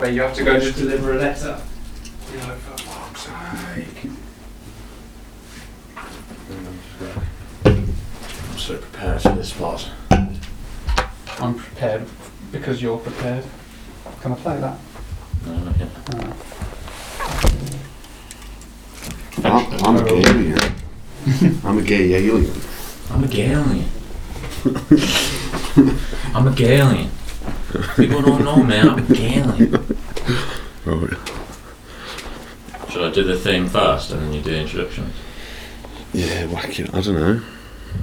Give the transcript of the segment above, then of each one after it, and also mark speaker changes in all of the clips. Speaker 1: where you have to go to deliver a letter. You know, for fuck's sake.
Speaker 2: I'm so prepared for this part.
Speaker 3: I'm prepared because you're prepared. Can I play that?
Speaker 2: No, not yet.
Speaker 3: No.
Speaker 4: I'm, I'm a Gaelian. I'm a gay alien.
Speaker 2: I'm a Gaelian. I'm a Gaelian. People don't know, man. I'm a Gaelian.
Speaker 4: Right.
Speaker 2: Should I do the thing first and then you do introductions?
Speaker 4: Yeah, whack it. I don't know.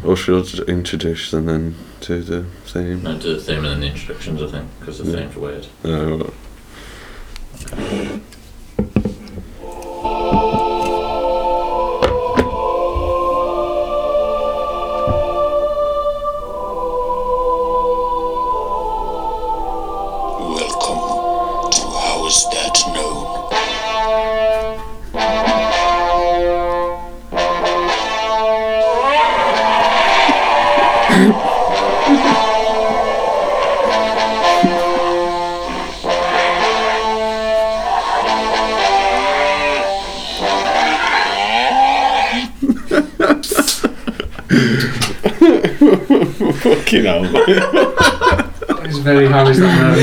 Speaker 4: Or should I introduce and then do the theme?
Speaker 2: No, do the theme and then the introductions, I think, because the
Speaker 4: Yeah.
Speaker 2: theme's weird.
Speaker 4: No. what-
Speaker 5: Welcome to How Is That Known?
Speaker 4: Fucking hell.
Speaker 3: It's very hard, isn't it?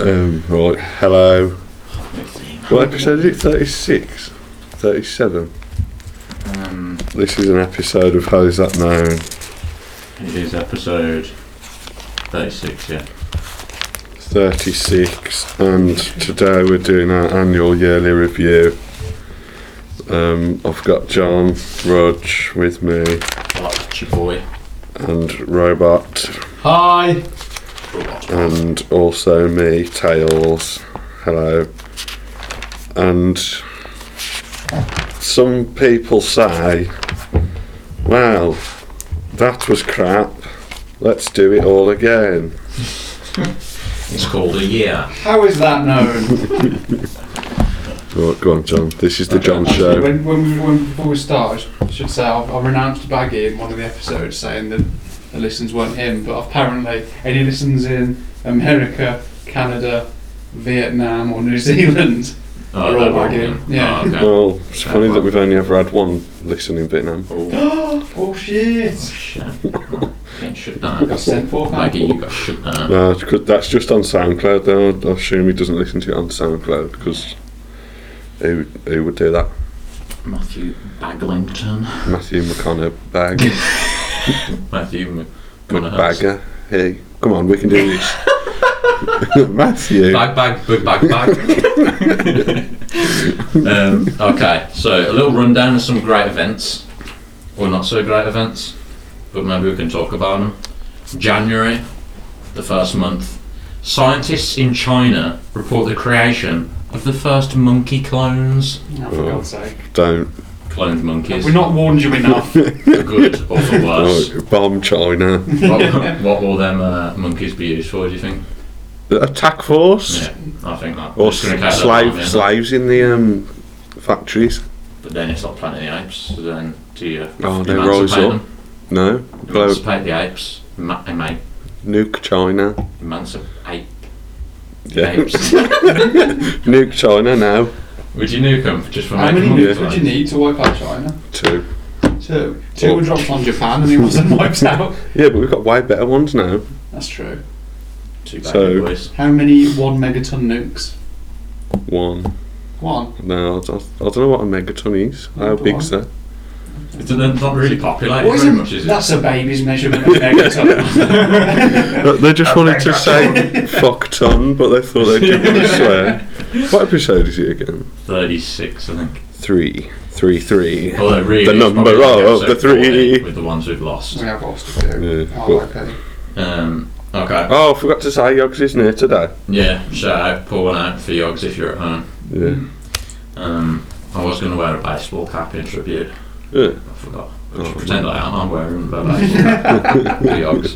Speaker 4: um, right. Hello.
Speaker 2: Theme.
Speaker 4: What episode is it? 36? 37?
Speaker 2: Um,
Speaker 4: This is an episode of How's That Known?
Speaker 2: it is episode 36, yeah.
Speaker 4: 36 and today we're doing our annual yearly review um, I've got John, Rog with me
Speaker 2: Watch your boy.
Speaker 4: and Robot
Speaker 3: Hi.
Speaker 2: Robot.
Speaker 4: and also me, Tails. Hello. And some people say, wow, that was crap. Let's do it all again.
Speaker 2: It's called a year.
Speaker 3: How is that known?
Speaker 4: Right, go on, John. This is the John show.
Speaker 3: When, when, we, when before we start, I should say I've, I renounced Baggy in one of the episodes, saying that the listens weren't him, but apparently any listens in America, Canada, Vietnam, or New Zealand.
Speaker 2: Oh,
Speaker 3: We're all
Speaker 2: that one,
Speaker 3: arguing. Yeah.
Speaker 2: Oh, okay.
Speaker 4: Well, it's funny that we've only ever had one listen in Vietnam.
Speaker 2: Oh,
Speaker 3: oh shit!
Speaker 2: shit. Getting shut down.
Speaker 3: Got sent for that.
Speaker 2: Maggie, you got shut down.
Speaker 4: No, it's 'cause that's just on SoundCloud. Though I assume he doesn't listen to it on SoundCloud because who who would do that?
Speaker 2: Matthew Baglington.
Speaker 4: Matthew McConaughey bag.
Speaker 2: Matthew
Speaker 4: Good
Speaker 2: McConaughey.
Speaker 4: bagger. Hey, come on, we can do this. Matthew.
Speaker 2: Bag, bag, big bag, bag. um, okay, so a little rundown of some great events, or not so great events, but maybe we can talk about them. January, the first month, scientists in China report the creation of the first monkey clones.
Speaker 3: Oh, for God's sake.
Speaker 4: Don't.
Speaker 2: Cloned monkeys,
Speaker 3: We've not warned you enough.
Speaker 2: for good or for worse.
Speaker 4: Oh, bomb China.
Speaker 2: what, what will them uh, monkeys be used for, do you think?
Speaker 4: Attack force?
Speaker 2: Yeah, I think that.
Speaker 4: Or
Speaker 2: it's gonna catch
Speaker 4: s-
Speaker 2: that
Speaker 4: slave,
Speaker 2: one, yeah.
Speaker 4: slaves in the um, factories?
Speaker 2: But then it's not Planet of the Apes, so then do you
Speaker 4: Oh, they
Speaker 2: emancipate
Speaker 4: rise up.
Speaker 2: them?
Speaker 4: No. Glo-
Speaker 2: Emancipate the apes. Ma- ema-
Speaker 4: nuke China.
Speaker 2: emancipate
Speaker 4: Yeah.
Speaker 2: apes.
Speaker 4: nuke China now.
Speaker 2: would you nuke them just for
Speaker 3: How many
Speaker 2: making
Speaker 3: nukes
Speaker 2: money?
Speaker 3: would you need to wipe out China?
Speaker 4: Two.
Speaker 3: Two. Two were dropped on Japan and he wasn't wiped out.
Speaker 4: Yeah, but we've got way better ones now.
Speaker 3: That's true.
Speaker 2: Two bad
Speaker 4: So-
Speaker 2: boys.
Speaker 3: How many one megaton nukes?
Speaker 4: One.
Speaker 3: One.
Speaker 4: No, I don't, I don't know what a megaton is. How
Speaker 3: Go
Speaker 4: big's that?
Speaker 2: It's not not really populated
Speaker 3: What is
Speaker 2: very
Speaker 3: a-
Speaker 2: much, is it?
Speaker 3: that's a baby's measurement of megaton.
Speaker 4: Look, They just wanted to say fuck ton, but they thought they'd give it a swear. What episode is it again?
Speaker 2: 36, I think.
Speaker 4: Three. Three, three.
Speaker 2: Although Oh, really,
Speaker 4: The
Speaker 2: it's
Speaker 4: number
Speaker 2: probably like
Speaker 4: of the
Speaker 2: episode 40
Speaker 4: three.
Speaker 2: With the ones we've lost.
Speaker 3: we have lost a few.
Speaker 4: Yeah,
Speaker 3: Oh,
Speaker 4: cool.
Speaker 3: okay.
Speaker 2: Um, okay.
Speaker 4: Oh, I forgot to say Yogs is near today.
Speaker 2: Yeah, shout out. Pour one out for Yogs if you're at home.
Speaker 4: Yeah.
Speaker 2: Hmm. Um, I was going to wear a baseball cap in tribute.
Speaker 4: yeah.
Speaker 2: I forgot.
Speaker 4: Oh,
Speaker 2: pretend I am. I'm wearing a baseball the Ogs.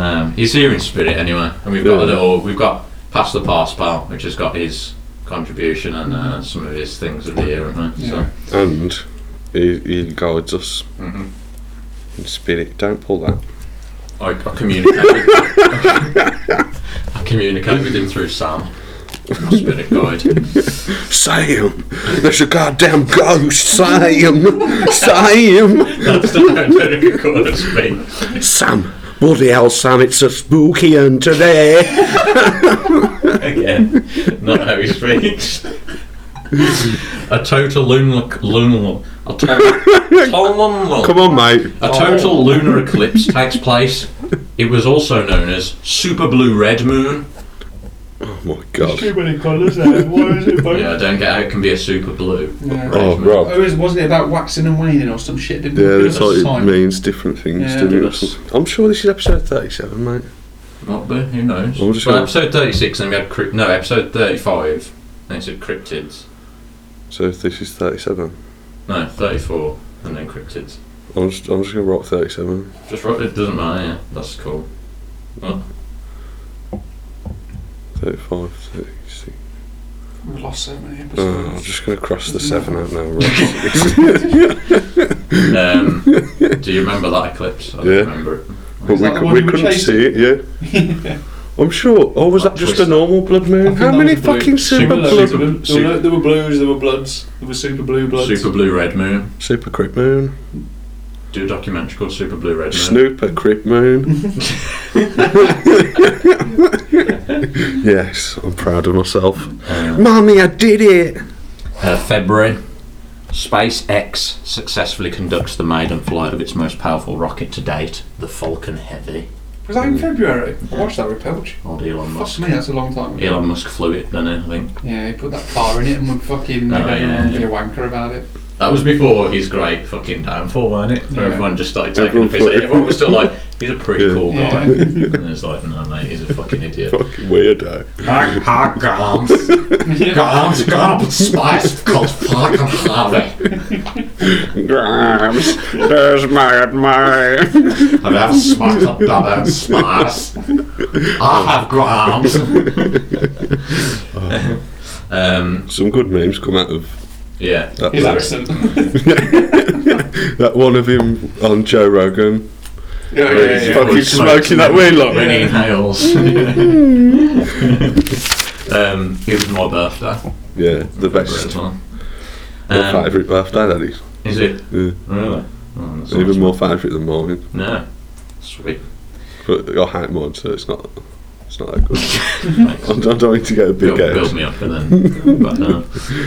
Speaker 2: Um, he's here in spirit anyway, and we've got a
Speaker 4: Yeah.
Speaker 2: little. We've got past the pass pal, which has got his contribution and
Speaker 4: Mm-hmm.
Speaker 2: uh, some of his things of the year, haven't they? So,
Speaker 3: Yeah.
Speaker 4: And he, he guides us
Speaker 2: mhm.
Speaker 4: in spirit. Don't pull that.
Speaker 2: I, I communicated. communicate with him through Sam, our spirit guide.
Speaker 4: Sam! There's a goddamn ghost! Sam! Sam!
Speaker 2: That's the how America calls me.
Speaker 4: Sam! Bloody hell, Sam, it's a spooky one today!
Speaker 2: Again, not how he speaks. a total lunar, lunar, a total,
Speaker 4: Come on, mate.
Speaker 2: A total lunar eclipse takes place. It was also known as Super Blue Red Moon.
Speaker 4: Oh my god.
Speaker 3: Too many colours there. Why is it both?
Speaker 2: Yeah, I don't get how it can be a super blue. but
Speaker 3: Yeah.
Speaker 2: red
Speaker 4: Oh,
Speaker 2: moon.
Speaker 4: Rob.
Speaker 3: Oh, is- wasn't it about waxing and waning or some shit? Didn't
Speaker 4: Yeah,
Speaker 3: we?
Speaker 4: that's
Speaker 3: Give us a
Speaker 4: like
Speaker 3: sign.
Speaker 4: it means different things,
Speaker 3: Yeah.
Speaker 4: doesn't
Speaker 2: Give
Speaker 4: it?
Speaker 2: us-
Speaker 4: I'm sure this is episode 37, mate.
Speaker 2: Not be, who knows?
Speaker 4: I'm just
Speaker 2: Well,
Speaker 4: gonna-
Speaker 2: episode 36, then we had crypt- no, episode 35, then it said cryptids.
Speaker 4: So if this is 37.
Speaker 2: No, 34, and then cryptids.
Speaker 4: I'm just, I'm just gonna rock 37.
Speaker 2: Just right, it doesn't matter, yeah, that's cool.
Speaker 4: 35, 36.
Speaker 3: We've lost so many
Speaker 4: Oh,
Speaker 3: episodes.
Speaker 2: Uh,
Speaker 4: I'm just gonna cross the 7 out now, Rob.
Speaker 2: Um, do you remember that eclipse? I don't
Speaker 4: Yeah.
Speaker 2: remember it.
Speaker 4: But
Speaker 3: Is
Speaker 4: we,
Speaker 3: that the
Speaker 4: cou-
Speaker 3: one
Speaker 4: we
Speaker 3: you were
Speaker 4: couldn't
Speaker 3: chasing?
Speaker 4: see it, yeah. I'm sure. Or was
Speaker 2: Like
Speaker 4: that just a
Speaker 2: Twister.
Speaker 4: normal blood
Speaker 3: I
Speaker 4: moon?
Speaker 3: think
Speaker 4: How
Speaker 3: that
Speaker 4: many
Speaker 3: was blue.
Speaker 4: fucking
Speaker 2: Super
Speaker 4: super
Speaker 3: There
Speaker 2: blue.
Speaker 4: blood?
Speaker 3: were- there were-
Speaker 2: Super-
Speaker 3: There were blues, there were bloods, there were super blue bloods.
Speaker 2: Super Blue Red Moon.
Speaker 4: Super Crip Moon.
Speaker 2: Do a documentary called Super Blue Red Moon.
Speaker 4: Snooper Crip Moon. yes, I'm proud of myself.
Speaker 2: Um,
Speaker 4: Mommy, I did it!
Speaker 2: Uh, February, SpaceX successfully conducts the maiden flight of its most powerful rocket to date, the Falcon Heavy.
Speaker 3: Was that in February? I watched that with Pelch.
Speaker 2: Old Elon
Speaker 3: Fuck
Speaker 2: Musk.
Speaker 3: me, that's a long time ago.
Speaker 2: Elon Musk flew it, then I think.
Speaker 3: Yeah, he put that car in it and went fucking
Speaker 2: Oh,
Speaker 3: made everyone
Speaker 2: yeah.
Speaker 3: be a wanker about it.
Speaker 2: That was before his great fucking downfall, wasn't it? Where
Speaker 3: Yeah.
Speaker 2: everyone just started taking
Speaker 4: Everyone
Speaker 2: the piss.
Speaker 4: thought-
Speaker 2: Everyone was still like, he's a pretty
Speaker 4: Yeah.
Speaker 2: cool guy.
Speaker 3: Yeah.
Speaker 2: and it's like, no, mate, he's a fucking idiot.
Speaker 4: Fucking weirdo.
Speaker 2: Hot, hot gobs. Gobs, gobs, spice, called fucking Harvey.
Speaker 4: Grimes, there's my admirer.
Speaker 2: I have smack up that and spice. I have gobs. um,
Speaker 4: Some good memes come out of
Speaker 2: yeah.
Speaker 4: that.
Speaker 3: His
Speaker 4: man.
Speaker 3: accent.
Speaker 4: that one of him on Joe Rogan.
Speaker 3: yeah,
Speaker 4: Where he's fucking smoking that weed lot.
Speaker 2: When he
Speaker 4: man.
Speaker 2: inhales. um, it was my birthday.
Speaker 4: Yeah, the best.
Speaker 2: Um,
Speaker 4: My favourite birthday, that is.
Speaker 2: is it?
Speaker 4: Yeah.
Speaker 2: Really? Oh, that's nice.
Speaker 4: Even more favourite than mine.
Speaker 2: No. Sweet.
Speaker 4: But I hate mine, so it's not. It's not that good.
Speaker 2: Thanks.
Speaker 4: I'm, I'm dying to get a big
Speaker 2: Build, build
Speaker 4: edge.
Speaker 2: me up and then. But no.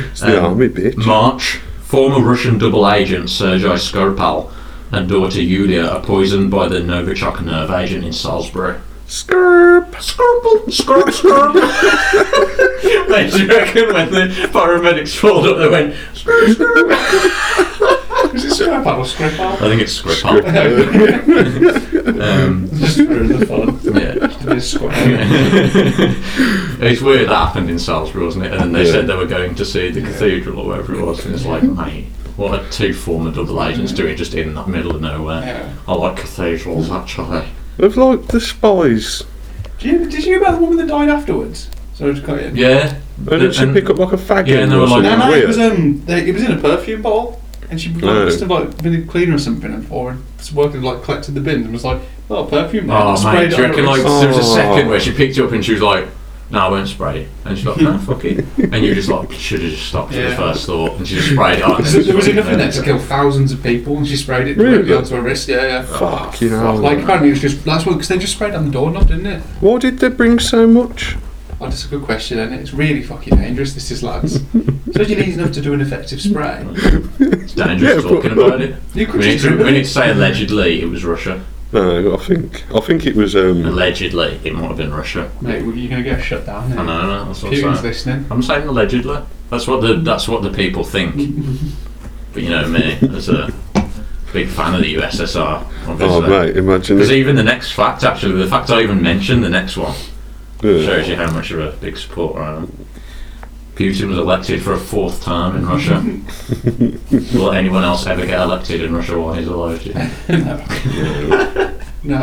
Speaker 4: It's the
Speaker 2: Um,
Speaker 4: army, bitch.
Speaker 2: March, former Russian double agent Sergei Skripal and daughter Yulia are poisoned by the Novichok nerve agent in Salisbury.
Speaker 4: Skirp.
Speaker 2: Scribble, scrib, scrib. Mate, do you reckon when the paramedics pulled up, they went, "Scrib, scrib."
Speaker 3: Is it scrap or scrap
Speaker 2: I think it's Skripal. Um,
Speaker 3: Just ruined the fun.
Speaker 2: yeah.
Speaker 3: It is scrap.
Speaker 2: it's weird that happened in Salisbury, wasn't it? And then they
Speaker 4: Yeah.
Speaker 2: said they were going to see the cathedral or wherever it was, and it's like, mate, what are two former double agents doing just in the middle of nowhere?
Speaker 3: Yeah.
Speaker 2: I like cathedrals, actually.
Speaker 4: Of like the spies.
Speaker 3: Did you, did you hear about the woman that died afterwards? So I just cut in.
Speaker 2: Yeah.
Speaker 4: And did she
Speaker 2: and-
Speaker 4: pick up like a faggot?
Speaker 2: Yeah, and they
Speaker 4: or
Speaker 2: were like-
Speaker 3: No,
Speaker 4: something
Speaker 3: no,
Speaker 4: weird?
Speaker 3: it was um, they, it was in a perfume bottle, and she like,
Speaker 4: Oh.
Speaker 3: must have like been a cleaner or something, and or was working like collected the bins and was like, oh, perfume.
Speaker 2: Oh,
Speaker 3: and
Speaker 2: mate,
Speaker 3: sprayed
Speaker 2: do you
Speaker 3: it
Speaker 2: reckon,
Speaker 3: on
Speaker 2: like,
Speaker 3: her-
Speaker 4: Oh.
Speaker 2: there was a second where she picked you up and she was like, no, I won't spray it. And she's like, no, fuck it. And you just like, should have just stopped at the
Speaker 3: Yeah.
Speaker 2: first thought. And she just sprayed it on.
Speaker 3: There was- there was enough in there to kill thousands of people, and she sprayed it
Speaker 4: Really?
Speaker 3: directly onto her wrist. Yeah, yeah.
Speaker 4: Fuck, you know.
Speaker 3: Like apparently it was just that's what because they just sprayed it on the doorknob, didn't it?
Speaker 4: Why did they bring so much?
Speaker 3: Oh, that's a good question, and it's really fucking dangerous. This is lads. so you need enough to do an effective spray.
Speaker 2: It's dangerous
Speaker 4: Yeah,
Speaker 2: talking
Speaker 4: but-
Speaker 2: about it.
Speaker 3: You could
Speaker 2: We need,
Speaker 3: just
Speaker 2: to,
Speaker 3: do
Speaker 2: we need
Speaker 3: it.
Speaker 2: to say allegedly it was Russia.
Speaker 4: No, I think I think it was um
Speaker 2: Allegedly it might have been Russia.
Speaker 3: Mate, well, you're gonna get shut down.
Speaker 2: I know,
Speaker 3: Now.
Speaker 2: I know, that's what I'm
Speaker 3: Putin's
Speaker 2: saying.
Speaker 3: listening.
Speaker 2: I'm saying allegedly. That's what the that's what the people think. But you know me, as a big fan of the USSR, obviously.
Speaker 4: Oh mate, imagine
Speaker 2: Because
Speaker 4: it.
Speaker 2: even the next fact, actually, the fact I even mentioned, the next one,
Speaker 4: Yeah.
Speaker 2: shows you how much of a big supporter I am. Putin was elected for a fourth time in Russia. Will anyone else ever get elected in Russia while he's alive? do you think?
Speaker 3: No,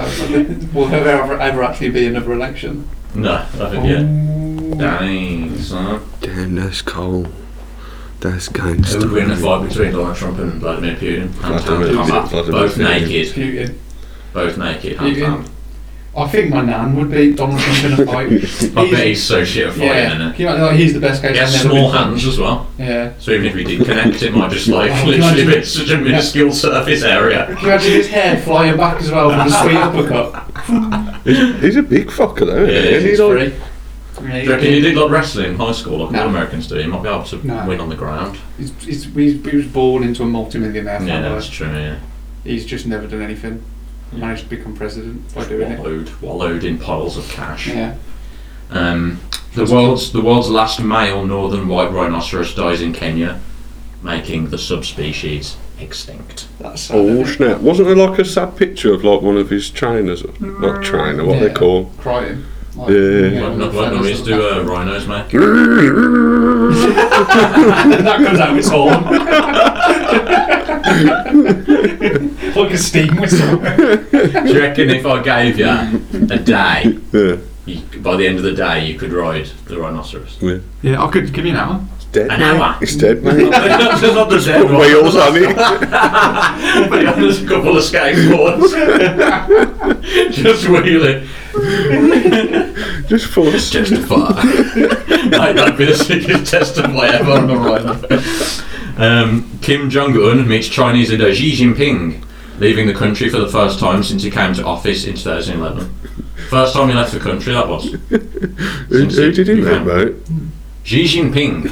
Speaker 3: will there ever, ever actually be another election? Oh.
Speaker 2: No, I think, yeah. Dang, son.
Speaker 4: Damn that's cold. That's
Speaker 2: Who
Speaker 4: gangster.
Speaker 2: would win a fight between Donald Trump and Vladimir Putin? Hand to hand
Speaker 4: Vladimir-
Speaker 2: combat.
Speaker 4: Vladimir
Speaker 2: Both
Speaker 4: Putin.
Speaker 2: naked.
Speaker 3: Putin.
Speaker 2: Both naked. Hand to
Speaker 3: Putin.
Speaker 2: hand.
Speaker 3: I think my nan would be Donald Trump in a fight.
Speaker 2: I bet he's so shit at fighting,
Speaker 3: yeah,
Speaker 2: yeah.
Speaker 3: can you imagine, like, he's the best guy.
Speaker 2: He has small hands as well,
Speaker 3: Yeah.
Speaker 2: so even if he did connect, it might just like
Speaker 3: Oh,
Speaker 2: literally
Speaker 3: God.
Speaker 2: be such a minuscule surface area.
Speaker 3: Can you imagine his hair flying back as well with a sweet uppercut?
Speaker 4: He's a big fucker though.
Speaker 2: Yeah,
Speaker 4: isn't
Speaker 2: it is,
Speaker 4: he? Isn't he,
Speaker 2: it's
Speaker 4: like-
Speaker 2: free. Do you reckon he did like wrestling in high school, like
Speaker 3: No.
Speaker 2: all Americans do? He might be able to
Speaker 3: No.
Speaker 2: win on the ground.
Speaker 3: He's, he's, he's, he was born into a multi-millionaire family.
Speaker 2: Yeah, that's true. Yeah.
Speaker 3: He's just never done anything.
Speaker 2: Yeah.
Speaker 3: Managed to become president by doing it.
Speaker 2: Wallowed, wallowed in piles of cash.
Speaker 3: Yeah.
Speaker 2: Um, the world's the world's last male northern white rhinoceros dies in Kenya, making the subspecies extinct.
Speaker 3: That's uh, sad.
Speaker 4: Oh
Speaker 3: isn't it?
Speaker 4: snap! Wasn't there like a sad picture of like one of his China's, not China, what they
Speaker 3: Yeah.
Speaker 4: call?
Speaker 3: Crying. Like,
Speaker 4: Yeah, yeah, yeah.
Speaker 2: What
Speaker 3: all the
Speaker 2: what noise
Speaker 3: feathers
Speaker 2: do
Speaker 3: that-
Speaker 2: uh, rhinos make?
Speaker 3: that comes out its horn. like a steam whistle.
Speaker 2: Do you reckon if I gave you a day,
Speaker 4: Yeah,
Speaker 2: you, by the end of the day, you could ride the rhinoceros?
Speaker 4: yeah.
Speaker 3: Yeah, I could give you an hour.
Speaker 4: It's dead.
Speaker 2: An
Speaker 4: mate.
Speaker 2: hour.
Speaker 4: It's dead, mate.
Speaker 2: Not the dead one.
Speaker 4: Wheels on it.
Speaker 2: But yeah, there's a couple of skateboards. Just wheel it.
Speaker 4: Just full of s-
Speaker 2: Testify. Might not be the sickest testify ever on the right. Um, Kim Jong Un meets Chinese leader Xi Jinping, leaving the country for the first time since he came to office in 2011. First time he left the country, that was.
Speaker 4: Who, who did
Speaker 2: he
Speaker 4: he that, mate?
Speaker 2: Xi Jinping.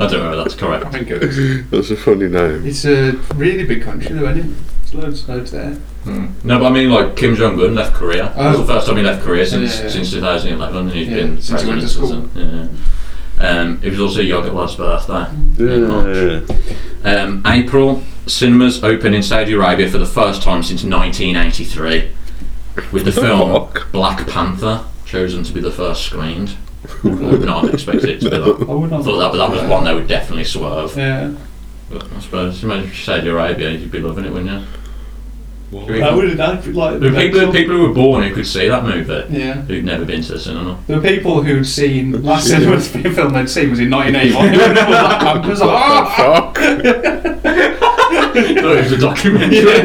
Speaker 2: I don't know if that's
Speaker 3: I
Speaker 2: correct.
Speaker 3: think it was.
Speaker 4: That's a funny name.
Speaker 3: It's a really big country, though, isn't it? There's loads, loads there.
Speaker 2: No, but I mean, like, Kim Jong Un left Korea. It was
Speaker 3: Oh.
Speaker 2: the first time he left Korea since,
Speaker 3: Yeah, yeah.
Speaker 2: since 2011, and he's
Speaker 3: Yeah,
Speaker 2: been
Speaker 3: since he went to
Speaker 2: president
Speaker 3: school.
Speaker 2: Yeah. Um, it was also Yogurt Lad's birthday. in March.
Speaker 4: Yeah.
Speaker 2: Um, April, cinemas open in Saudi Arabia for the first time since 1983, with the film
Speaker 4: Fuck.
Speaker 2: Black Panther chosen to be the first screened. I would not have expected it to be that.
Speaker 3: I would
Speaker 2: I
Speaker 3: not.
Speaker 2: thought that, that was one they would definitely swerve.
Speaker 3: Yeah.
Speaker 2: But I suppose, imagine if Saudi Arabia, you'd be loving it, wouldn't you? Do you
Speaker 3: That
Speaker 2: reckon-
Speaker 3: would have done like
Speaker 2: The people, people who were born who could see that movie,
Speaker 3: Yeah.
Speaker 2: who'd never been to the cinema.
Speaker 3: The people who'd seen last cinema film they'd seen was in 1981. It was like, "Ah!"
Speaker 4: Fuck.
Speaker 2: no, it was a documentary.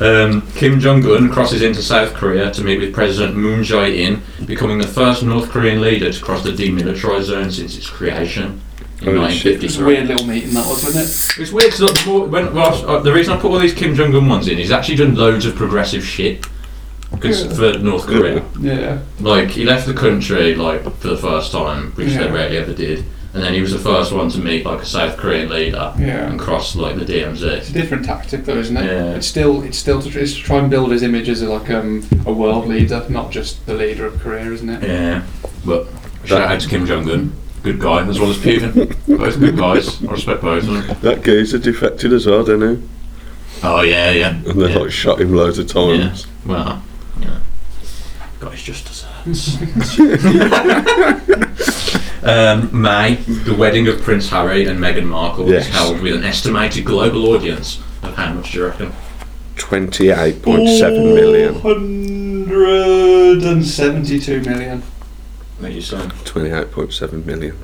Speaker 2: Um, Kim Jong Un crosses into South Korea to meet with President Moon Jae In, becoming the first North Korean leader to cross the demilitarized zone since its creation. In
Speaker 4: Holy shit.
Speaker 3: It was
Speaker 2: 1953.
Speaker 3: a weird little meeting that was, wasn't it?
Speaker 2: It's weird 'cause, like, before- when, well, uh, the reason I put all these Kim Jong Un ones in, he's actually done loads of progressive shit 'cause- for North Korea.
Speaker 3: Yeah.
Speaker 2: Like he left the country like for the first time, which they
Speaker 3: Yeah.
Speaker 2: rarely ever did, and then he was the first one to meet like a South Korean leader
Speaker 3: Yeah.
Speaker 2: and cross like the DMZ.
Speaker 3: It's a different tactic, though, isn't it?
Speaker 2: Yeah.
Speaker 3: It's still it's still to, tr- it's to try and build his image as like um, a world leader, not just the leader of Korea, isn't it?
Speaker 2: Yeah, but shout out to Kim Jong Un, good guy as well as Putin, both good guys. I respect both of them.
Speaker 4: That geezer defected as well, didn't
Speaker 2: Oh yeah, yeah.
Speaker 4: he? And they
Speaker 2: yeah.
Speaker 4: like shot him loads of
Speaker 2: yeah.
Speaker 4: times.
Speaker 2: Well, yeah. Guys just desserts. um, May, the wedding of Prince Harry and Meghan Markle
Speaker 4: Yes.
Speaker 2: is held with an estimated global audience of how much do you reckon?
Speaker 4: Twenty-eight point seven million.
Speaker 3: 172 million.
Speaker 2: What you
Speaker 4: Twenty-eight point seven million.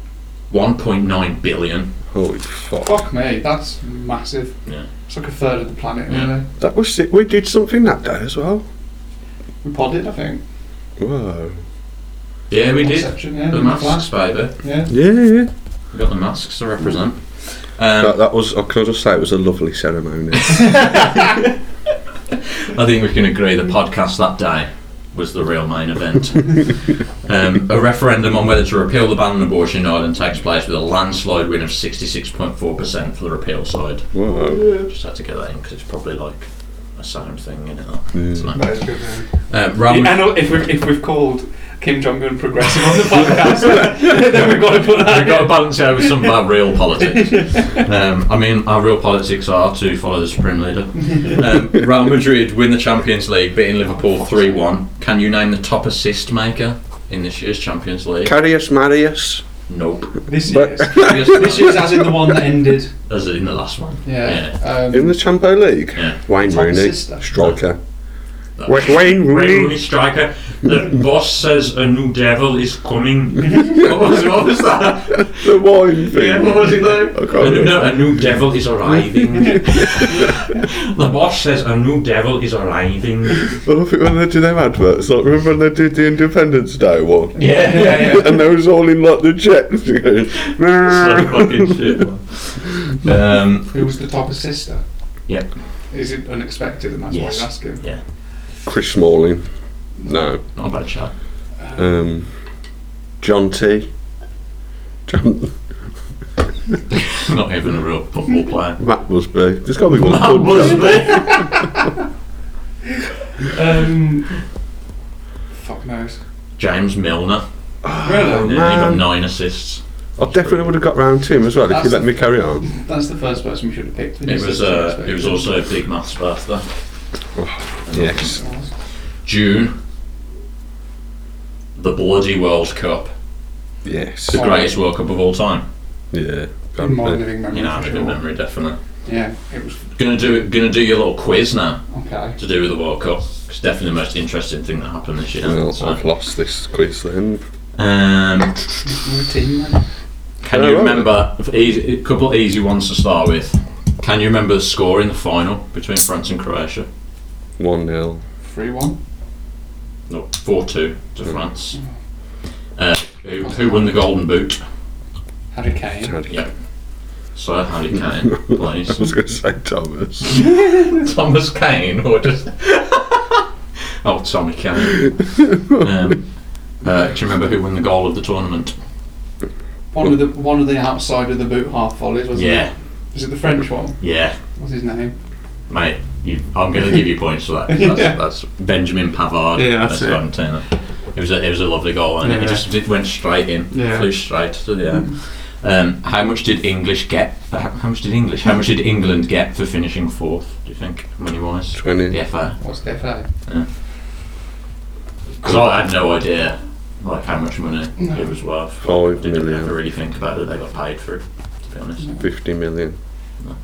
Speaker 2: 1.9 billion.
Speaker 4: Holy fuck!
Speaker 3: Fuck me, that's massive.
Speaker 2: Yeah.
Speaker 3: It's like a third of the planet,
Speaker 2: Yeah.
Speaker 3: really.
Speaker 4: That was sick. We did something that day as well.
Speaker 3: We podded, I think.
Speaker 4: Whoa.
Speaker 2: Yeah, we did.
Speaker 3: Conception, yeah,
Speaker 2: The
Speaker 3: we
Speaker 2: masks,
Speaker 3: flashed,
Speaker 2: baby.
Speaker 3: Yeah.
Speaker 4: Yeah, yeah.
Speaker 2: We got the masks to represent.
Speaker 4: That,
Speaker 2: Um,
Speaker 4: that was. I could just say it was a lovely ceremony.
Speaker 2: I think we can agree the podcast that day was the real main event. um, a referendum on whether to repeal the ban on abortion in Ireland takes place with a landslide win of 66.4% for the repeal side.
Speaker 4: Whoa.
Speaker 2: Just had to get that in because it's probably like a sound thing, you know.
Speaker 3: That is good, yeah.
Speaker 2: Um, Ram-
Speaker 3: Yeah, and if we've, if we've called Kim Jong Un progressive on the podcast, then we've got to put that.
Speaker 2: We've got to balance it out with some of our real politics. Um, I mean, our real politics are to follow the Supreme Leader. Um, Real Madrid win the Champions League, beating Liverpool 3 1. Can you name the top assist maker in this year's Champions League?
Speaker 4: Carius Marius.
Speaker 2: nope.
Speaker 3: This
Speaker 4: But-
Speaker 3: is this is as in the one that ended.
Speaker 2: As in the last one.
Speaker 3: Yeah. um,
Speaker 4: In the Champo League,
Speaker 2: Yeah.
Speaker 4: Wayne
Speaker 3: Top
Speaker 4: Rooney,
Speaker 3: sister.
Speaker 4: striker.
Speaker 2: That-
Speaker 4: Wait, wait,
Speaker 2: Wayne
Speaker 4: wait.
Speaker 2: Rooney striker. The boss says a new devil is coming. what, was, what was that?
Speaker 4: The wine thing.
Speaker 2: Yeah, what was it though?
Speaker 4: I
Speaker 2: A
Speaker 4: can't
Speaker 2: new,
Speaker 4: remember.
Speaker 2: no, a new devil is arriving. the boss says a new devil is arriving.
Speaker 4: I love it when they do them adverts. Like, remember when they did the Independence Day one?
Speaker 2: Yeah, yeah, yeah.
Speaker 4: and they was all in like the checks.
Speaker 2: so fucking shit. man. Um,
Speaker 3: Who was the top assister?
Speaker 2: yeah,
Speaker 3: Is it unexpected and that's why
Speaker 2: Yes.
Speaker 3: you're asking?
Speaker 2: yeah.
Speaker 4: Chris Smalling. No.
Speaker 2: Not a bad shot.
Speaker 4: Um, John T. John,
Speaker 2: Not even a real football player.
Speaker 4: Matt Busby. There's got to be one.
Speaker 2: That
Speaker 4: good
Speaker 2: was
Speaker 4: John.
Speaker 2: me.
Speaker 3: Um, fuck knows.
Speaker 2: James Milner.
Speaker 3: Really?
Speaker 2: Yeah, he got
Speaker 4: Oh, Man.
Speaker 2: nine assists.
Speaker 4: I definitely would have got round to him as well if you
Speaker 3: That's-
Speaker 4: let me carry on.
Speaker 3: That's the first person we should have picked.
Speaker 2: It was uh, it was also a big maths birthday.
Speaker 4: Yes.
Speaker 2: June. The bloody World Cup.
Speaker 4: Yes.
Speaker 2: The greatest World Cup of all time.
Speaker 4: Yeah.
Speaker 3: In my living memory.
Speaker 2: You know, I
Speaker 3: for
Speaker 2: have a
Speaker 3: sure.
Speaker 2: good memory, definitely.
Speaker 3: Yeah, it was
Speaker 2: Gonna do gonna do your little quiz now
Speaker 3: okay.
Speaker 2: to do with the World Cup. It's definitely the most interesting thing that happened this year.
Speaker 4: Well,
Speaker 2: So,
Speaker 4: I've lost this quiz then.
Speaker 2: um,
Speaker 3: Routine. Then.
Speaker 2: can
Speaker 4: Oh,
Speaker 2: you
Speaker 4: right.
Speaker 2: remember easy, a couple of easy ones to start with? Can you remember the score in the final between France and Croatia?
Speaker 4: 1 0.
Speaker 3: Free one.
Speaker 2: No, four two to
Speaker 4: Hmm.
Speaker 2: France. Uh, who, who won the Golden Boot?
Speaker 3: Harry Kane.
Speaker 2: Yeah. So Harry Kane,
Speaker 4: I was
Speaker 2: please.
Speaker 4: going to say Thomas.
Speaker 2: Thomas Kane, or just oh Tommy Kane. Um, uh, do you remember who won the goal of the tournament?
Speaker 3: One of the one of the outside of the boot half volleys wasn't
Speaker 2: Yeah,
Speaker 3: it? Was it the French one?
Speaker 2: yeah,
Speaker 3: What's his name?
Speaker 2: mate. You, I'm going to give you points for that. 'cause That's, that's Benjamin Pavard.
Speaker 3: Yeah, that's it.
Speaker 2: Fiorentina. It was a it was a lovely goal, and it? it
Speaker 3: Yeah.
Speaker 2: just it went straight in.
Speaker 3: Yeah.
Speaker 2: Flew straight to the end. Um, how much did English get? uh, How, how much did English? How much did England get for finishing fourth? Do you think money wise?
Speaker 4: 20.
Speaker 2: The FA.
Speaker 3: What's the FA?
Speaker 2: Because I had no idea like how much money it was worth.
Speaker 4: Five
Speaker 2: Didn't
Speaker 4: million.
Speaker 2: ever really think about it. They got paid for it, to be honest.
Speaker 4: 50 million.
Speaker 2: No.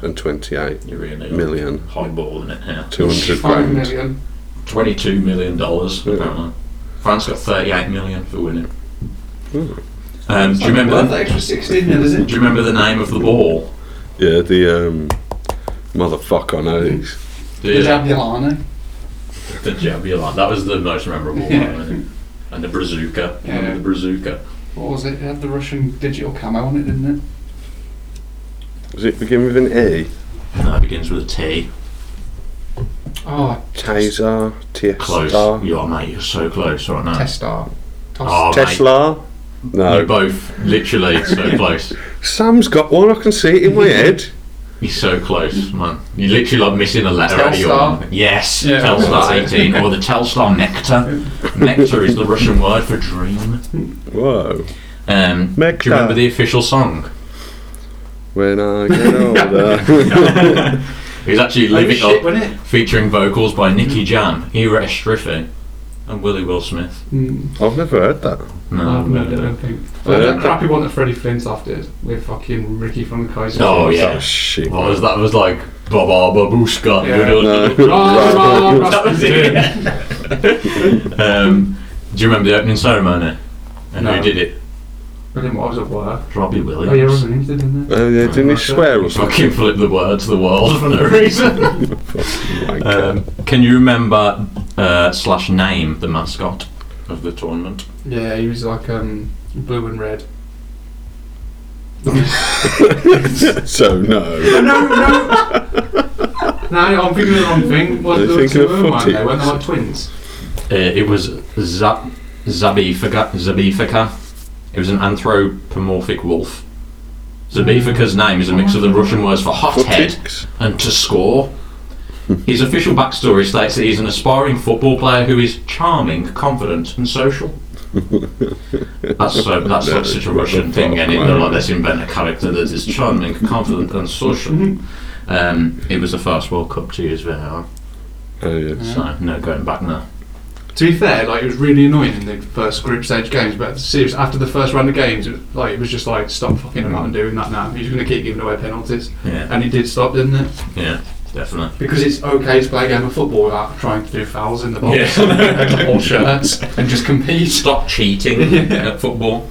Speaker 4: 628
Speaker 2: You really
Speaker 4: million.
Speaker 2: highballing it here.
Speaker 4: 200
Speaker 3: Five
Speaker 4: grand.
Speaker 3: million.
Speaker 2: Twenty-two million dollars
Speaker 4: Yeah.
Speaker 2: apparently. France got thirty-eight million for winning.
Speaker 4: Ooh.
Speaker 2: Um, do you remember?
Speaker 3: That's extra sixteen then, is
Speaker 2: Do
Speaker 3: it?
Speaker 2: you remember the name of the ball?
Speaker 4: Yeah, the um, motherfucker, I know. He's,
Speaker 2: The,
Speaker 3: The Jablilani.
Speaker 2: the Jabular. That was the most memorable one.
Speaker 3: Yeah.
Speaker 2: I think. And the Brazuka.
Speaker 3: Yeah.
Speaker 2: Remember the Brazuka?
Speaker 3: What was it? It had the Russian digital camo on it, didn't it?
Speaker 4: does it begin with an E?
Speaker 2: And that begins with a T.
Speaker 3: Oh,
Speaker 4: Taser,
Speaker 2: Close.
Speaker 4: Tiestar,
Speaker 2: You are, mate. You're so close right now.
Speaker 3: Testar.
Speaker 2: Oh, mate.
Speaker 4: Tesla.
Speaker 2: You're
Speaker 4: No.
Speaker 2: both literally so close.
Speaker 4: Sam's got one, I can see it in my head.
Speaker 2: You're so close, man. You're literally like missing a letter out of your
Speaker 3: Telstar?
Speaker 2: Yes,
Speaker 3: Yeah.
Speaker 2: Telstar 18 or the Telstar Nectar. Nectar is the Russian word for dream.
Speaker 4: Whoa.
Speaker 2: Um, do you
Speaker 4: Nectar.
Speaker 2: remember the official song?
Speaker 4: When I get older.
Speaker 2: It was actually Live It Up,
Speaker 3: wasn't it?
Speaker 2: featuring vocals by Nicky Jam, Ira Estriffy, and Willie Will Smith.
Speaker 6: Mm,
Speaker 4: I've never heard that.
Speaker 2: No,
Speaker 3: Oh,
Speaker 6: I've
Speaker 2: no, Uh,
Speaker 6: heard it, I
Speaker 2: no.
Speaker 6: don't think.
Speaker 4: Yeah.
Speaker 6: That crappy one that Freddie Flintoff did with fucking Ricky from the Kaiser.
Speaker 2: Oh,
Speaker 6: Chiefs.
Speaker 2: yeah.
Speaker 4: Oh, shit.
Speaker 2: What was that? was like Baba Babushka.
Speaker 3: Yeah.
Speaker 4: No.
Speaker 6: Rah, rah,
Speaker 2: That was it. um, do you remember the opening ceremony? And who
Speaker 6: No.
Speaker 2: did it?
Speaker 6: I didn't I was at work.
Speaker 2: Robbie Williams.
Speaker 6: Oh, yeah, Robin Williams did, didn't they?
Speaker 4: Oh, yeah, didn't he swear or something?
Speaker 2: Fucking flip the word to the world for no reason. um, can you remember uh, slash name the mascot of the tournament?
Speaker 6: Yeah, he was like um, blue and red.
Speaker 4: so, no.
Speaker 6: no, no! no, I'm thinking of the wrong thing. Was
Speaker 4: They're
Speaker 6: the
Speaker 4: thinking
Speaker 6: two
Speaker 4: of
Speaker 6: of them, weren't
Speaker 4: footy.
Speaker 6: they? Weren't they like twins?
Speaker 2: Uh, it was Zab Zabifaka. Zabifaka. It was an anthropomorphic wolf. Zabifaka's name is a mix of the Russian words for hot head
Speaker 4: Ticks.
Speaker 2: and to score. His official backstory states that he's an aspiring football player who is charming, confident, and social. That's so. That's
Speaker 4: No,
Speaker 2: like such a Russian
Speaker 4: that's
Speaker 2: thing,
Speaker 4: not
Speaker 2: and it
Speaker 4: right.
Speaker 2: like let's invent a character that is charming, confident, and social. Um, it was the first World Cup two years ago,
Speaker 4: Oh, yes.
Speaker 2: so no going back now.
Speaker 6: To be fair, like it was really annoying in the first group stage games, but serious after the first round of games, it, like it was just
Speaker 4: Mm.
Speaker 6: like stop fucking about and doing that now. You're just gonna keep giving away penalties,
Speaker 2: Yeah,
Speaker 6: and it did stop, didn't it?
Speaker 2: yeah. Definitely.
Speaker 6: because it's okay to play a game of football without trying to do fouls in the box
Speaker 2: Yeah. Or shirts.
Speaker 6: and just compete.
Speaker 2: Stop cheating at football.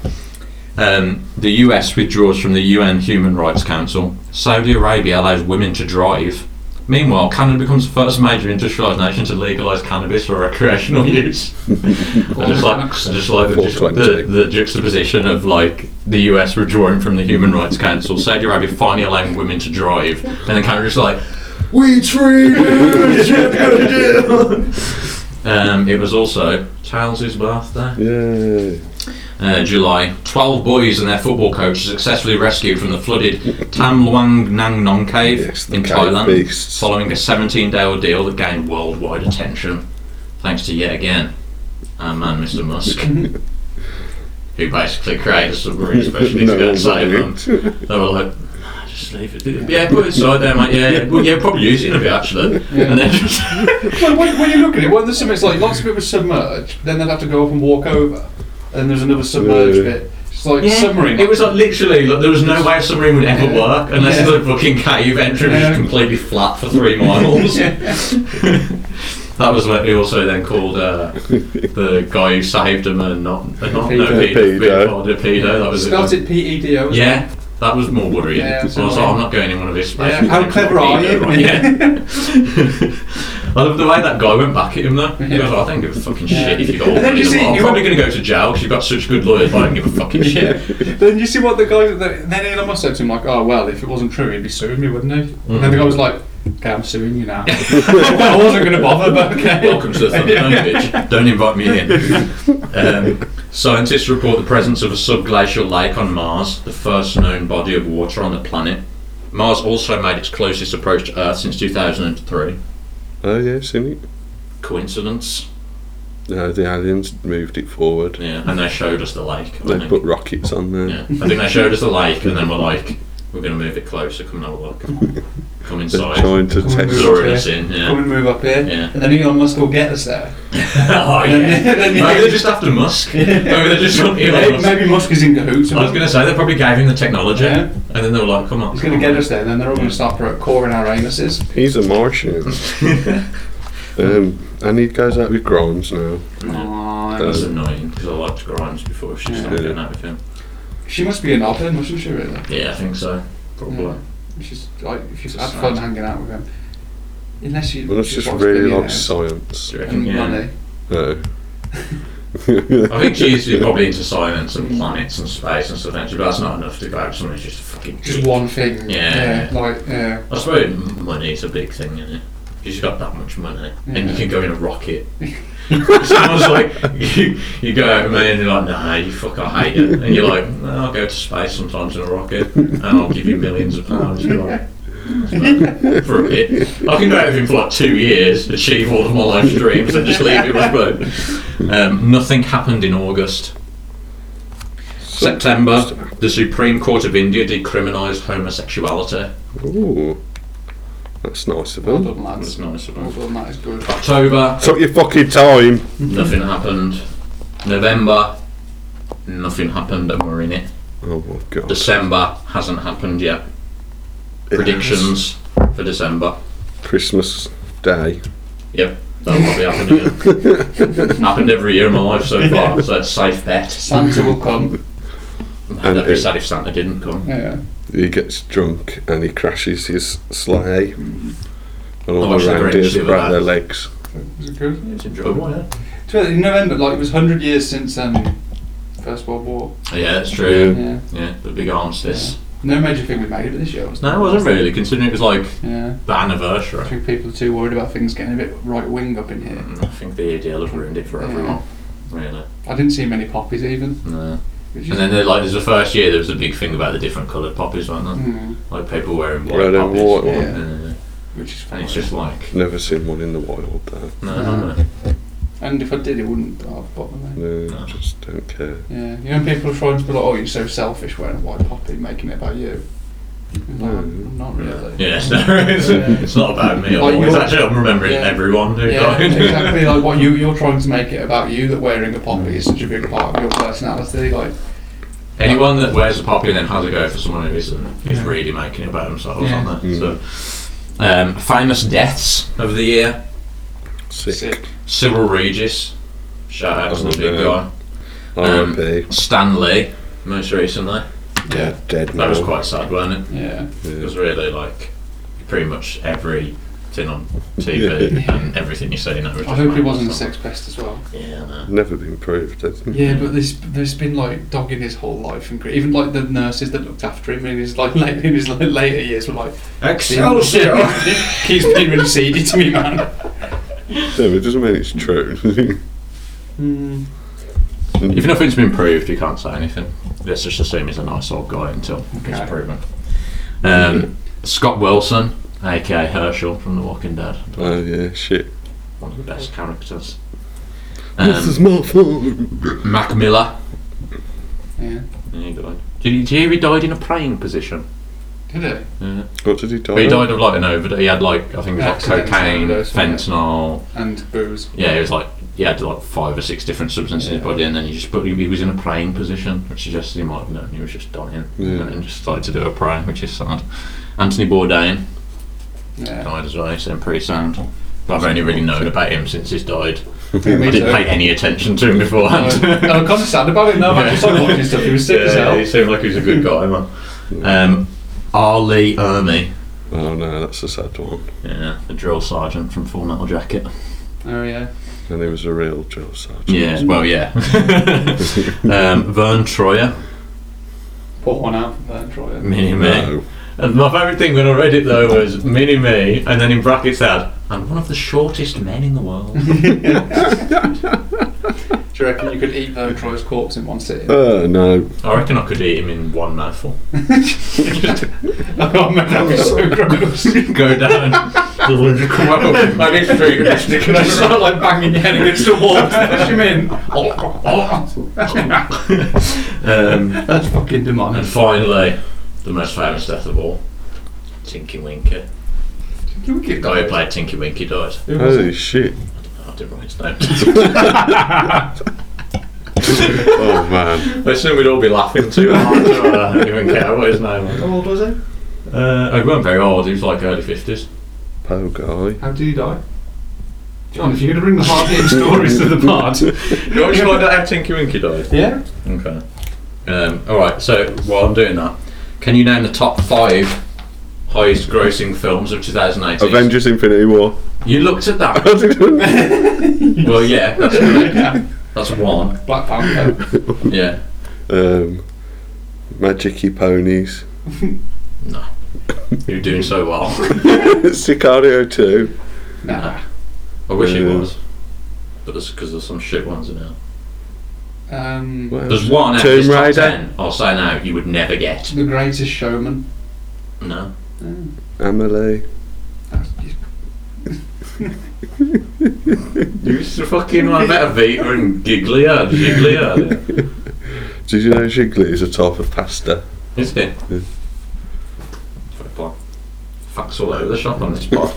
Speaker 2: Um, the US withdraws from the UN Human Rights Council. Saudi Arabia allows women to drive. Meanwhile, Canada becomes the first major industrialised nation to legalise cannabis for recreational use. I just like, I just like the, ju-
Speaker 4: 420.
Speaker 2: the, the juxtaposition of like the US withdrawing from the Human Rights Council, Saudi Arabia finally allowing women to drive, and then Canada just like,
Speaker 4: We treat
Speaker 2: um, it was also Charles's birthday.
Speaker 4: Yay.
Speaker 2: uh, July, 12 boys and their football coach successfully rescued from the flooded Tam Luang Nang Nong Cave
Speaker 4: Yes, the
Speaker 2: in
Speaker 4: cave
Speaker 2: Thailand
Speaker 4: beasts.
Speaker 2: following a 17 day ordeal that gained worldwide attention thanks to yet again our man Mr. Musk, who basically created a submarine specialist
Speaker 4: No
Speaker 2: to go and save
Speaker 4: one's on
Speaker 2: them. They were like, "Ah, just leave it. Yeah, put it aside there, mate. Yeah, yeah, well, yeah probably use it in a bit, actually. And then just
Speaker 3: Well, when, when you look at it, when the submerged, like lots of it was submerged, then they'd have to go up and walk over, and there's another submerged
Speaker 4: Yeah.
Speaker 3: bit. It's like
Speaker 2: Yeah,
Speaker 3: submarine.
Speaker 2: It was like literally like there was no way a submarine would ever
Speaker 3: Yeah.
Speaker 2: work unless
Speaker 3: Yeah.
Speaker 2: the fucking cave entrance was
Speaker 3: Yeah.
Speaker 2: completely flat for three miles. that was what he also then called uh, the guy who saved him and not a not no
Speaker 3: Pedo.
Speaker 2: pedo,
Speaker 4: Pedo.
Speaker 2: pedo, pedo. That was it.
Speaker 3: Spelt it E P-E-D-O.
Speaker 2: Yeah. That was more worrying.
Speaker 3: Yeah,
Speaker 2: I was like,
Speaker 3: absolutely.
Speaker 2: I'm not going in one of his
Speaker 3: Yeah,
Speaker 2: spaces.
Speaker 3: how
Speaker 2: It's
Speaker 3: clever
Speaker 2: not
Speaker 3: are you?
Speaker 2: pedo, Yeah. I love the way that guy went back at him though. He goes, "Oh, I don't give a fucking shit if you got all
Speaker 3: And then you
Speaker 2: these.
Speaker 3: see-
Speaker 2: I'm
Speaker 3: you-
Speaker 2: probably going to go to jail because you've got such good lawyers, but I don't give a fucking shit.
Speaker 3: Then you see what the guy. The, then Elon Musk said to him like, "Oh well, if it wasn't true, he'd be suing me, wouldn't he?" And then the guy was like, "Okay, I'm suing you now." I wasn't going to bother, but okay.
Speaker 2: Welcome to the Thunder Dome, bitch. Don't invite me in. Um, scientists report the presence of a subglacial lake on Mars, the first known body of water on the planet. Mars also made its closest approach to Earth since 2003.
Speaker 4: Oh, yeah, seen it.
Speaker 2: Coincidence?
Speaker 4: No, the aliens moved it forward.
Speaker 2: Yeah, and they showed us the lake. I
Speaker 4: They
Speaker 2: think.
Speaker 4: put rockets on there.
Speaker 2: Yeah, I think they showed us the lake, and then we're like, we're going to move it closer. Come and have a look. Come
Speaker 4: They're
Speaker 2: inside.
Speaker 4: trying to test
Speaker 3: on.
Speaker 2: Luring us in.
Speaker 3: Come
Speaker 2: Yeah.
Speaker 3: and move up here,
Speaker 2: Yeah.
Speaker 3: and then Elon Musk will get us there.
Speaker 2: oh yeah.
Speaker 3: Then
Speaker 2: Maybe
Speaker 3: you-
Speaker 2: they're just after Musk. Maybe they're just on Elon
Speaker 3: Maybe,
Speaker 2: Musk.
Speaker 3: maybe Musk is in cahoots.
Speaker 2: I was going to say they probably gave him the technology,
Speaker 3: Yeah.
Speaker 2: and then they were like, "Come on,
Speaker 3: He's going to get us there, and then they're all going to start pro- coring our anuses.
Speaker 4: He's a Martian. um, and he goes out with Grimes now.
Speaker 2: That was annoying because I liked Grimes before she started
Speaker 4: Yeah.
Speaker 2: doing that with him.
Speaker 3: She must be an odd then, mustn't she, really?
Speaker 2: Yeah, I think so. Probably.
Speaker 3: Yeah. She's like, if she's had fun
Speaker 2: Society.
Speaker 3: hanging out with him. Unless you.
Speaker 4: Well, that's
Speaker 3: she
Speaker 4: just
Speaker 3: wants
Speaker 4: really like
Speaker 3: billionaires
Speaker 4: science.
Speaker 2: Do you reckon?
Speaker 3: And
Speaker 2: Yeah.
Speaker 3: money.
Speaker 4: No.
Speaker 2: I think she's probably into science and planets and space and stuff, actually, but that's not enough to go out someone who's just a fucking.
Speaker 3: Just
Speaker 2: geek.
Speaker 3: one thing.
Speaker 2: Yeah.
Speaker 3: like, yeah.
Speaker 2: I suppose m- money's a big thing, isn't it? She's got that much money, and you
Speaker 3: Yeah.
Speaker 2: can go in a rocket. Someone's like, you, you go out with me, and you're like, nah, you fuck, I hate it. And you're like, "No, I'll go to space sometimes in a rocket, and I'll give you millions of pounds. You're like, for a bit. I can go out with him for like two years, achieve all of my life's dreams, and just leave it alone. Um, nothing happened in August. September, the Supreme Court of India decriminalised homosexuality.
Speaker 4: Ooh. That's nice of
Speaker 3: Well
Speaker 4: him.
Speaker 3: done,
Speaker 2: That's
Speaker 3: lads.
Speaker 2: nice of
Speaker 3: Well
Speaker 2: them.
Speaker 3: done, that is good.
Speaker 2: October,
Speaker 4: Took your fucking time.
Speaker 2: nothing happened. November, nothing happened, and we're in it.
Speaker 4: Oh my god.
Speaker 2: December hasn't happened yet. Predictions for December.
Speaker 4: Christmas Day.
Speaker 2: Yep, that'll probably happen again. happened every year in my life so far, so it's safe bet.
Speaker 3: Santa will come.
Speaker 2: And I'd be
Speaker 4: it-
Speaker 2: sad if Santa didn't come.
Speaker 3: Yeah.
Speaker 4: He gets drunk and he crashes his sleigh. And
Speaker 2: I
Speaker 4: all
Speaker 2: watched
Speaker 4: the
Speaker 2: the Grinch
Speaker 4: reindeers
Speaker 2: the other
Speaker 4: break their
Speaker 2: day.
Speaker 4: legs.
Speaker 3: Is it good?
Speaker 2: It's enjoyable, yeah.
Speaker 3: To be honest, In November, like, it was 100 years since um, First World War.
Speaker 2: Yeah, that's true.
Speaker 3: Yeah.
Speaker 2: Yeah, the big armistice.
Speaker 3: No major thing we made of it this year, was
Speaker 2: No, it wasn't really, considering it was like
Speaker 3: Yeah.
Speaker 2: the
Speaker 3: I
Speaker 2: anniversary.
Speaker 3: think people are too worried about things getting a bit right wing up in here.
Speaker 2: Mm, I think the ADL have ruined it for everyone. Really.
Speaker 3: I didn't see many poppies even.
Speaker 2: No.
Speaker 3: Which is,
Speaker 2: And then, like, there's the first year there was a big thing about the different coloured poppies, wasn't there?
Speaker 3: Mm,
Speaker 2: Like, people wearing white
Speaker 4: Red and
Speaker 2: poppies.
Speaker 4: white one.
Speaker 3: Yeah.
Speaker 2: Yeah.
Speaker 3: which is
Speaker 2: And
Speaker 3: fine.
Speaker 2: it's just like,
Speaker 4: Never seen one in the wild though.
Speaker 2: no, no, no.
Speaker 3: And if I did, it wouldn't have bothered me.
Speaker 4: No,
Speaker 2: No.
Speaker 4: just don't care.
Speaker 3: Yeah, you know, when people are trying to be like, "Oh, you're so selfish wearing a white poppy, making it about you." I'm like, I'm not really.
Speaker 2: Yeah, it's, not, it's, uh, it's not about me.
Speaker 3: Like,
Speaker 2: always.
Speaker 3: you're-
Speaker 2: actually, I'm remembering
Speaker 3: Yeah.
Speaker 2: everyone who
Speaker 3: Yeah,
Speaker 2: died.
Speaker 3: exactly. Like what you you're trying to make it about you that wearing a poppy is such a big part of your personality. Like,
Speaker 2: Anyone that wears a poppy and then has a go for someone who isn't is really making it about themselves,
Speaker 3: Yeah.
Speaker 2: aren't they? So, Um, famous deaths of the year:
Speaker 4: Sick.
Speaker 2: Cyril Regis, shout out to the
Speaker 4: Wasn't
Speaker 2: big
Speaker 4: there?
Speaker 2: guy. Um,
Speaker 4: R.I.P.
Speaker 2: Stan Lee, most recently.
Speaker 4: yeah, dead
Speaker 2: That
Speaker 4: now.
Speaker 2: was quite sad, wasn't it?
Speaker 3: Yeah.
Speaker 2: It
Speaker 4: Yeah.
Speaker 2: was really like pretty much everything on TV and everything you see now.
Speaker 3: I
Speaker 2: was just
Speaker 3: hope it
Speaker 2: mad.
Speaker 3: wasn't a sex pest as well.
Speaker 2: Yeah, no.
Speaker 4: Never been proved. Has it?
Speaker 3: Yeah, but there's there's been like dogging his whole life, and even like the nurses that looked after him in his like late, in his like, later years were like,
Speaker 2: Oh,
Speaker 1: Excelsior!
Speaker 3: he's been really seedy to me, man.
Speaker 4: Yeah, but it doesn't mean it's true.
Speaker 3: Mm.
Speaker 2: If nothing's been proved, you can't say anything. Let's just assume he's a nice old guy until
Speaker 3: Okay.
Speaker 2: it's proven. Um, Scott Wilson, aka Herschel from The Walking Dead,
Speaker 4: oh yeah, shit.
Speaker 2: one of the best characters.
Speaker 4: this is
Speaker 2: Um,
Speaker 4: my phone.
Speaker 2: Mac Miller.
Speaker 3: Yeah.
Speaker 2: Yeah, he died. Did you, did you hear he died in a praying position?
Speaker 3: Did it?
Speaker 2: Yeah.
Speaker 4: What did he die?
Speaker 2: But he
Speaker 4: of?
Speaker 2: died of like an overdose. He had like I think it was like
Speaker 3: Accidental
Speaker 2: cocaine,
Speaker 3: overdose, wasn't it?
Speaker 2: fentanyl.
Speaker 3: And booze.
Speaker 2: Yeah, it was like he had like five or six different substances in his
Speaker 3: Yeah.
Speaker 2: body, and then he just put he, he was in a praying position, which suggests he might have known he was just dying,
Speaker 4: Yeah.
Speaker 2: and then just started to do a prayer, which is sad. Anthony Bourdain
Speaker 3: Yeah.
Speaker 2: died as well. He's in pretty sound. But I've only really known about him since he's died. I
Speaker 3: Me
Speaker 2: didn't
Speaker 3: too.
Speaker 2: pay any attention to him beforehand.
Speaker 3: No, I'm kind of sad about it now. I just started watching stuff. He was sick
Speaker 2: yeah,
Speaker 3: as hell.
Speaker 2: He seemed like he was a good guy, man. Um, Ali Ermey,
Speaker 4: Oh no, that's a sad one.
Speaker 2: yeah, the drill sergeant from Full Metal Jacket.
Speaker 3: Oh yeah.
Speaker 4: And he was a real drill sergeant.
Speaker 2: Yeah, well, yeah. um, Vern Troyer,
Speaker 3: Put one out for that Troy.
Speaker 2: Mini Me.
Speaker 4: No.
Speaker 2: And my favourite thing when I read it though was Mini Me, and then in brackets had, and one of the shortest men in the world.
Speaker 3: Do you reckon you could eat Vern Troy's corpse in one sitting?
Speaker 4: Uh, no.
Speaker 2: I reckon I could eat him in one mouthful.
Speaker 3: oh man, that was so gross.
Speaker 2: Go down. come up with
Speaker 3: My next drink is sticking. I start like banging your head against the wall. Push him in.
Speaker 2: um,
Speaker 3: That's fucking
Speaker 2: and
Speaker 3: demonic.
Speaker 2: finally, the most famous death of all, Tinky Winky.
Speaker 3: You get
Speaker 2: The guy who played Tinky Winky died.
Speaker 4: Holy shit.
Speaker 2: I didn't write his name.
Speaker 4: Oh man.
Speaker 2: I assume we'd all be laughing too hard. I don't even care what his name was.
Speaker 6: How old was he?
Speaker 2: Uh, he wasn't very old, he was like early 50s.
Speaker 4: Poor guy.
Speaker 6: How did he die? John, if you're going to bring the hard hitting stories to the part.
Speaker 2: You always find out how Tinky Winky died.
Speaker 6: Yeah?
Speaker 2: Okay. Um, Alright, so while I'm doing that, can you name the top five highest grossing films of 2018?
Speaker 4: Avengers Infinity War.
Speaker 2: You looked at that.
Speaker 4: I didn't.
Speaker 2: well, yeah, that's, correct. that's one.
Speaker 3: Black Panther.
Speaker 2: Yeah.
Speaker 4: um, Magicy Ponies.
Speaker 2: No. You're doing so well.
Speaker 4: Sicario 2.
Speaker 3: Nah.
Speaker 2: I wish it
Speaker 4: Yeah.
Speaker 2: was. But that's because there's some shit ones in there.
Speaker 3: Um,
Speaker 4: What
Speaker 2: There's
Speaker 4: else?
Speaker 2: one out of
Speaker 4: Tomb
Speaker 2: this top
Speaker 4: Raider.
Speaker 2: ten, I'll say now, you would never get.
Speaker 3: the Greatest Showman.
Speaker 2: No.
Speaker 4: Amelie.
Speaker 3: That's-
Speaker 2: You fucking one better Vita and Giglia. Giglia.
Speaker 4: Did you know Gigli is a type of pasta?
Speaker 2: Is it?
Speaker 4: Yeah.
Speaker 2: Football. Facts all over the shop on this pod.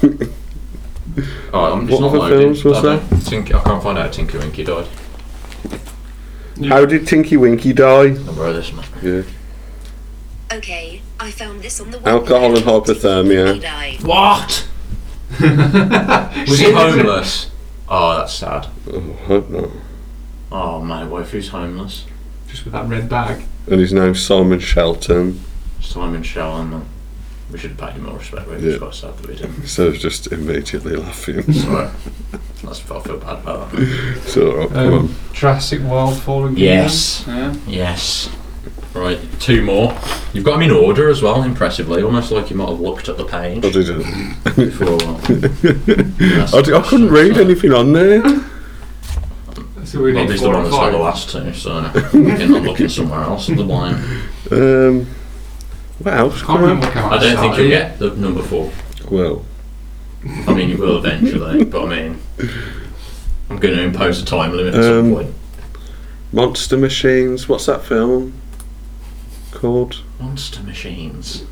Speaker 2: Alright, I'm- it's
Speaker 4: What
Speaker 2: not
Speaker 4: other
Speaker 2: loading.
Speaker 4: films was
Speaker 2: I don't think- I can't find out if Tinker Winky died.
Speaker 4: How did Tinky Winky die?
Speaker 2: Don't borrow this man.
Speaker 4: Yeah.
Speaker 7: Okay, I found this on the web.
Speaker 4: Alcohol and hypothermia.
Speaker 7: Died.
Speaker 2: What? Was he homeless? Oh, that's sad.
Speaker 4: Oh, I hope not.
Speaker 2: Oh, my waifu's homeless.
Speaker 6: Just with that red bag.
Speaker 4: And his name's Simon Shelton.
Speaker 2: Simon Shell and them. We should have paid him more respect. We
Speaker 4: Yeah.
Speaker 2: just got sad that we didn't.
Speaker 4: So I was just immediately laughing.
Speaker 2: Sorry. That's I feel bad about that.
Speaker 4: it's alright, come on.
Speaker 6: Um, Jurassic World Fallen Kingdom.
Speaker 2: Yes.
Speaker 3: Yeah.
Speaker 2: Yes. Right, two more. You've got them in order as well, impressively. Almost like you might have looked at the page
Speaker 4: I didn't.
Speaker 2: before.
Speaker 4: I, d- I couldn't read anything on there.
Speaker 6: So we
Speaker 2: Well,
Speaker 6: need
Speaker 2: these
Speaker 6: four
Speaker 2: are the one
Speaker 6: and
Speaker 2: that's got the
Speaker 6: five.
Speaker 2: last two, so I'm looking somewhere else at the blind.
Speaker 4: Um, what else?
Speaker 6: Can't remember what came out
Speaker 2: I don't think
Speaker 6: Saturday.
Speaker 2: you'll get the number four.
Speaker 4: Well,
Speaker 2: I mean, you will eventually, but I mean, I'm going to impose a time limit at
Speaker 4: Um,
Speaker 2: some point.
Speaker 4: Monster Machines. What's that film called?
Speaker 2: Monster machines.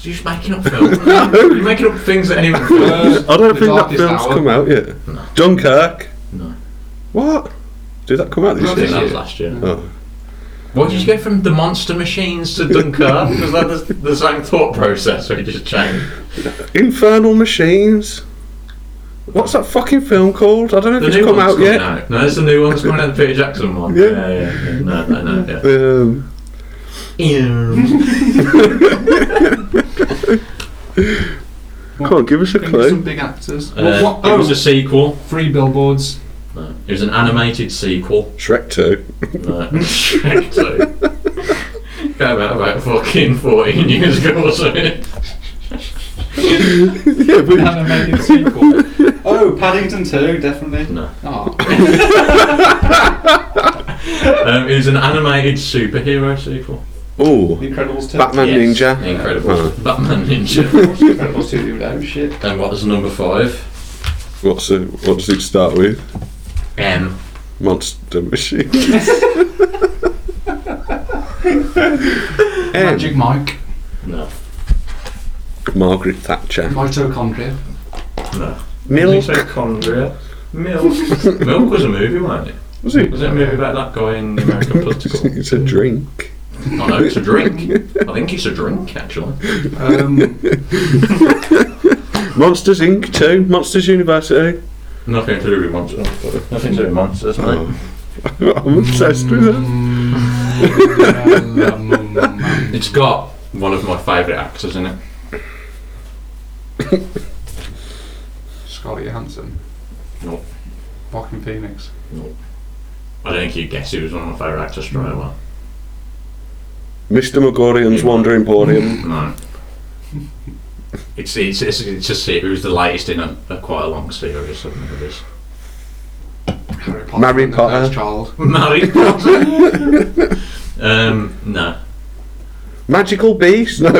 Speaker 2: You're just making up films. You're making up things that anyone films.
Speaker 4: I don't
Speaker 6: The
Speaker 4: think that
Speaker 6: Darkest
Speaker 4: film's
Speaker 6: Hour.
Speaker 4: come out yet.
Speaker 2: No.
Speaker 4: Dunkirk.
Speaker 2: No.
Speaker 4: What? Did that come out this
Speaker 2: I think
Speaker 4: year?
Speaker 2: that was last year.
Speaker 4: Oh.
Speaker 2: What did you go from the monster machines to Dunkirk? Was that the, the same thought process or you just changed?
Speaker 4: Infernal Machines. What's that fucking film called? I don't know if
Speaker 2: The
Speaker 4: it's
Speaker 2: new
Speaker 4: come
Speaker 2: one's
Speaker 4: out
Speaker 2: coming
Speaker 4: yet.
Speaker 2: out. No, it's the new one that's coming out, the Peter Jackson one.
Speaker 4: Yeah.
Speaker 2: yeah, yeah. yeah. No, no, no, yeah.
Speaker 4: Um,
Speaker 2: Ew.
Speaker 4: come on, give us a
Speaker 6: Think of some
Speaker 4: clue.
Speaker 6: big actors.
Speaker 2: Uh,
Speaker 6: what, what,
Speaker 2: It was
Speaker 6: oh,
Speaker 2: a sequel.
Speaker 6: three billboards.
Speaker 2: No. It was an animated sequel.
Speaker 4: Shrek 2.
Speaker 2: No. so, came out about fucking 14 years ago or something.
Speaker 4: yeah, we,
Speaker 3: Animated sequel. Oh, Paddington 2, definitely.
Speaker 2: No.
Speaker 6: Ah.
Speaker 3: Oh,
Speaker 2: Um, it was an animated superhero sequel.
Speaker 4: oh,
Speaker 3: The Incredibles 2.
Speaker 4: Batman
Speaker 2: Yes.
Speaker 4: Ninja.
Speaker 2: Incredible.
Speaker 4: Oh.
Speaker 2: Batman Ninja.
Speaker 3: Incredibles 2, the oh, shit.
Speaker 2: and what was number five?
Speaker 4: What's the, what does it start with?
Speaker 2: M.
Speaker 4: Monster Machine.
Speaker 6: Magic Mike.
Speaker 2: No.
Speaker 4: Margaret Thatcher.
Speaker 6: Mitochondria.
Speaker 2: No.
Speaker 4: Milk.
Speaker 2: Mitochondria. Milk. Milk was a movie, wasn't it?
Speaker 4: Was it?
Speaker 2: Was it a movie about that guy in the American political?
Speaker 4: It's a drink.
Speaker 2: Oh no, it's a drink. I think it's a drink, actually.
Speaker 6: Um,
Speaker 4: Monsters Inc. 2. Monsters University.
Speaker 2: Nothing to do with monsters. Nothing to do with monsters, mate.
Speaker 4: I'm obsessed with that.
Speaker 6: mm,
Speaker 2: It's got one of my favourite actors in it.
Speaker 6: Scarlett Johansson.
Speaker 2: No.
Speaker 6: Joaquin Phoenix.
Speaker 2: I don't think you'd guess he was one of my favourite actors straight away.
Speaker 4: Mr. Magorian's Wandering Podium.
Speaker 2: No. It's, it's, it's, it's a series, it was the latest in a, a quite a long series of movies.
Speaker 6: Harry Potter.
Speaker 4: Mary
Speaker 6: and the
Speaker 4: Potter.
Speaker 6: Cursed Child.
Speaker 2: Marry Potter! um, no.
Speaker 4: Magical Beast? No.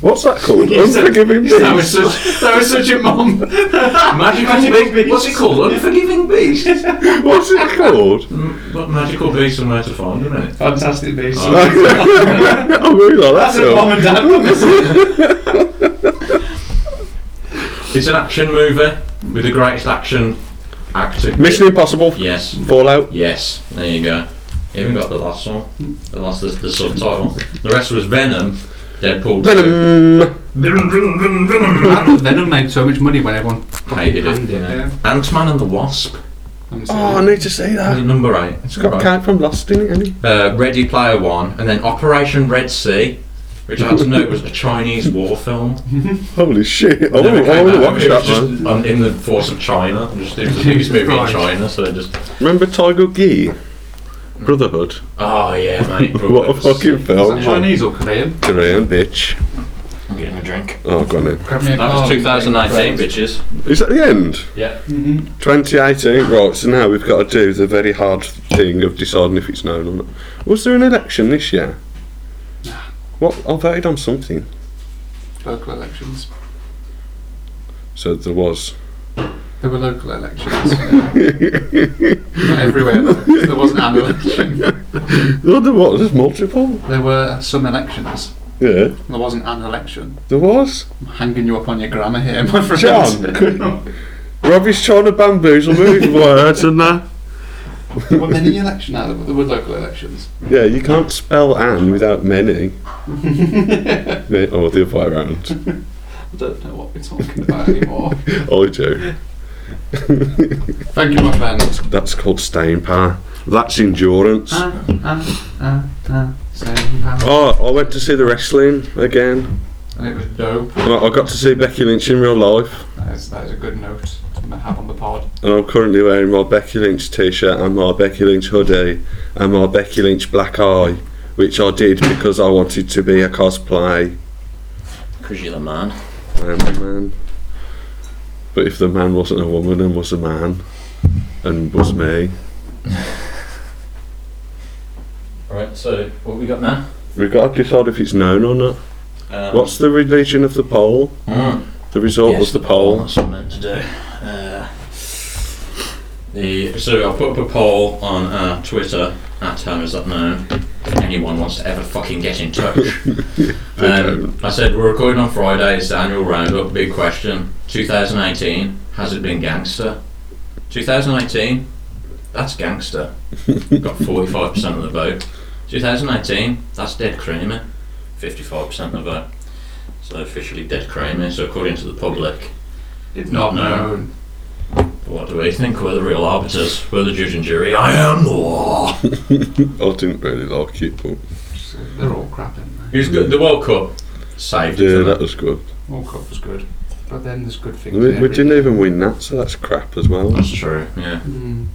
Speaker 4: What's that called? Unforgiving
Speaker 2: That was
Speaker 4: Beast.
Speaker 2: such, that was such a mom. Magical, Beast. What's it called? Unforgiving Beast.
Speaker 4: What's it called?
Speaker 2: M- but Magical Beast and Where to Find, isn't it?
Speaker 3: Fantastic Beasts.
Speaker 2: Oh.
Speaker 4: I really like
Speaker 3: That's a mom and
Speaker 4: that film.
Speaker 3: dad one.
Speaker 2: It's an action movie with the greatest action actor.
Speaker 4: Mission Impossible.
Speaker 2: Yes.
Speaker 4: Fallout.
Speaker 2: Yes. There you go. Even got the last one. The last the, the subtitle. The rest was Venom. Deadpool.
Speaker 4: Venom.
Speaker 2: Venom. Venom. Venom. Venom.
Speaker 6: How did Venom made so much money when everyone
Speaker 2: Hated it.
Speaker 6: Yeah.
Speaker 2: Yeah. Ant Man and the Wasp.
Speaker 6: hadn't seen
Speaker 4: Oh, I
Speaker 6: it?
Speaker 4: need to see
Speaker 2: Was it
Speaker 4: that.
Speaker 2: number eight.
Speaker 4: It's got
Speaker 2: Mm-hmm.
Speaker 4: a
Speaker 2: Right.
Speaker 4: cat from Lost in it, hasn't it?
Speaker 2: uh, Ready Player One, and then Operation Red Sea, which I had to note was a Chinese war film.
Speaker 4: Holy shit. I
Speaker 2: Never
Speaker 4: want
Speaker 2: came
Speaker 4: to
Speaker 2: out.
Speaker 4: watch
Speaker 2: It was
Speaker 4: that, man.
Speaker 2: just, um, in the force of China. Just it was the biggest movie in
Speaker 6: Right.
Speaker 2: China, so it just
Speaker 4: Remember Tiger Gee? Brotherhood.
Speaker 2: oh yeah, mate.
Speaker 4: What a fucking
Speaker 6: Is that
Speaker 4: film.
Speaker 6: Chinese or Korean?
Speaker 4: Korean bitch.
Speaker 2: I'm getting a drink.
Speaker 4: Oh, go on then.
Speaker 6: Grab me a
Speaker 2: That was
Speaker 6: card.
Speaker 2: 2019, bitches.
Speaker 4: Is that the end?
Speaker 2: Yeah.
Speaker 4: 2018. Right, so now we've got to do the very hard thing of deciding if it's known or not. Was there an election this year? What? I voted on something.
Speaker 6: Local elections.
Speaker 4: So there was.
Speaker 6: There were local elections. Not everywhere. Though. There wasn't an election.
Speaker 4: No, there was. There's multiple.
Speaker 6: There were some elections.
Speaker 4: Yeah,
Speaker 6: There wasn't an election.
Speaker 4: there was.
Speaker 6: I'm hanging you up on your grammar here, my friend.
Speaker 4: John, could- Robbie's trying to bamboozle me with words and that.
Speaker 6: there were many elections. No, there were- there were local elections.
Speaker 4: Yeah, you can't spell Anne without many. Yeah, or the other way around.
Speaker 6: I don't know what we're talking about anymore.
Speaker 4: I do.
Speaker 6: Thank you, my friend.
Speaker 4: That's called staying power. That's endurance.
Speaker 3: Ah.
Speaker 4: Oh, I went to see the wrestling again.
Speaker 6: And it was dope.
Speaker 4: And I I got to see Becky Lynch in real life,
Speaker 6: That is, that is a good note to have on the pod.
Speaker 4: and I'm currently wearing my Becky Lynch t-shirt and my Becky Lynch hoodie and my Becky Lynch black eye, which I did because I wanted to be a cosplay.
Speaker 2: Because you're the man.
Speaker 4: I am a man. But if the man wasn't a woman and was a man, and was me,
Speaker 2: Alright, so what we got now?
Speaker 4: we got to decide if it's known or not.
Speaker 2: Um,
Speaker 4: What's the religion of the poll?
Speaker 2: Mm,
Speaker 4: The result
Speaker 2: yes,
Speaker 4: was the poll.
Speaker 2: That's what I meant to do. Uh, the, so I put up a poll on uh, Twitter at How Is That Known. If anyone wants to ever fucking get in touch. Um, I said we're recording on Friday. It's the annual roundup. Big question. 2018. Has it been gangster? 2018. That's gangster. Got 45% of the vote. 2019, that's dead creamy. 54% of vote. So officially dead creamy, so according to the public.
Speaker 6: It's
Speaker 2: Not known. But what do we think? We're the real arbiters. We're the judge and jury. I am the law.
Speaker 4: I didn't really like it, but
Speaker 6: They're all crap, aren't
Speaker 2: It was good. The World Cup saved it.
Speaker 4: yeah,
Speaker 2: didn't
Speaker 4: that
Speaker 2: it.
Speaker 4: was good.
Speaker 6: they? All crap was good. But then there's good things.
Speaker 4: We,
Speaker 6: in
Speaker 4: we
Speaker 6: every-
Speaker 4: didn't even win that, so that's crap as well.
Speaker 2: That's true. Yeah.
Speaker 6: Mm.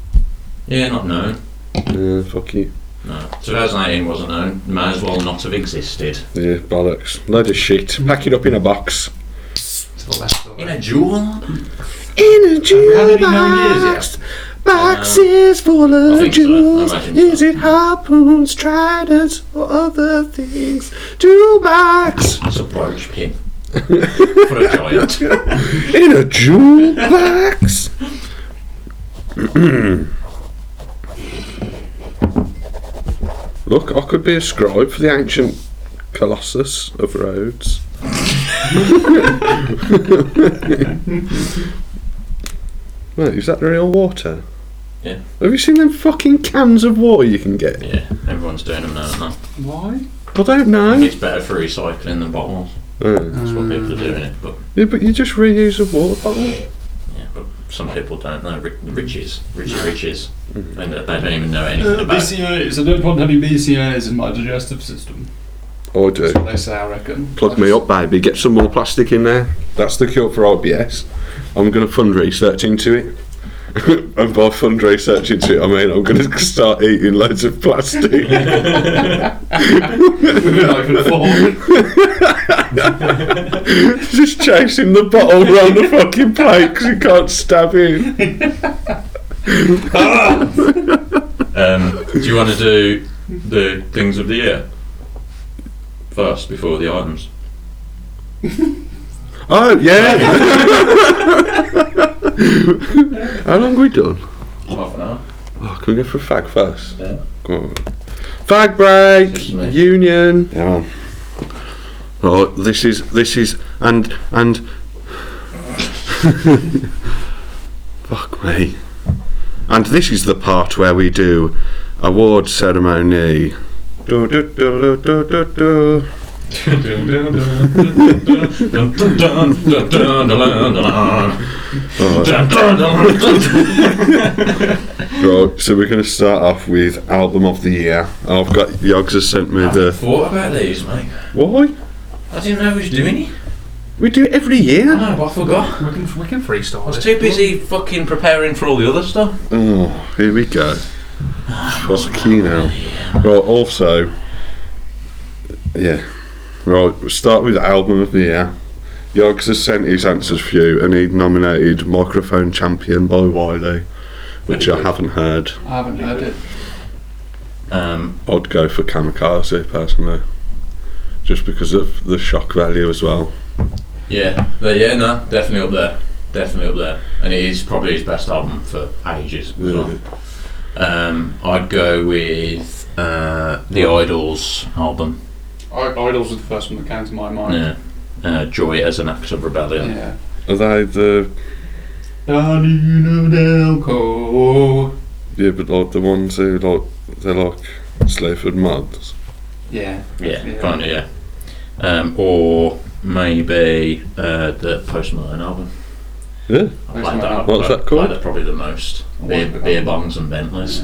Speaker 2: Yeah, not known.
Speaker 4: Yeah, fuck you.
Speaker 2: No. 2018 wasn't known. Might as well not have existed.
Speaker 4: Yeah, bollocks. Load of shit. Pack it up in a box.
Speaker 6: To the left of
Speaker 2: In
Speaker 6: it.
Speaker 2: a jewel?
Speaker 4: In a
Speaker 6: many
Speaker 4: jewel
Speaker 6: known
Speaker 4: box.
Speaker 6: years
Speaker 4: Boxes full
Speaker 2: Uh, I
Speaker 4: of
Speaker 2: think so, I
Speaker 4: jewels.
Speaker 2: imagine so.
Speaker 4: Is it harpoons, tridents, or other things? Jewel box.
Speaker 2: That's a brooch pin. For a giant.
Speaker 4: In a jewel box. Look, I could be a scribe for the ancient colossus of Rhodes. Wait, is that the real water?
Speaker 2: Yeah.
Speaker 4: Have you seen them fucking cans of water you can get?
Speaker 2: Yeah, everyone's doing them now, isn't
Speaker 6: Why?
Speaker 4: I don't
Speaker 2: they?
Speaker 4: know.
Speaker 2: It's better for recycling than bottles.
Speaker 4: Uh,
Speaker 2: That's what people are doing it, but
Speaker 4: yeah, but you just reuse a water bottle.
Speaker 2: yeah, but some people don't know. Ri- Riches, Richie Riches,
Speaker 4: Hmm.
Speaker 2: and they don't even know
Speaker 4: Uh,
Speaker 2: anything about. it.
Speaker 3: BCAAs. I don't want any BCAAs in my digestive system.
Speaker 4: I do.
Speaker 3: They say, I reckon.
Speaker 4: Plug me up, baby. Get some more plastic in there. That's the cure for IBS. I'm going to fund research into it. and by fund research into it, I mean I'm going to start eating loads of plastic. Just chasing the bottle round the fucking plate because you can't stab in.
Speaker 2: Um, do you want to do the things of the year first before the items?
Speaker 4: Oh, yeah. How long we done?
Speaker 2: Half an hour.
Speaker 4: Oh, can we go for a fag first?
Speaker 2: Yeah.
Speaker 4: Go on. Fag break.
Speaker 2: Excuse me.
Speaker 4: Union. Yeah. Man. Oh, this is this is and and. Fuck me. And this is the part where we do award ceremony. Do, do, do, do, do, do, do.
Speaker 2: Dun, dun, dun, dun, dun, dun, dun, dun.
Speaker 4: Right,
Speaker 2: Dun, dun, dun, dun, dun.
Speaker 4: right, so we're going to start off with album of the year. I've got Yogs has sent me the.
Speaker 2: What about these, mate?
Speaker 4: Ah. Why?
Speaker 2: I didn't know who's doing it.
Speaker 4: We do it every
Speaker 2: I
Speaker 4: year.
Speaker 2: know, but I forgot.
Speaker 6: We can, we can freestyle.
Speaker 2: I was too busy fucking preparing for all the other stuff.
Speaker 4: Oh, here we go. Fuck you now. Right, also, yeah. Right, we'll start with album of the year. Yogs has sent his answers for you, and he nominated Microphone Champion by Wiley, which I haven't heard.
Speaker 3: I haven't heard it.
Speaker 2: Um,
Speaker 4: I'd go for Kamikaze personally, just because of the shock value as well.
Speaker 2: Yeah, but yeah, no, definitely up there, definitely up there, and it is probably his best album for ages. As well. Um, I'd go with uh, the Idols album,
Speaker 3: I- Idols was the first one that came to my mind.
Speaker 2: yeah. uh, "Joy as an Act of Rebellion."
Speaker 3: Yeah.
Speaker 4: Are they the
Speaker 3: Danilo Del Co.
Speaker 4: yeah, but like the ones who like they're like Slayford mods?
Speaker 3: Yeah.
Speaker 2: Yeah,
Speaker 3: Yeah.
Speaker 2: kind of yeah, um, or maybe uh, the Post Malone album.
Speaker 4: Yeah.
Speaker 2: I
Speaker 3: Post
Speaker 2: like that.
Speaker 3: Malone.
Speaker 2: album,
Speaker 4: What's
Speaker 2: I
Speaker 4: that called?
Speaker 2: Like that probably the most. Beer,
Speaker 3: like that
Speaker 2: beer bongs and Bentleys.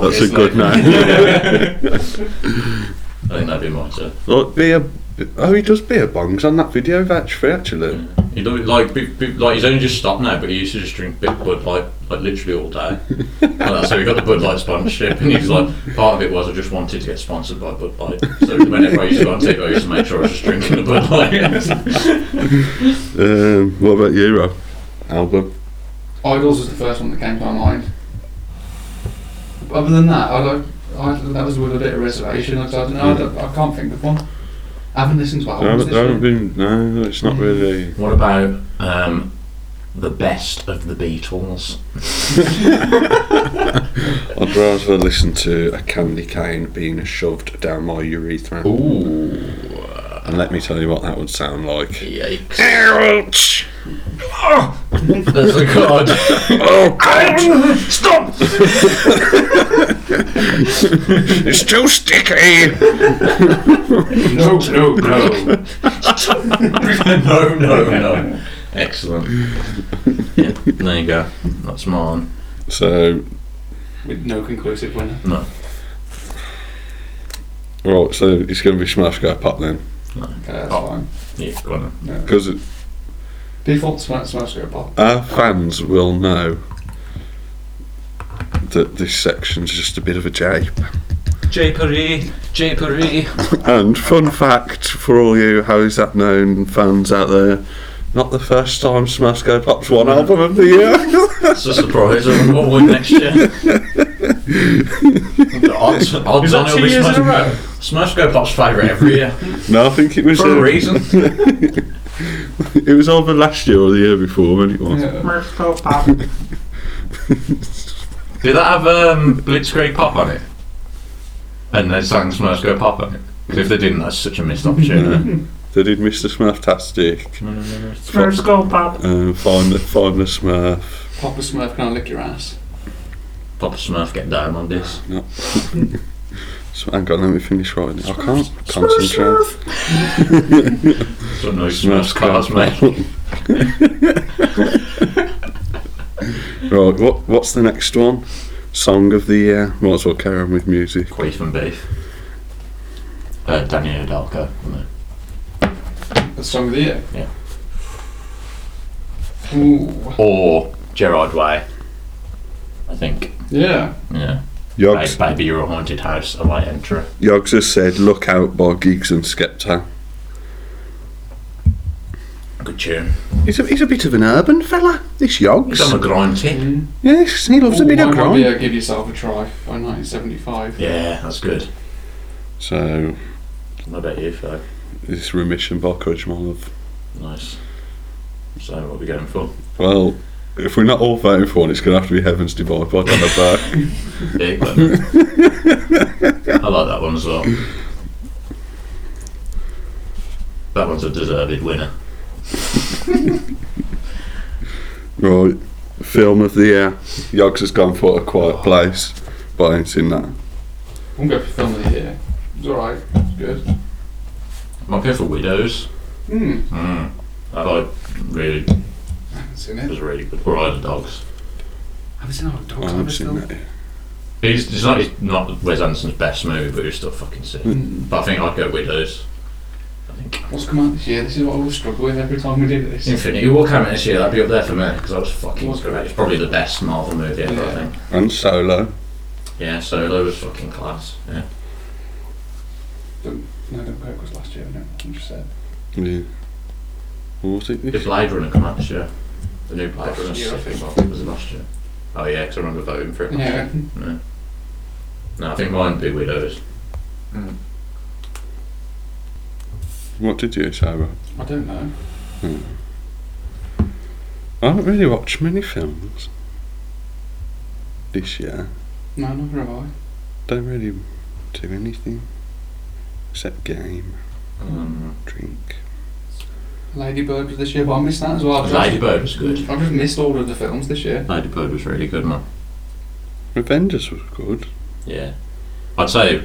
Speaker 4: That's a good name.
Speaker 2: I think that'd be my turn.
Speaker 4: Like beer. Oh, he does beer bongs on that video of actually. Actually,
Speaker 2: He do like be, be, like he's only just stopped now, but he used to just drink big Bud Light like literally all day. and that's how he got the Bud Light sponsorship. And he's like, part of it was I just wanted to get sponsored by Bud Light. So whenever I used to go on TV, I used to make sure I was just drinking a Bud Light.
Speaker 4: um, what about you, Rob? Album.
Speaker 3: Idols was the first one that came to my mind. Other than that, I like. I, that was with a bit of reservation. Like, I don't know. I, don't, I can't think of one. I haven't listened to
Speaker 4: I
Speaker 3: albums
Speaker 4: haven't,
Speaker 3: this
Speaker 4: I haven't
Speaker 3: year.
Speaker 4: been. No, it's not really.
Speaker 2: what about um, the best of the Beatles?
Speaker 4: I'd rather listen to a candy cane being shoved down my urethra.
Speaker 2: Ooh,
Speaker 4: And let me tell you what that would sound like.
Speaker 2: yikes!
Speaker 4: Ouch!
Speaker 2: There's a god.
Speaker 4: Oh, God! Stop! it's too sticky!
Speaker 3: No, no, no.
Speaker 2: no, no, no. Excellent. Yeah, there you go. That's mine.
Speaker 4: So,
Speaker 3: With no conclusive winner.
Speaker 4: right, so it's going to be Smash Guy Pop then.
Speaker 3: Okay, that's
Speaker 2: Oh.
Speaker 3: fine.
Speaker 2: Yeah, go on.
Speaker 4: Because
Speaker 3: Default smash, smash, go pop.
Speaker 4: our fans will know that this section's just a bit of a jape.
Speaker 2: Japery, Japery.
Speaker 4: And fun fact for all you how is that known fans out there, not the first time Smash Go Pop's one album of the year.
Speaker 2: That's a surprise. I wonder what we'll win next year. the odds, odds on it'll be Smash,
Speaker 3: row?
Speaker 2: Smash Go Pop's favourite every year.
Speaker 4: no, I think it was
Speaker 2: For a
Speaker 4: uh,
Speaker 2: reason.
Speaker 4: It was either last year or the year before when it was.
Speaker 3: Yeah.
Speaker 2: Did that have um, Blitzkrieg Pop on it? And they sang Smash Go Pop on it? 'Cause if they didn't, that's such a missed opportunity.
Speaker 4: They did Mr. Smurf Tastic,
Speaker 2: Mm. Smash Go Pop.
Speaker 4: um, find the find the Smurf.
Speaker 3: Pop a smurf, can I lick your ass?
Speaker 2: Pop Smurf, get down on this.
Speaker 4: So, hang on, let me finish writing. it. I can't concentrate.
Speaker 2: Don't know who Smurf's cars, mate.
Speaker 4: Right, what what's the next one? Song of the year. Might as well carry on with music.
Speaker 2: Queef and Beef. Uh, Daniel Adelko, wasn't it?
Speaker 3: The song of the year?
Speaker 2: Yeah.
Speaker 3: Ooh.
Speaker 2: Or Gerard Way, I think.
Speaker 3: Yeah.
Speaker 2: Yeah.
Speaker 4: Yogs
Speaker 2: Ba- Baby, you're a haunted house, a light entry.
Speaker 4: Yogs has said, "Look out, by Giggs and Skepta."
Speaker 2: Good tune.
Speaker 4: He's a, he's a bit of an urban fella. This
Speaker 2: He's on the
Speaker 4: Yogs.
Speaker 2: grind tip.
Speaker 4: Yes, he loves a
Speaker 3: Ooh,
Speaker 4: bit of
Speaker 3: why not
Speaker 4: crime.
Speaker 3: be a Give Yourself a Try by 1975.
Speaker 2: Yeah, that's good.
Speaker 4: So,
Speaker 2: What about you, Flo?
Speaker 4: this remission by Coach Molov.
Speaker 2: Nice. So, what are we going for?
Speaker 4: Well, if we're not all voting for one, it's going to have to be Heaven's Divide by Donna Burke.
Speaker 2: Yeah, go on. I like that one as well. That one's a deserved winner.
Speaker 4: right, film of the year. Yogs has gone for A Quiet Place, but I ain't seen that.
Speaker 3: I'm going for film of the year. It's alright. It's good.
Speaker 2: My pick for Widows.
Speaker 3: Hmm.
Speaker 2: Mm. I like really
Speaker 3: I haven't seen
Speaker 2: it
Speaker 3: it.
Speaker 2: was really good. Or Isle of Dogs.
Speaker 3: I haven't seen it.
Speaker 4: I
Speaker 3: Dogs
Speaker 4: haven't
Speaker 3: I've
Speaker 4: seen that.
Speaker 2: He's, it's not it's not Wes Anderson's best movie, but it's still fucking sick. But I think I'd go Widows. I think
Speaker 3: What's come out this year? This is what I always struggle with every time we do this.
Speaker 2: Infinity War came out this year. That'd be up there for me because that was fucking
Speaker 3: Was
Speaker 2: great. It's probably the best Marvel movie ever. I
Speaker 3: Yeah.
Speaker 2: think.
Speaker 4: And Solo.
Speaker 2: Yeah, Solo was fucking class. Yeah.
Speaker 3: No, Dunkirk was last year, no, I'm just saying.
Speaker 4: Yeah. What was it?
Speaker 2: Did Blade Runner come out this year? The new Blade
Speaker 3: Last
Speaker 2: Runner.
Speaker 3: year, I
Speaker 2: sick.
Speaker 3: think.
Speaker 2: It was last year. Oh yeah, because I remember voting for it. last year.
Speaker 3: Yeah.
Speaker 2: No, I think mine would be Widows.
Speaker 4: What did you say, Rob?
Speaker 3: I don't know.
Speaker 4: I haven't really watched many films this year.
Speaker 3: No, neither have I.
Speaker 4: Don't really do anything except game,
Speaker 2: Um,
Speaker 4: drink.
Speaker 3: Ladybird was this year, but I missed that as well. I've just-
Speaker 2: Ladybird was good.
Speaker 3: I've just missed all of the films this year.
Speaker 2: Ladybird was really good, man.
Speaker 4: Avengers was good.
Speaker 2: Yeah. I'd say I'd,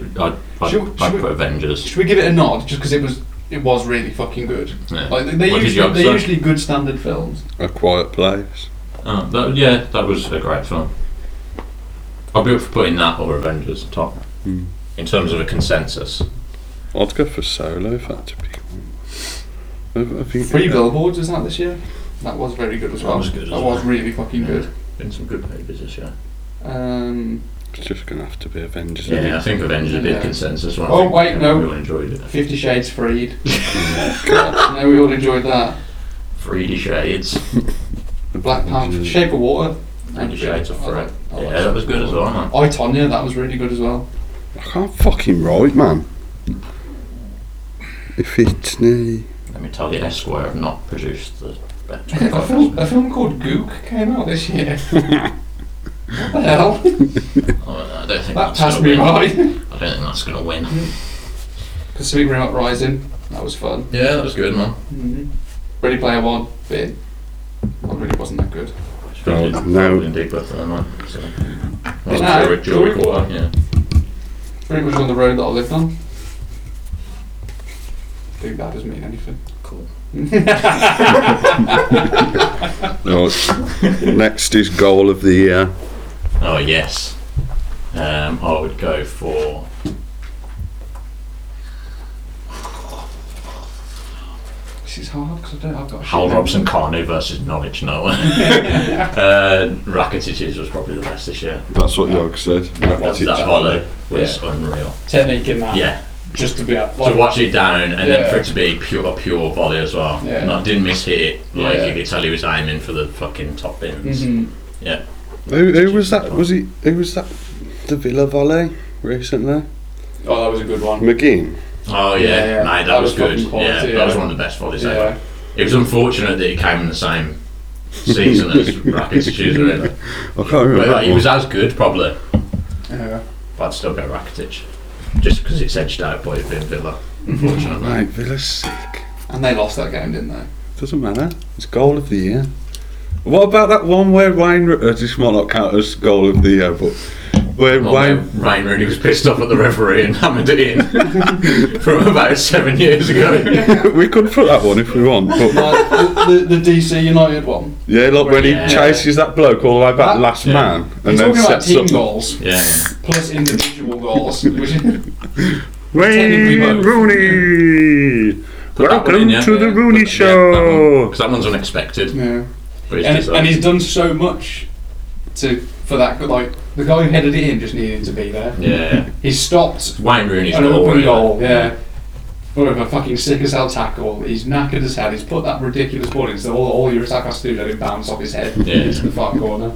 Speaker 2: I'd,
Speaker 3: Should we-
Speaker 2: I'd
Speaker 3: should we-
Speaker 2: put Avengers.
Speaker 3: Should we give it a nod just because it was it was really fucking good?
Speaker 2: Yeah.
Speaker 3: Like they- they're
Speaker 2: What did you
Speaker 3: usually,
Speaker 2: have to
Speaker 3: they're
Speaker 2: say?
Speaker 3: usually good standard films.
Speaker 4: A Quiet Place.
Speaker 2: Oh, that, yeah, that was a great film. I'd be up for putting that or Avengers top.
Speaker 4: Mm.
Speaker 2: In terms of a consensus.
Speaker 4: I'd go for Solo if I had to pick one. I- I think
Speaker 3: Free Billboards was that this year? That was very good as
Speaker 2: That
Speaker 3: well.
Speaker 2: was good as
Speaker 3: That was
Speaker 2: well.
Speaker 3: really fucking good.
Speaker 2: Been some good movies this year.
Speaker 3: Um,
Speaker 4: It's just going to have to be Avengers.
Speaker 2: Yeah,
Speaker 4: isn't
Speaker 2: I think Avengers did
Speaker 3: Yeah.
Speaker 2: consensus. One.
Speaker 3: Oh, wait, no.
Speaker 2: We all enjoyed it.
Speaker 3: Fifty Shades Freed. God, no, we all enjoyed that.
Speaker 2: 3D Shades.
Speaker 4: it?
Speaker 3: Black Panther, Shape of Water.
Speaker 2: 3D Mm. Shades of
Speaker 3: I like-
Speaker 2: Fred.
Speaker 3: I like
Speaker 2: Yeah, that was good as well, man.
Speaker 3: I Tonya, that was really good as well.
Speaker 4: I can't fucking write, man. If it's me.
Speaker 2: Let me tell you, Esquire have not produced the best.
Speaker 3: A film, a film called Gook came out this year. what the hell?
Speaker 2: Oh, I don't think
Speaker 3: That
Speaker 2: that's
Speaker 3: passed
Speaker 2: gonna
Speaker 3: me
Speaker 2: win.
Speaker 3: by. Mm-hmm.
Speaker 2: I don't think that's going to win.
Speaker 3: Pacific Rim Uprising. That was fun. Oh,
Speaker 2: Yeah, that was good, man.
Speaker 3: Ready Player One. Bit. That really wasn't that good.
Speaker 4: Oh,
Speaker 2: Probably
Speaker 4: no.
Speaker 2: Indeed, but I don't know. So, well,
Speaker 3: that-
Speaker 2: Joey- Joey Quarter, yeah.
Speaker 3: Pretty much on the road that I lived on. I think that doesn't mean anything.
Speaker 2: Cool.
Speaker 4: Right. Next is goal of the year.
Speaker 2: Oh yes. Um, I would go for.
Speaker 3: This is hard because I don't. I've got. a
Speaker 2: Hal
Speaker 3: shit
Speaker 2: Robson Carney versus Norwich No. uh, Rakitic was probably the best this year.
Speaker 4: That's what Yog said.
Speaker 2: That, that volley was unreal.
Speaker 3: technique in that.
Speaker 2: Yeah,
Speaker 3: Just to be up.
Speaker 2: to watch it down and then for
Speaker 3: Yeah.
Speaker 2: it to be pure, pure volley as well.
Speaker 3: Yeah.
Speaker 2: Not didn't miss hit. Like
Speaker 3: Yeah.
Speaker 2: you could tell he was aiming for the fucking top bins.
Speaker 3: Mhm.
Speaker 2: Yeah.
Speaker 4: Who, who was that? Was he? Who was that? The Villa volley recently.
Speaker 3: Oh, that was a good one.
Speaker 4: McGinn.
Speaker 2: Oh yeah,
Speaker 3: Yeah, yeah.
Speaker 2: mate, that,
Speaker 3: That
Speaker 2: was,
Speaker 3: was
Speaker 2: good.
Speaker 3: fucking quality,
Speaker 2: yeah, that
Speaker 3: yeah.
Speaker 2: was one of the best volleys
Speaker 3: Yeah.
Speaker 2: ever. It was unfortunate that he came in the same season as Rakitic, really.
Speaker 4: I can't remember.
Speaker 2: But
Speaker 4: that
Speaker 2: like, he
Speaker 4: one.
Speaker 2: was as good, probably.
Speaker 3: Yeah.
Speaker 2: But I'd still go Rakitic. Just because it's edged out by being Villa, unfortunately.
Speaker 4: Right, Villa's sick.
Speaker 3: And they lost that game, didn't they?
Speaker 4: Doesn't matter. It's goal of the year. What about that one where Wayne? Ro- Uh, this might not count as goal of the year, but where
Speaker 2: Well,
Speaker 4: Wayne?
Speaker 2: no, Ryan Rooney was pissed off at the referee and hammered it in from about seven years ago.
Speaker 4: we could put that one if we want, but
Speaker 3: the, the, the DC United one.
Speaker 4: yeah, like when he
Speaker 2: Yeah.
Speaker 4: chases that bloke all the way back,
Speaker 3: That-
Speaker 4: last
Speaker 2: yeah.
Speaker 4: man,
Speaker 3: We're
Speaker 4: and then
Speaker 3: talking about
Speaker 4: sets
Speaker 3: team
Speaker 4: up.
Speaker 3: goals
Speaker 2: Yeah.
Speaker 3: plus individual goals. Which
Speaker 4: Wayne
Speaker 3: Technically both.
Speaker 4: Rooney.
Speaker 2: that one
Speaker 4: Welcome
Speaker 2: in, yeah.
Speaker 4: to the
Speaker 3: Yeah,
Speaker 4: Rooney Show.
Speaker 2: Because that one's unexpected.
Speaker 3: yeah.
Speaker 2: But it's
Speaker 3: and,
Speaker 2: deserved.
Speaker 3: and he's done so much to for that. Like the guy who headed it in just needed to be there.
Speaker 2: yeah.
Speaker 3: He stopped
Speaker 2: Wayne Rooney's
Speaker 3: an
Speaker 2: goal,
Speaker 3: open
Speaker 2: really.
Speaker 3: goal. Yeah. Or of a fucking sick as hell tackle. He's knackered as hell. He's put that ridiculous ball in, so all, all your attack has to do is let him bounce off his head
Speaker 2: Yeah.
Speaker 3: into the far corner.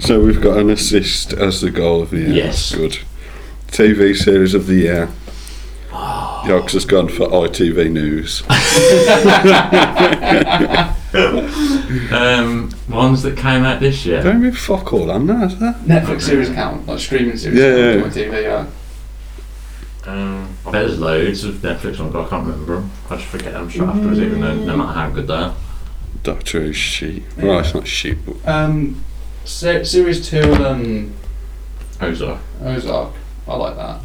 Speaker 4: So we've got an assist as the goal of the year.
Speaker 2: Yes.
Speaker 4: Good. TV series of the year. Yogs has gone for ITV News.
Speaker 2: Um, ones that came out this year.
Speaker 4: Don't mean fuck all on that, is there?
Speaker 3: Netflix series count, like streaming series
Speaker 4: Yeah,
Speaker 3: count on TV. Yeah.
Speaker 2: Um, I bet there's loads of Netflix ones, but I can't remember 'em. I just forget them straight afterwards, even though no matter how good they are.
Speaker 4: Doctor Who sheep. Well, it's not sheep, but
Speaker 3: Um, se- series two of um,
Speaker 2: Ozark.
Speaker 3: Ozark. I like that.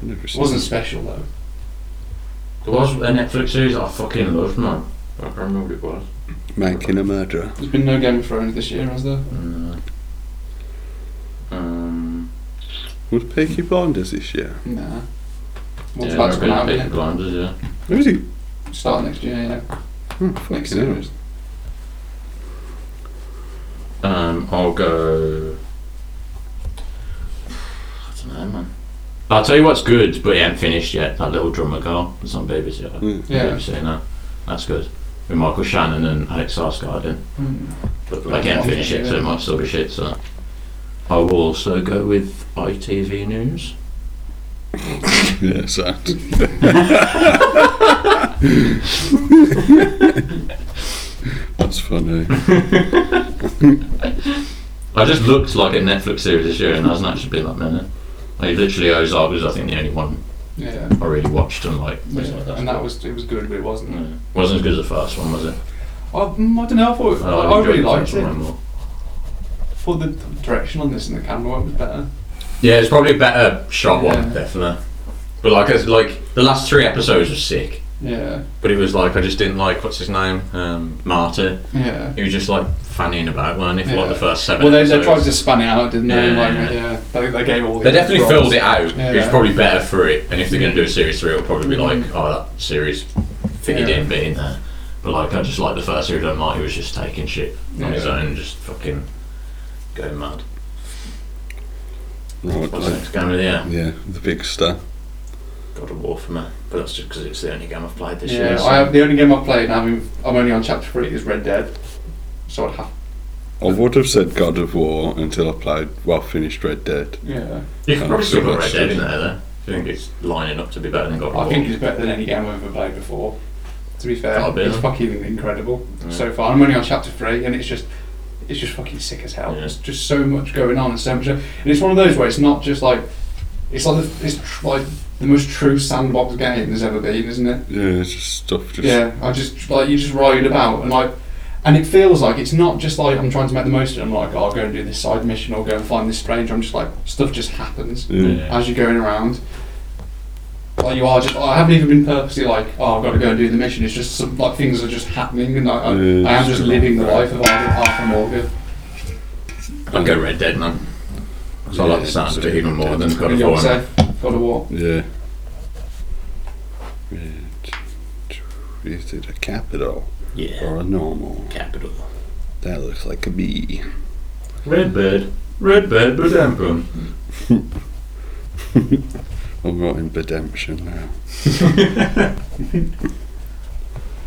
Speaker 4: I've never
Speaker 3: It
Speaker 4: seen
Speaker 3: wasn't
Speaker 4: it.
Speaker 3: special though.
Speaker 2: There was a Netflix series I fucking loved, man. I can't remember what it was.
Speaker 4: Making a Murderer.
Speaker 3: There's been no Game of Thrones this year, has there?
Speaker 2: Mm. Um,
Speaker 4: Was Peaky Blinders this year?
Speaker 3: Nah. What's
Speaker 2: yeah,
Speaker 3: about to
Speaker 2: I've
Speaker 3: come out?
Speaker 2: been
Speaker 3: isn't
Speaker 2: Peaky Blinders, yeah.
Speaker 4: Who is it?
Speaker 3: it? Start next year, yeah.
Speaker 4: Oh,
Speaker 3: Next
Speaker 4: fucking hell.
Speaker 3: series.
Speaker 2: Um, I'll go. I don't know, man. I'll tell you what's good, but it ain't finished yet. That little drummer girl. It's on BBC. I
Speaker 4: Mm.
Speaker 3: Yeah.
Speaker 2: Have you seen that? That's good. With Michael Shannon and Alex Sarsgaard in.
Speaker 3: Mm.
Speaker 2: But I can't finish it, so it might still be shit. So I will also go with ITV News.
Speaker 4: Yeah, sad. That's funny.
Speaker 2: I just looked like a Netflix series this year, and there hasn't actually been that many. Like literally Ozark was I think the only one
Speaker 3: Yeah.
Speaker 2: I really watched and like was like that.
Speaker 3: And that was it was good, but it wasn't.
Speaker 2: Yeah. Wasn't as good as the first one, was it?
Speaker 3: I, mm, I don't know. I thought I, I
Speaker 2: Oh, enjoyed
Speaker 3: really
Speaker 2: the
Speaker 3: liked
Speaker 2: first one
Speaker 3: it.
Speaker 2: more.
Speaker 3: For the direction on this and the camera work was better.
Speaker 2: Yeah, it's probably a better shot one,
Speaker 3: Yeah.
Speaker 2: definitely. But like, it's like the last three episodes were sick.
Speaker 3: Yeah.
Speaker 2: But it was like I just didn't like what's his name, um, Marty.
Speaker 3: Yeah.
Speaker 2: He was just like fanning about, weren't he? For like the
Speaker 3: Yeah.
Speaker 2: first seven.
Speaker 3: Well, they, they
Speaker 2: episodes.
Speaker 3: tried to span it out, didn't they?
Speaker 2: Yeah.
Speaker 3: Like, yeah. They, they gave all. The
Speaker 2: They definitely
Speaker 3: roles.
Speaker 2: filled it out. It was
Speaker 3: Yeah.
Speaker 2: probably better for it. And if they're going to do a series three, it'll probably be like, oh, that series fitted
Speaker 3: Yeah.
Speaker 2: in, bit in there. But like, I just like the first series. I might. He was just taking shit on his
Speaker 3: Yeah.
Speaker 2: own, just fucking going mad.
Speaker 4: Right,
Speaker 2: What's
Speaker 4: uh,
Speaker 2: the next game of the year?
Speaker 4: yeah, the big star.
Speaker 2: God of War for me, but that's just because it's the only game I've played this year.
Speaker 3: Yeah.
Speaker 2: so-
Speaker 3: I have, the only game I've played, and I'm, I'm only on chapter three, is Red Dead. So I'd have.
Speaker 4: I would have said God of War until I played, well, finished Red Dead.
Speaker 3: Yeah.
Speaker 2: You can probably still put Red
Speaker 4: Absolutely.
Speaker 2: Dead in there, though. I think it's lining up to be better than God of War.
Speaker 3: I think it's better than any game I've ever played before. To be fair,
Speaker 2: Gotta be,
Speaker 3: it's
Speaker 2: huh?
Speaker 3: fucking incredible so far. I'm only on chapter three, and it's just it's just fucking sick as hell.
Speaker 2: Yeah.
Speaker 3: There's just so much going on, and so much. And it's one of those where it's not just like it's like the, it's tr- like the most true sandbox game there's ever been, isn't it?
Speaker 4: Yeah, it's just stuff. Just
Speaker 3: Yeah, I just like you just ride about and like And it feels like it's not just like I'm trying to make the most of it. I'm like, oh, I'll go and do this side mission or go and find this stranger. I'm just like, stuff just happens
Speaker 2: Yeah.
Speaker 3: as you're going around. Like you are just. I haven't even been purposely like, oh, I've got to go and do the mission. It's just some, like things are just happening, and I, I,
Speaker 4: Yeah,
Speaker 3: I am
Speaker 4: just
Speaker 3: just
Speaker 4: around.
Speaker 3: living the life of Arthur, Arthur Morgan.
Speaker 2: I'd go Red Dead now. 'Cause I like the
Speaker 4: Yeah,
Speaker 2: sound of
Speaker 4: so
Speaker 2: it even more than God of
Speaker 3: You know
Speaker 2: War.
Speaker 3: what I'm saying? God of War.
Speaker 4: Yeah. Red. Is it a capital
Speaker 2: Yeah,
Speaker 4: or a normal?
Speaker 2: capital.
Speaker 4: That looks like a B.
Speaker 2: Red Bird. Red Bird, but damn
Speaker 4: I'm writing redemption now.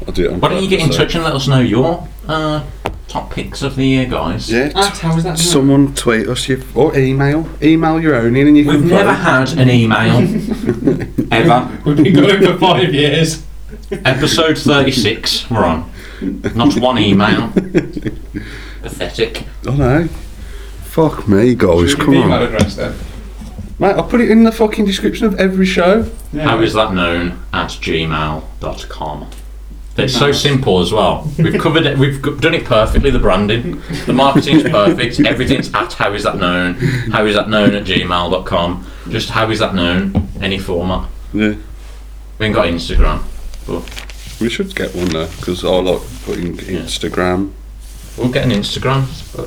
Speaker 4: I'll do it on
Speaker 2: Why don't you get in
Speaker 4: purpose,
Speaker 2: touch and let us know your uh, top picks of the year, guys?
Speaker 4: though. Yeah. t-
Speaker 3: Ah, how is that? done?
Speaker 4: Someone tweet us your, or email. Email your own in and you
Speaker 2: We've
Speaker 4: can
Speaker 2: never
Speaker 4: vote.
Speaker 2: had an email ever.
Speaker 3: We've been going for five years.
Speaker 2: Episode 36, we're on. Not one email. Pathetic.
Speaker 4: I know. Oh, Fuck me, guys.
Speaker 3: Should we
Speaker 4: Come
Speaker 3: email
Speaker 4: on.
Speaker 3: address then.
Speaker 4: Mate, I'll put it in the fucking description of every show.
Speaker 3: Yeah.
Speaker 2: How is that known at gmail.com? It's so
Speaker 3: Nice.
Speaker 2: simple as well. We've covered it, we've g- done it perfectly the branding, the marketing's perfect, everything's at how is that known, how is that known at gmail.com, just how is that known, any format.
Speaker 4: Yeah.
Speaker 2: We ain't got Instagram.
Speaker 4: We should get one though, because I like putting Instagram.
Speaker 2: We'll get an Instagram.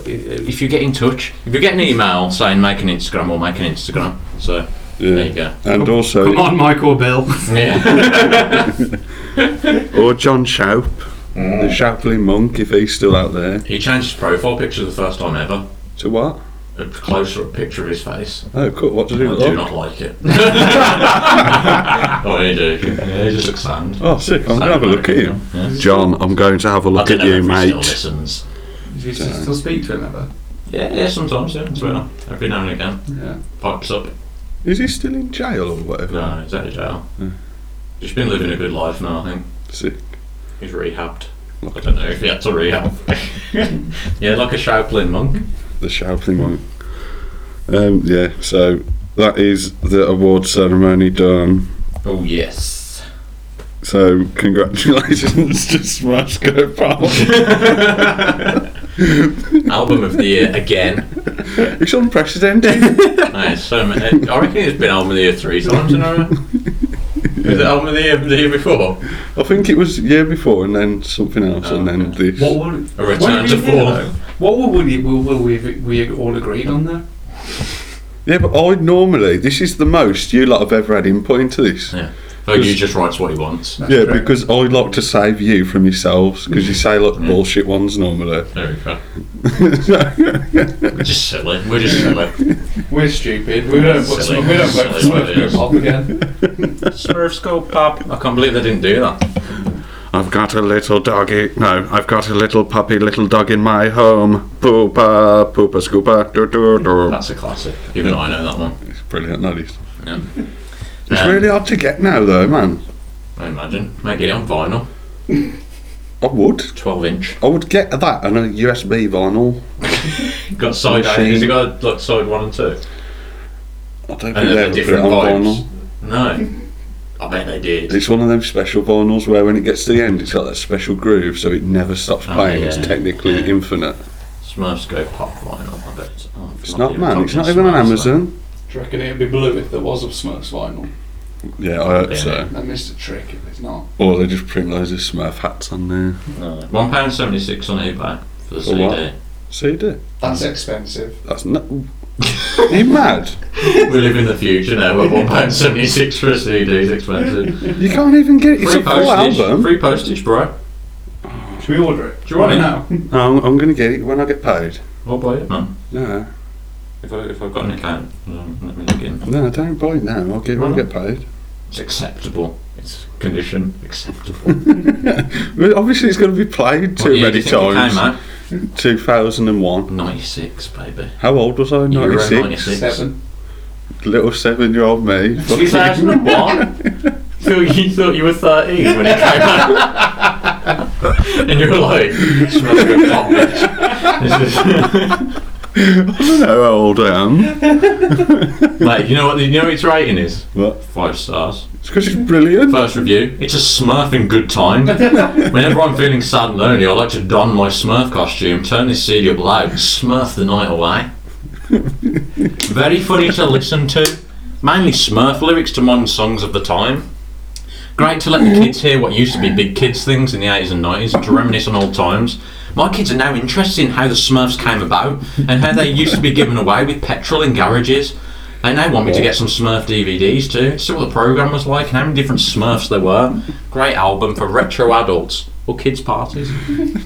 Speaker 2: If you get in touch, if you get an email saying make an Instagram, we'll make an Instagram. So
Speaker 4: Yeah.
Speaker 2: there you go.
Speaker 4: And also,
Speaker 6: Come on, Mike or Bill.
Speaker 2: Yeah.
Speaker 4: or John Shoup, the Shapley monk, if he's still out there.
Speaker 2: he changed his profile picture the first time ever.
Speaker 4: To what?
Speaker 2: A closer up picture of his face.
Speaker 4: Oh, cool. What to do?
Speaker 2: I
Speaker 4: with
Speaker 2: do
Speaker 4: that?
Speaker 2: not like it. oh, he do. Yeah, he just looks sand.
Speaker 4: Oh, sick. I'm gonna have a look at you,
Speaker 2: Yeah.
Speaker 4: John. I'm going to have a
Speaker 2: I
Speaker 4: look
Speaker 2: don't
Speaker 4: at
Speaker 2: know
Speaker 4: you,
Speaker 2: if he still
Speaker 4: mate.
Speaker 2: listens.
Speaker 6: Did you still still speak to him ever?
Speaker 2: Yeah, yeah, sometimes, yeah. It's well, every now and again.
Speaker 6: Yeah.
Speaker 2: Pipes up.
Speaker 4: Is he still in jail or whatever?
Speaker 2: No, he's out of jail.
Speaker 4: Hmm.
Speaker 2: He's been living a good life now, I think.
Speaker 4: Sick.
Speaker 2: He's rehabbed. I don't know if he had to rehab. yeah, like a Shaolin monk.
Speaker 4: The Shapley monk. Um, yeah. So that is the award ceremony done.
Speaker 2: Oh yes.
Speaker 4: So congratulations to Smash Go Pal.
Speaker 2: Album of the year again.
Speaker 4: it's unprecedented.
Speaker 2: Nice. So many. I reckon it's been album of the year three times in a row. Was it album of the year the year before?
Speaker 4: I think it was year before, and then something else, and then
Speaker 2: Okay.
Speaker 4: this.
Speaker 6: What would
Speaker 2: A return
Speaker 6: Why
Speaker 2: to
Speaker 6: did we hear
Speaker 2: form.
Speaker 6: that? what would we will will we we all agreed on there?
Speaker 4: Yeah, but I normally this is the most you lot have ever had input into this.
Speaker 2: Yeah. Oh, he just writes what he wants.
Speaker 4: Yeah, because I like to save you from yourselves because you say like bullshit ones normally.
Speaker 2: There we go. Just silly. We're just silly.
Speaker 3: We're stupid. We don't put
Speaker 2: Silly.
Speaker 3: we don't vote for
Speaker 2: Silly ideas.
Speaker 3: Smurf Pop again.
Speaker 2: Smurfs go pop. I can't believe they didn't do that.
Speaker 4: I've got a little doggy. No, I've got a little puppy, little dog in my home. Poopa, poopa, scoopa, do do do.
Speaker 2: That's a classic. Even I know that one.
Speaker 4: It's brilliant, that is.
Speaker 2: Yeah.
Speaker 4: It's
Speaker 2: Um,
Speaker 4: really hard to get now though, man.
Speaker 2: I imagine. Make it on vinyl.
Speaker 4: I would.
Speaker 2: Twelve inch.
Speaker 4: I would get that and a USB vinyl.
Speaker 2: Got side A.
Speaker 4: Machine.
Speaker 2: Has he got like side one and two?
Speaker 4: I don't think
Speaker 2: And
Speaker 4: they
Speaker 2: they're
Speaker 4: ever put it
Speaker 2: different
Speaker 4: on
Speaker 2: vibes.
Speaker 4: vinyl.
Speaker 2: No. I bet they did.
Speaker 4: It's one of them special vinyls where when it gets to the end, it's got that special groove, so it never stops
Speaker 2: Oh,
Speaker 4: playing.
Speaker 2: yeah.
Speaker 4: It's technically
Speaker 2: Yeah.
Speaker 4: infinite.
Speaker 2: Smurfs go pop vinyl. I bet it's, oh,
Speaker 4: It's not,
Speaker 2: even
Speaker 4: man.
Speaker 2: called
Speaker 4: It's not even on
Speaker 2: Smurfs,
Speaker 4: Amazon.
Speaker 3: Do you reckon it'd be blue if there was a Smurfs vinyl?
Speaker 4: Yeah, I hope
Speaker 2: Yeah.
Speaker 4: so.
Speaker 3: I missed a trick if it's not.
Speaker 4: Or they just print loads of Smurf hats on there.
Speaker 2: though. No. One pound seventy six on eBay for the
Speaker 4: For what?
Speaker 2: CD.
Speaker 4: CD.
Speaker 3: That's expensive.
Speaker 4: That's not. Are you mad?
Speaker 2: we live in the future now. But one pound seventy six for a CD is expensive.
Speaker 4: You can't even get it. It's
Speaker 2: free
Speaker 4: a full
Speaker 2: postage.
Speaker 4: album.
Speaker 2: Free postage, bro.
Speaker 3: Should we order it?
Speaker 2: Do you want it?
Speaker 3: now?
Speaker 4: No, I'm, I'm going to get it when I get paid.
Speaker 2: I'll buy it, man.
Speaker 4: No,
Speaker 2: If, I, if I've got an account, um, let me look in.
Speaker 4: no, don't buy it now. I'll get it when I get paid.
Speaker 2: It's acceptable. It's condition acceptable.
Speaker 4: Well, Obviously, it's going to be played too
Speaker 2: What year do
Speaker 4: many
Speaker 2: you think it came
Speaker 4: times.
Speaker 2: out?
Speaker 4: 2001.
Speaker 2: Ninety six, baby.
Speaker 4: How old was I?
Speaker 2: Euro
Speaker 4: 96.
Speaker 2: 96.
Speaker 3: Seven.
Speaker 4: Little seven year old me.
Speaker 2: 2001? so you thought you were 13 when it came out. and you were like, "Smash Bros. Pop, bitch." This is-
Speaker 4: I don't know how old I am.
Speaker 2: Mate, you know what? the- You know what its rating is
Speaker 4: What?
Speaker 2: five stars.
Speaker 4: It's because it's brilliant.
Speaker 2: First review. It's a Smurf in good time. Whenever I'm feeling sad and lonely, I like to don my Smurf costume, turn this CD up loud, and Smurf the night away. Very funny to listen to. Mainly Smurf lyrics to modern songs of the time. Great to let the kids hear what used to be big kids things in the 80s and 90s and to reminisce on old times. My kids are now interested in how the Smurfs came about and how they used to be given away with petrol in garages. They now want me to get some Smurf DVDs too, see what the programme was like and how many different Smurfs there were. Great album for retro adults or kids' parties.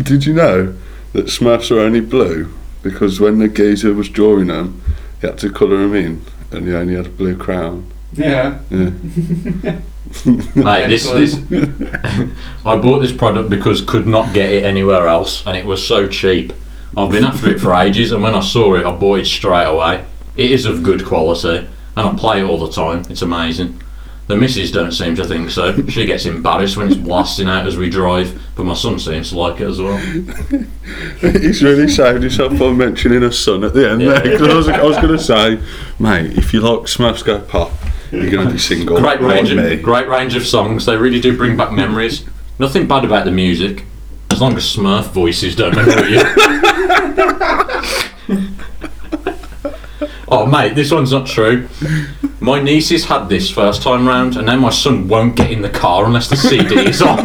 Speaker 4: Did you know that Smurfs are only blue because when the geezer was drawing them, he had to colour them in and he only had a blue crown.
Speaker 3: Yeah.
Speaker 4: Yeah.
Speaker 2: Mate, this, this I bought this product because could not get it anywhere else, and it was so cheap. I've been after it for ages, and when I saw it, I bought it straight away. It is of good quality, and I play it all the time. It's amazing. The missus don't seem to think so. She gets embarrassed when it's blasting out as we drive, but my son seems to like it as well.
Speaker 4: He's really saved himself by mentioning a son at the end there 'cause I was, I was going to say, mate, if you like Smurfs Go Pop, you're going to be single.
Speaker 2: Great
Speaker 4: like
Speaker 2: range,
Speaker 4: me.
Speaker 2: of, great range of songs. They really do bring back memories. Nothing bad about the music, as long as Smurf voices don't remember you. oh, mate, this one's not true. My nieces had this first time round, and now my son won't get in the car unless the CD is on.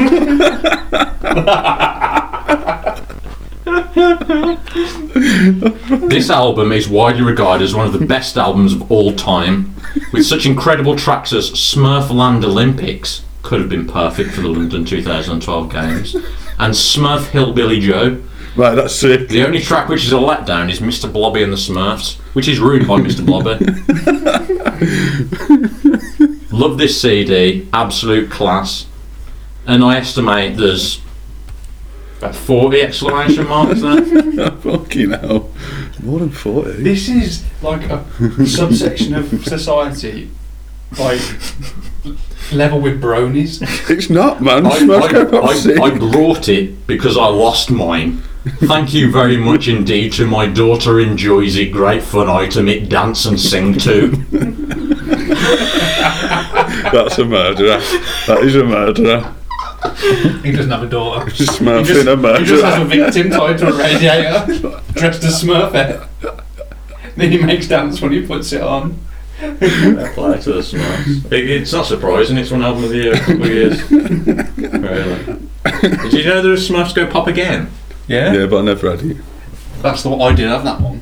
Speaker 2: This album is widely regarded as one of the best albums of all time, with such incredible tracks as Smurfland Olympics, could have been perfect for the London 2012 Games, and Smurf Hillbilly Joe.
Speaker 4: Right, that's sick.
Speaker 2: The only track which is a letdown is Mr. Blobby and the Smurfs, which is ruined by Mr. Blobby. Love this CD, absolute class. And I estimate there's about 40 exclamation marks there.
Speaker 4: Fucking hell. More than 40.
Speaker 3: This is like a subsection of society, like level with bronies.
Speaker 4: It's not, man.
Speaker 2: I,
Speaker 4: Smurfs Go
Speaker 2: I,
Speaker 4: Pop's sick.
Speaker 2: I, I brought it because I lost mine. Thank you very much indeed to my daughter enjoys it. Great fun item. It dance and sing too.
Speaker 4: That's a murderer. That is a murderer.
Speaker 3: He doesn't have a daughter.
Speaker 4: Smurfing
Speaker 3: just-
Speaker 4: a
Speaker 3: He just
Speaker 4: murderer.
Speaker 3: has a victim tied to a radiator, dressed as Smurfette. Then he makes dance when he puts it on.
Speaker 2: Apply to the Smurfs. It, it's not surprising. It's one album of the year. A couple of years. really. Did you know there was Smurfs Go Pop again?
Speaker 4: Yeah, but I never had it.
Speaker 3: That's the one I did have that one.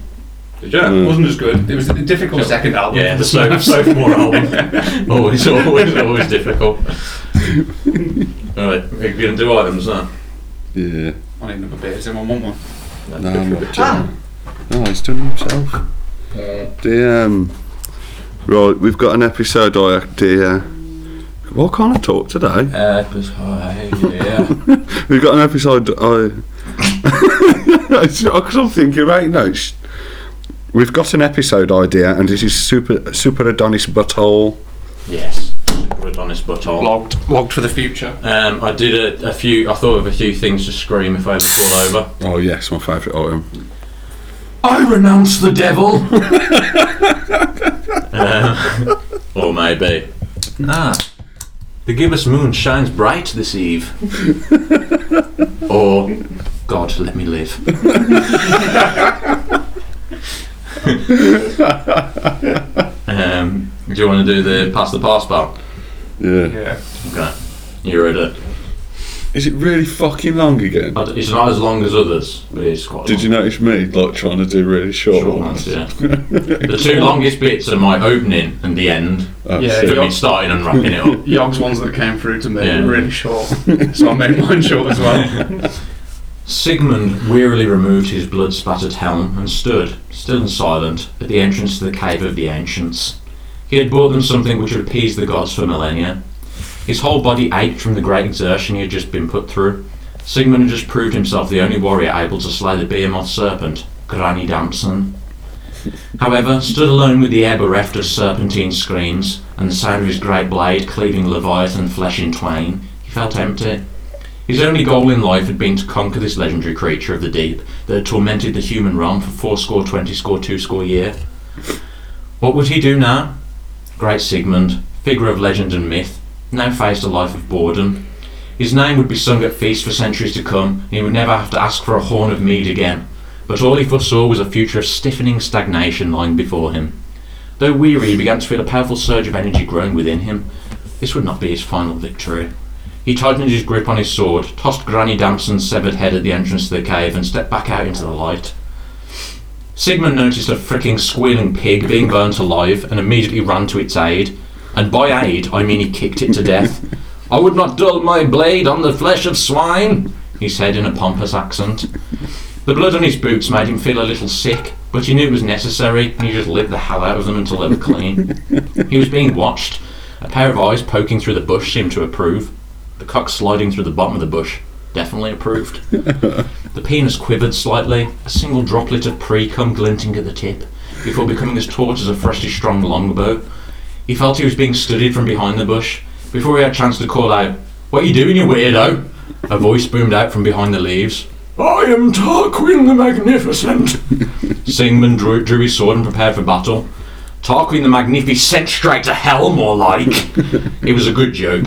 Speaker 2: Did you?
Speaker 3: It wasn't as good. It was a difficult second album.
Speaker 2: Yeah, the so, sophomore album. always, always, always difficult. Alright, we're going to do items now.
Speaker 4: Yeah.
Speaker 3: I need another beer. Does anyone want one?
Speaker 4: No, I'm not John. No, he's done it himself. The, um, right, we've got an episode I act the, uh, what can't I talk today? We've got an episode I. Because I'm thinking right now. it's- We've got an episode idea, and this is super super Adonis butthole.
Speaker 2: Yes. Adonis Button.
Speaker 3: Logged. Logged for the future.
Speaker 2: Um, I did a, a few. I thought of a few things to scream if I ever fall over.
Speaker 4: Oh yes, my favourite item.
Speaker 2: I renounce the devil. Um, or maybe. Ah, the gibbous moon shines bright this eve. or, God, let me live. um, do you want to do the pass the pass bar?
Speaker 4: Yeah.
Speaker 3: Yeah.
Speaker 2: Okay, you read it.
Speaker 4: Is it really fucking long again?
Speaker 2: I d- It's not as long as others, but it's quite.
Speaker 4: Did you notice me like trying to do really short,
Speaker 2: Short ones,
Speaker 4: ones?
Speaker 2: yeah. the two longest bits are my opening and the end.
Speaker 4: Oh,
Speaker 3: Yeah,
Speaker 4: shit.
Speaker 2: So me starting and wrapping it up.
Speaker 3: Yogg's ones that came through to me
Speaker 2: Yeah.
Speaker 3: were really short, so I made mine short as well.
Speaker 2: Sigmund wearily removed his blood spattered helm and stood, still and silent, at the entrance to the cave of the ancients. He had brought them something which would appease the gods for millennia. His whole body ached from the great exertion he had just been put through. Sigmund had just proved himself the only warrior able to slay the behemoth serpent, Grani Damson. However, stood alone with the air bereft of serpentine screams, and the sound of his great blade cleaving Leviathan flesh in twain, he felt empty. His only goal in life had been to conquer this legendary creature of the deep that had tormented the human realm for fourscore, twenty score, two score year. What would he do now? Great Sigmund, figure of legend and myth, now faced a life of boredom. His name would be sung at feasts for centuries to come, and he would never have to ask for a horn of mead again. But all he foresaw was a future of stiffening stagnation lying before him. Though weary, he began to feel a powerful surge of energy growing within him. This would not be his final victory. He tightened his grip on his sword, tossed Granny Damson's severed head at the entrance to the cave, and stepped back out into the light. Sigmund noticed a fricking squealing pig being burnt alive and immediately ran to its aid. And by aid, I mean he kicked it to death. I would not dull my blade on the flesh of swine, he said in a pompous accent. The blood on his boots made him feel a little sick, but he knew it was necessary, and he just lived the hell out of them until they were clean. he was being watched. A pair of eyes poking through the bush seemed to approve. The cock sliding through the bottom of the bush definitely approved. the penis quivered slightly, a single droplet of pre cum glinting at the tip, before becoming as taut as a freshly strung longbow. He felt he was being studied from behind the bush. Before he had a chance to call out, What are you doing, you weirdo? A voice boomed out from behind the leaves. I am Tarquin the Magnificent! Sigmund drew, drew his sword and prepared for battle. Tarquin the Magnificent sent straight to hell, more like. it was a good joke.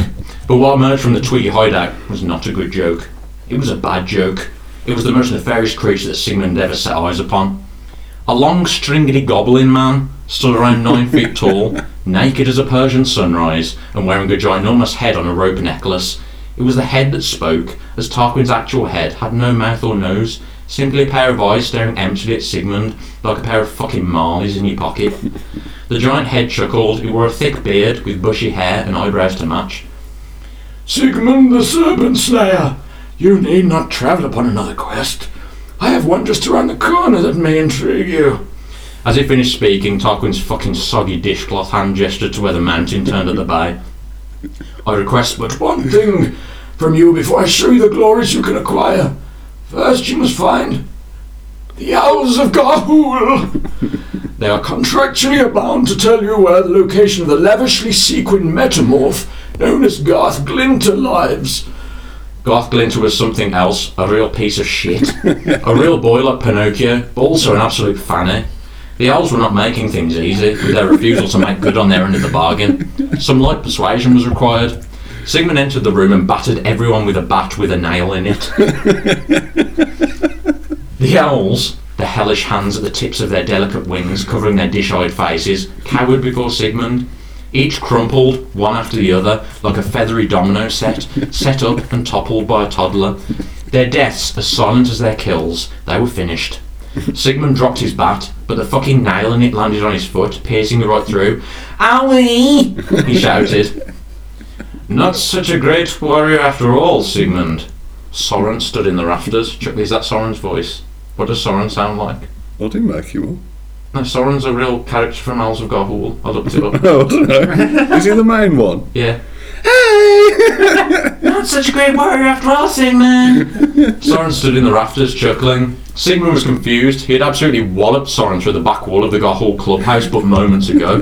Speaker 2: But what emerged from the Twiggy hideout was not a good joke. It was a bad joke. It was the most nefarious creature that Sigmund had ever set eyes upon. A long, stringy goblin man, stood around nine feet tall, naked as a Persian sunrise, and wearing a ginormous head on a rope necklace. It was the head that spoke, as Tarquin's actual head had no mouth or nose, simply a pair of eyes staring emptily at Sigmund, like a pair of fucking marlies in your pocket. The giant head chuckled, it wore a thick beard with bushy hair and eyebrows to match. Sigmund the Serpent Slayer! You need not travel upon another quest. I have one just around the corner that may intrigue you. As he finished speaking, Tarquin's fucking soggy dishcloth hand gestured to where the mountain turned at the bay. I request but one thing from you before I show you the glories you can acquire. First, you must find the Owls of Gahul. they are contractually bound to tell you where the location of the lavishly sequined metamorph known as Garth Glinter lives. Garth Glinter was something else, a real piece of shit. a real boy like Pinocchio, but also an absolute fanny. The elves were not making things easy with their refusal to make good on their end of the bargain. Some light persuasion was required. Sigmund entered the room and battered everyone with a bat with a nail in it. the owls, the hellish hands at the tips of their delicate wings covering their dish eyed faces, cowered before Sigmund. Each crumpled, one after the other, like a feathery domino set, set up and toppled by a toddler. Their deaths as silent as their kills, they were finished. Sigmund dropped his bat, but the fucking nail in it landed on his foot, piercing it right through. Owie! he shouted. Not such a great warrior after all, Sigmund. Soren stood in the rafters. Chuck, is that Soren's voice? What does Soren sound like?
Speaker 4: I didn't make you up.
Speaker 2: No, Soren's a real character from Owls of Gahul. I looked it up.
Speaker 4: No, Oh, I don't know. Is he the main one?
Speaker 2: Yeah.
Speaker 4: Hey!
Speaker 2: Not such a great warrior after all, Sigmund! Soren stood in the rafters, chuckling. Sigmund was confused. He had absolutely walloped Soren through the back wall of the Gahul clubhouse but moments ago.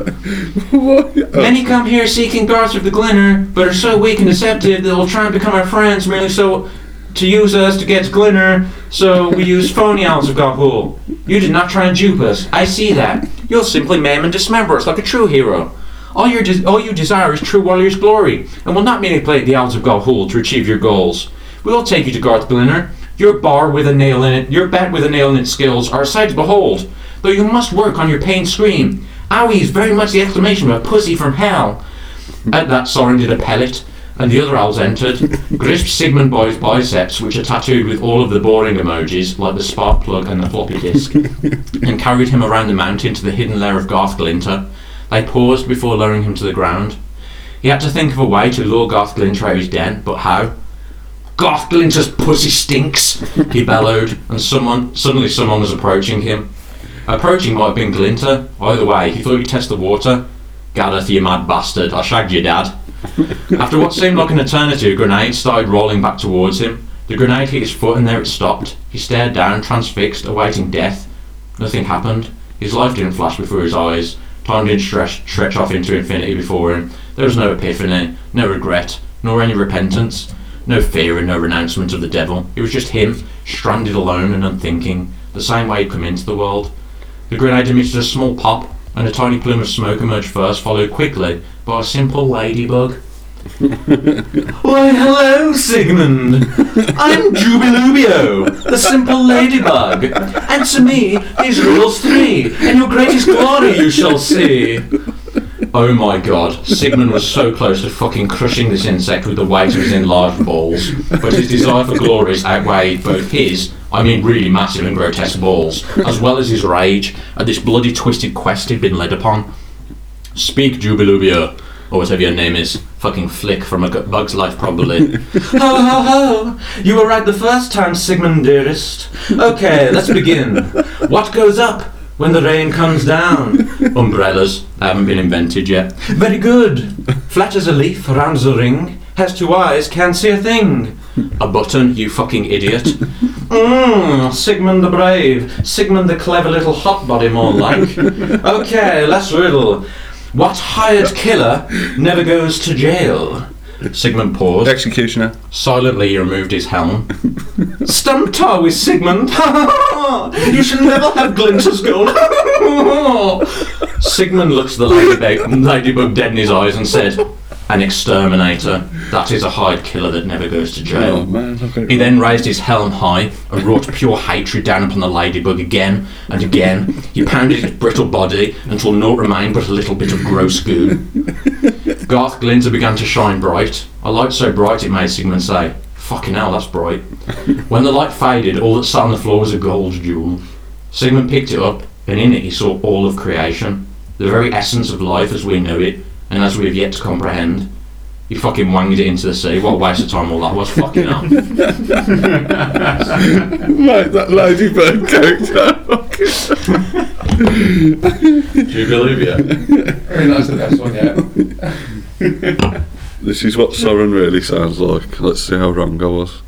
Speaker 4: What? Oh,
Speaker 2: Many come here seeking guards of the Glinner, but are so weak and deceptive that will try and become our friends merely so to use us to get Glinner, so we use phony owls of Gahul. You did not try and dupe us. I see that. You'll simply maim and dismember us like a true hero. All, your des- all you desire is true warrior's glory, and will not manipulate the Owls of Gahul to achieve your goals. We will take you to Garth Glinner. Your bar with a nail in it, your bat with a nail in its skills are a sight to behold, though you must work on your pain scream. Owie is very much the exclamation of a pussy from hell. At that, Soren did a pellet, and the other owls entered, gripped Sigmund by his biceps, which are tattooed with all of the boring emojis, like the spark plug and the floppy disk, and carried him around the mountain to the hidden lair of Garth Glinter. They paused before lowering him to the ground. He had to think of a way to lure Garth Glinter out of his den, but how? Garth Glinter's pussy stinks! he bellowed, and someone suddenly someone was approaching him. Approaching might have been Glinter. Either way, he thought he'd test the water. Gareth, you mad bastard, I shagged your dad. After what seemed like an eternity, a grenade started rolling back towards him. The grenade hit his foot and there it stopped. He stared down, transfixed, awaiting death. Nothing happened. His life didn't flash before his eyes. Time didn't stretch, stretch off into infinity before him. There was no epiphany, no regret, nor any repentance. No fear and no renouncement of the devil. It was just him, stranded alone and unthinking, the same way he'd come into the world. The grenade emitted a small pop, and a tiny plume of smoke emerged first, followed quickly by a simple ladybug. Why, hello, Sigmund! I'm Jubilubio, the simple ladybug, and to me, these rules three, and your greatest glory you shall see. Oh my god, Sigmund was so close to fucking crushing this insect with the weight of his enlarged balls, but his desire for glory is outweighed both his, I mean really massive and grotesque balls, as well as his rage at this bloody twisted quest he'd been led upon. Speak, Jubilubia, or whatever your name is. Fucking Flick from a G- Bug's Life, probably. ho ho ho! You were right the first time, Sigmund dearest. Okay, let's begin. What goes up when the rain comes down? Umbrellas. They haven't been invented yet. Very good. Flat as a leaf, round as a ring. Has two eyes, can't see a thing. A button, you fucking idiot. Mmm, Sigmund the Brave. Sigmund the clever little hot body, more like. Okay, last riddle. What hired killer never goes to jail? Sigmund paused.
Speaker 4: Executioner.
Speaker 2: Silently, he removed his helm. Stumped are we, Sigmund? you should never have Glinter's gold. Sigmund looked the ladybug, ladybug dead in his eyes and said, An exterminator. That is a hired killer that never goes to jail.
Speaker 4: Oh man, look at
Speaker 2: He then raised his helm high and wrought pure hatred down upon the ladybug again and again. He pounded its brittle body until naught remained but a little bit of gross goo. Garth Glinter began to shine bright, a light so bright it made Sigmund say, Fucking hell, that's bright. When the light faded, all that sat on the floor was a gold jewel. Sigmund picked it up, and in it he saw all of creation, the very essence of life as we know it, and as we have yet to comprehend. He fucking wanged it into the sea. What a waste of time all that was. Fucking hell.
Speaker 4: Mate, that ladybird character.
Speaker 2: Jubilubia.
Speaker 3: I mean, that's the best one yet.
Speaker 4: this is what Soren really sounds like. Let's see how wrong I was.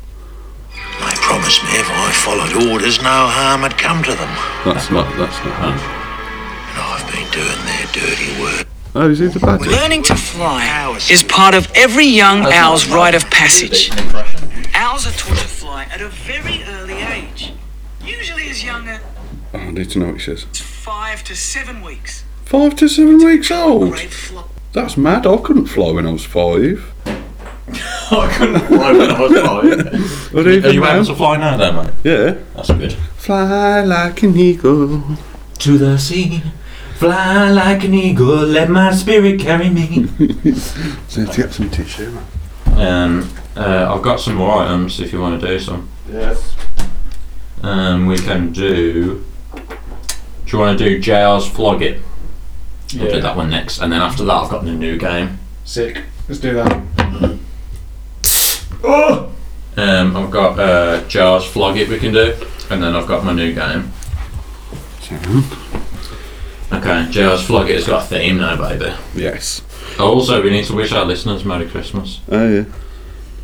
Speaker 5: They promised me if I followed orders, no harm had come to them.
Speaker 4: That's not. That's not.
Speaker 5: And I've been doing their dirty work.
Speaker 4: Oh, is he the badger?
Speaker 8: Learning to fly is part of every young owl's rite of passage. Owls are taught to fly at a very early age, usually as young as
Speaker 4: Oh, I need to know what he says.
Speaker 8: five to seven weeks.
Speaker 4: Five to seven weeks old.
Speaker 8: Great flop.
Speaker 4: That's mad. I couldn't fly when I was five.
Speaker 2: I couldn't fly when I was five.
Speaker 4: But
Speaker 2: Are
Speaker 4: even
Speaker 2: you
Speaker 4: now-
Speaker 2: able to fly now, then, mate?
Speaker 4: Yeah.
Speaker 2: That's good.
Speaker 4: Fly like an eagle.
Speaker 2: To the sea, fly like an eagle, let my spirit carry me.
Speaker 4: So to get some tissue.
Speaker 2: um, uh, I've got some more items if you want to do some.
Speaker 1: Yes.
Speaker 2: Um, we can do. Do you want to do JR's Flog It? We'll do that one next, and then after that, I've got the new game.
Speaker 3: Sick. Let's do that.
Speaker 2: Um, I've got uh, JR's Flog It we can do, and then I've got my new game. Okay, JR's Flog It has got a theme now, baby.
Speaker 4: Yes.
Speaker 2: Also, we need to wish our listeners Merry Christmas.
Speaker 4: Oh yeah.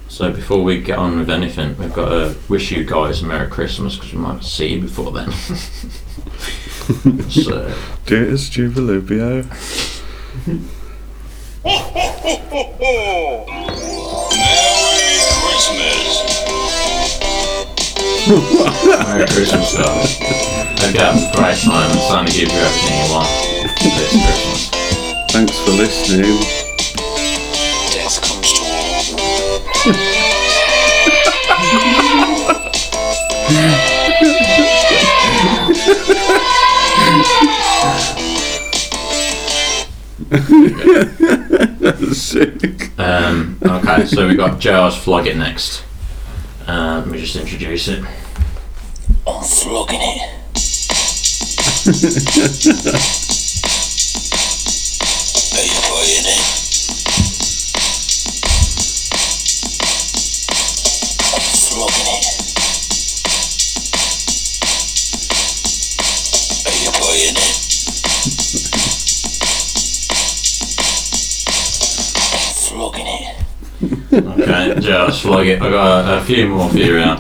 Speaker 2: So before we get on with anything, we've got to wish you guys a Merry Christmas because we might see you before then. so,
Speaker 4: Do it as Jubilubio.
Speaker 5: Merry Christmas.
Speaker 2: Merry Christmas, guys. Hope you have a great time. It's time to give you everything you want this Christmas.
Speaker 4: Thanks for listening.
Speaker 5: Death comes to all.
Speaker 4: Sick.
Speaker 2: Um, okay, so we got JR's Flog It next. Um, let me just introduce it.
Speaker 5: I'm flogging it. Are you playing it? I'm flogging it. Are you playing it? I'm flogging it.
Speaker 2: Okay, JR's Flog It. i got a, a few more for you now.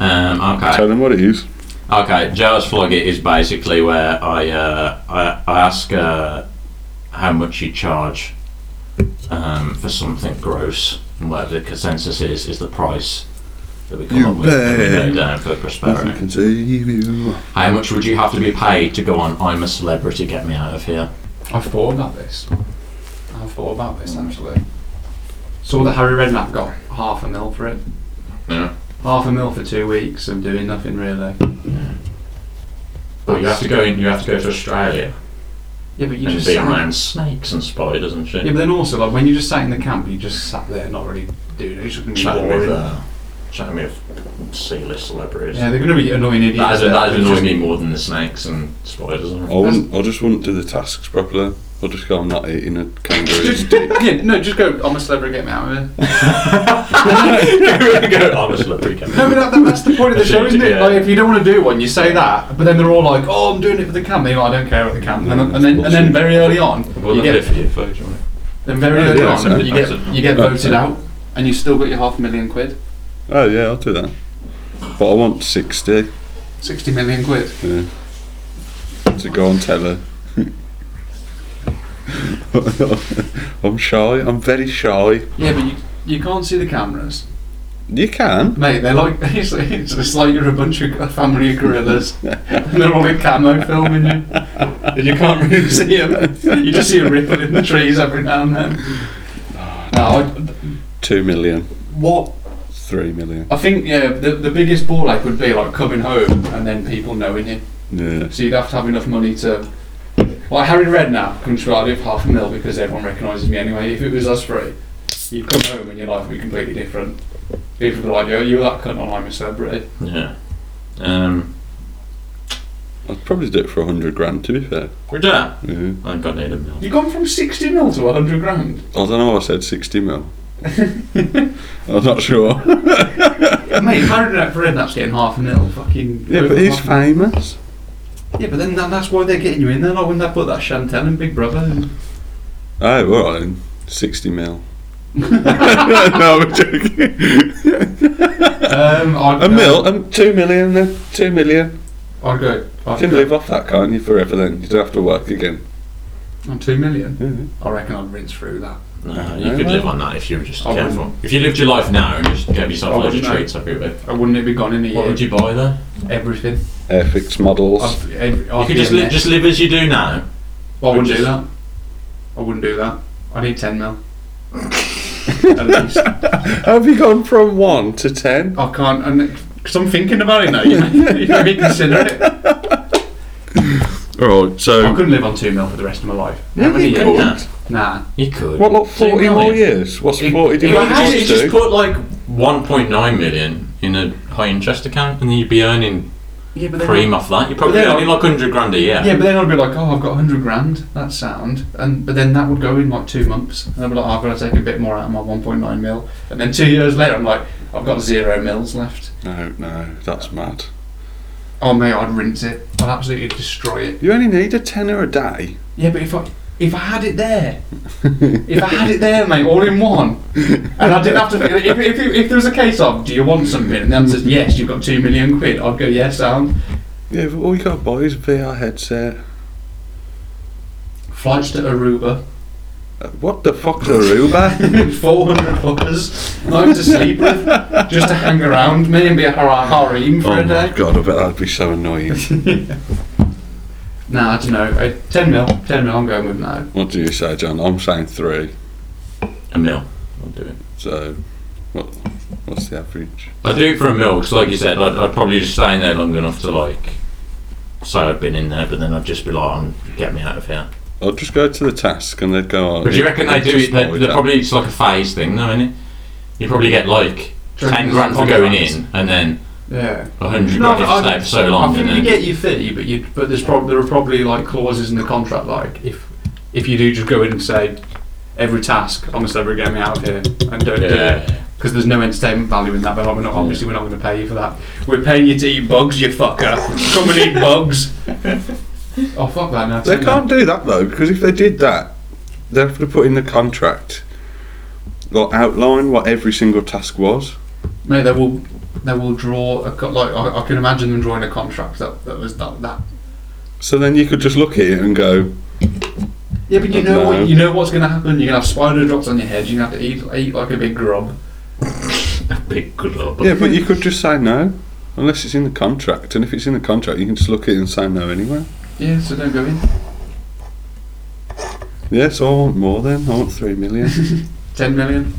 Speaker 2: Um, okay.
Speaker 4: Tell them what it is.
Speaker 2: Okay, Joe's Flog It is basically where I uh, I, I ask uh, how much you charge um, for something gross, and whatever the consensus is, is the price that we come
Speaker 4: You
Speaker 2: up with. and we
Speaker 4: bet.
Speaker 2: go down for
Speaker 4: Nothing
Speaker 2: Prospero.
Speaker 4: can save you.
Speaker 2: How much would you have to be paid to go on? I'm a celebrity. Get me out of here.
Speaker 3: I've thought about this. I've thought about this actually. Saw that Harry Redknapp got half a mil for it.
Speaker 2: Yeah.
Speaker 3: Half a mil for two weeks of doing nothing really.
Speaker 2: But you have to go in. You have to go to Australia
Speaker 3: Yeah, but you
Speaker 2: and
Speaker 3: just
Speaker 2: be
Speaker 3: sat-
Speaker 2: around snakes and spiders and shit.
Speaker 3: Yeah, but then also like when you just sat in the camp, you just sat there not really doing it. It's just gonna be
Speaker 2: chatting with,
Speaker 3: boring.
Speaker 2: uh, chatting with C-list celebrities.
Speaker 3: Yeah, they're gonna be annoying idiots.
Speaker 2: That is,
Speaker 3: there,
Speaker 2: that
Speaker 3: but
Speaker 2: is annoying
Speaker 3: just- Oh.
Speaker 2: me more than the snakes and spiders.
Speaker 4: I, wouldn't, I just wouldn't do the tasks properly. I'd just go, I'm not eating a kangaroo's
Speaker 3: Just,
Speaker 4: dick.
Speaker 3: yeah, no, just go. I'm a celebrity. Get me out of here.
Speaker 2: go, I'm a celebrity.
Speaker 3: No, but that, that, that's the point of the show, isn't it?
Speaker 2: Yeah.
Speaker 3: Like, if you don't want to do one, you say that, but then they're all like, "Oh, I'm doing it for the camp." They're like, I don't care about the camp. And then, and then, and then very early on,
Speaker 2: Well,
Speaker 3: you
Speaker 2: that's
Speaker 3: get
Speaker 2: it for you, folks, right?
Speaker 3: Then very early
Speaker 4: Yeah,
Speaker 3: on,
Speaker 4: absolutely,
Speaker 3: you get
Speaker 2: absolutely.
Speaker 3: you get voted out, and you still got your half a million quid,
Speaker 4: Oh, yeah, I'll do that. But I want 60
Speaker 3: sixty million quid.
Speaker 4: to go on telly. I'm shy. I'm very shy.
Speaker 3: Yeah, but you you can't see the cameras,
Speaker 4: You can.
Speaker 3: mate. They're like it's, it's just like you're a bunch of a family of gorillas, and they're all in camo filming you, and you can't really see them. You just see a ripple in the trees every now and then. No, I,
Speaker 4: Two million.
Speaker 3: what
Speaker 4: Three million.
Speaker 3: I think yeah, the the biggest ball ache would be like coming home and then people knowing you.
Speaker 4: Yeah.
Speaker 3: So you'd have to have enough money to. Like Harry Redknapp comes to I'd have half a mil because everyone recognises me anyway. If it was us three, you'd come home and your life would be completely different. People would be like, yo, you were that cunt on I'm a celebrity.
Speaker 2: Yeah. Um,
Speaker 4: I'd probably do it for a hundred grand, to be fair.
Speaker 2: we're done.
Speaker 4: Yeah.
Speaker 2: I've got need a mil.
Speaker 3: You've gone from 60 mil to 100 grand.
Speaker 4: I don't know why I said 60 mil. I'm not sure.
Speaker 3: Mate, Harry Redknapp, Redknapp's getting half a mil. Fucking.
Speaker 4: Yeah, but he's famous.
Speaker 3: Yeah, but then that, that's why they're getting you in there. Like when they put that Chantel in Big Brother. And,
Speaker 4: Oh, all right then. 60 mil. no, I'm joking.
Speaker 3: um, I'd go-
Speaker 4: A mil, um, two million then. Two million.
Speaker 3: I'd go.
Speaker 4: You
Speaker 3: I'd
Speaker 4: can
Speaker 3: go
Speaker 4: live off that, can't you, forever then? You don't have to work again.
Speaker 3: on two million.
Speaker 4: Mhm.
Speaker 3: I reckon I'd rinse through that.
Speaker 2: No, you could live on that if you were just
Speaker 3: I wouldn't.
Speaker 2: careful. If you lived your life now and just gave yourself
Speaker 3: I
Speaker 2: loads of
Speaker 3: wouldn't know.
Speaker 2: treats every week,
Speaker 3: Or wouldn't it be gone in a year?
Speaker 2: what would you buy there?
Speaker 3: Everything.
Speaker 4: Airfix models.
Speaker 3: I've, every, I've
Speaker 2: You could just
Speaker 3: been there.
Speaker 2: live, just live as you do now.
Speaker 3: Well, I wouldn't
Speaker 2: Just-
Speaker 3: do that. I wouldn't do that. I need 10 mil. At least.
Speaker 4: Have you gone from one to ten?
Speaker 3: I can't. And, Cause I'm thinking about it now. You know, you know, reconsider it. I
Speaker 4: All right, Oh, so
Speaker 3: couldn't live on two mil for the rest of my life.
Speaker 4: Yeah,
Speaker 3: Never
Speaker 4: you
Speaker 3: did.
Speaker 4: could.
Speaker 2: Nah,
Speaker 3: Nah.
Speaker 2: you could.
Speaker 4: what? Like
Speaker 2: Two
Speaker 4: forty more
Speaker 2: million.
Speaker 4: years? What's
Speaker 3: It-
Speaker 4: forty
Speaker 3: it-
Speaker 4: divided
Speaker 3: it-
Speaker 4: by
Speaker 2: Imagine you just
Speaker 4: two?
Speaker 2: put like 1.9 million in a high interest account and then you'd be earning
Speaker 3: Yeah, but
Speaker 2: cream off that. You're probably
Speaker 3: But then-
Speaker 2: earning like 100 grand a year.
Speaker 3: Yeah, but then I'd be like, oh, I've got 100 grand. That's sound. And but then that would go in like two months, and I'd be like, oh, I've got to take a bit more out of my 1.9 mil. And then two years later, I'm like, I've got zero mils left.
Speaker 4: No, no, that's mad.
Speaker 3: Oh mate, I'd rinse it. I'd absolutely destroy it.
Speaker 4: You only need a tenner a day.
Speaker 3: Yeah, but if I if I had it there, if I had it there, mate, all in one, and I didn't have to. If, if, if there was a case of, do you want something, and the answer is yes, you've got two million quid, I'd go yes, sound.
Speaker 4: Yeah, but all you got to buy is a VR headset.
Speaker 3: Flights to Aruba,
Speaker 4: Uh, What the fuck, Aruba?
Speaker 3: four hundred fuckers, nothing to sleep with, just to hang around me and be a har- harem for
Speaker 4: oh
Speaker 3: a
Speaker 4: my
Speaker 3: day.
Speaker 4: god, I bet that'd be so annoying.
Speaker 3: Nah, I don't know. Uh, ten mil, ten mil, I'm going with no.
Speaker 4: what do you say, John? I'm saying three.
Speaker 2: A mil. I'll do it.
Speaker 4: So, what, what's the average?
Speaker 2: I'd do it for a mil, 'cause like you said, I'd, I'd probably just stay in there long enough to like say I'd been in there, but then I'd just be like, "Um, "Get me out of here."
Speaker 4: I'll just go to the task and they'd go. Oh,
Speaker 2: But do you reckon they do it?
Speaker 4: just
Speaker 2: They,
Speaker 4: buy
Speaker 2: they
Speaker 4: that.
Speaker 2: probably it's like a phase thing, though, isn't it? You probably get like
Speaker 3: Just
Speaker 2: ten grand for
Speaker 3: contracts.
Speaker 2: going in, and then
Speaker 3: Yeah.
Speaker 2: a hundred grand if you stay for so long,
Speaker 3: I think
Speaker 2: and
Speaker 3: you
Speaker 2: then
Speaker 3: get your fee, but you but there's prob- there are probably like clauses in the contract like if if you do just go in and say every task I'm a celebrity get me out of here and don't do
Speaker 2: Yeah.
Speaker 3: it because there's no entertainment value in that. But like, we're not obviously we're not going to pay you for that. We're paying you to eat bugs, you fucker. Come and eat bugs. oh fuck that now.
Speaker 4: They can't do that though, because if they did that, they'd have to put in the contract, like outline what every single task was.
Speaker 3: Mate, they will they will draw a co- like I, I can imagine them drawing a contract that that was that that
Speaker 4: So then you could just look at it and go,
Speaker 3: Yeah, but you know
Speaker 4: No.
Speaker 3: what? You know what's going to happen. You're going to have spider drops on your head. You're going to have to eat eat like a big grub.
Speaker 2: Big glob.
Speaker 4: Yeah, but you could just say no, unless it's in the contract. And if it's in the contract, you can just look at it and say no anyway.
Speaker 3: Yeah, so don't go in.
Speaker 4: Yeah, so I want more then. I want three million.
Speaker 3: Ten million.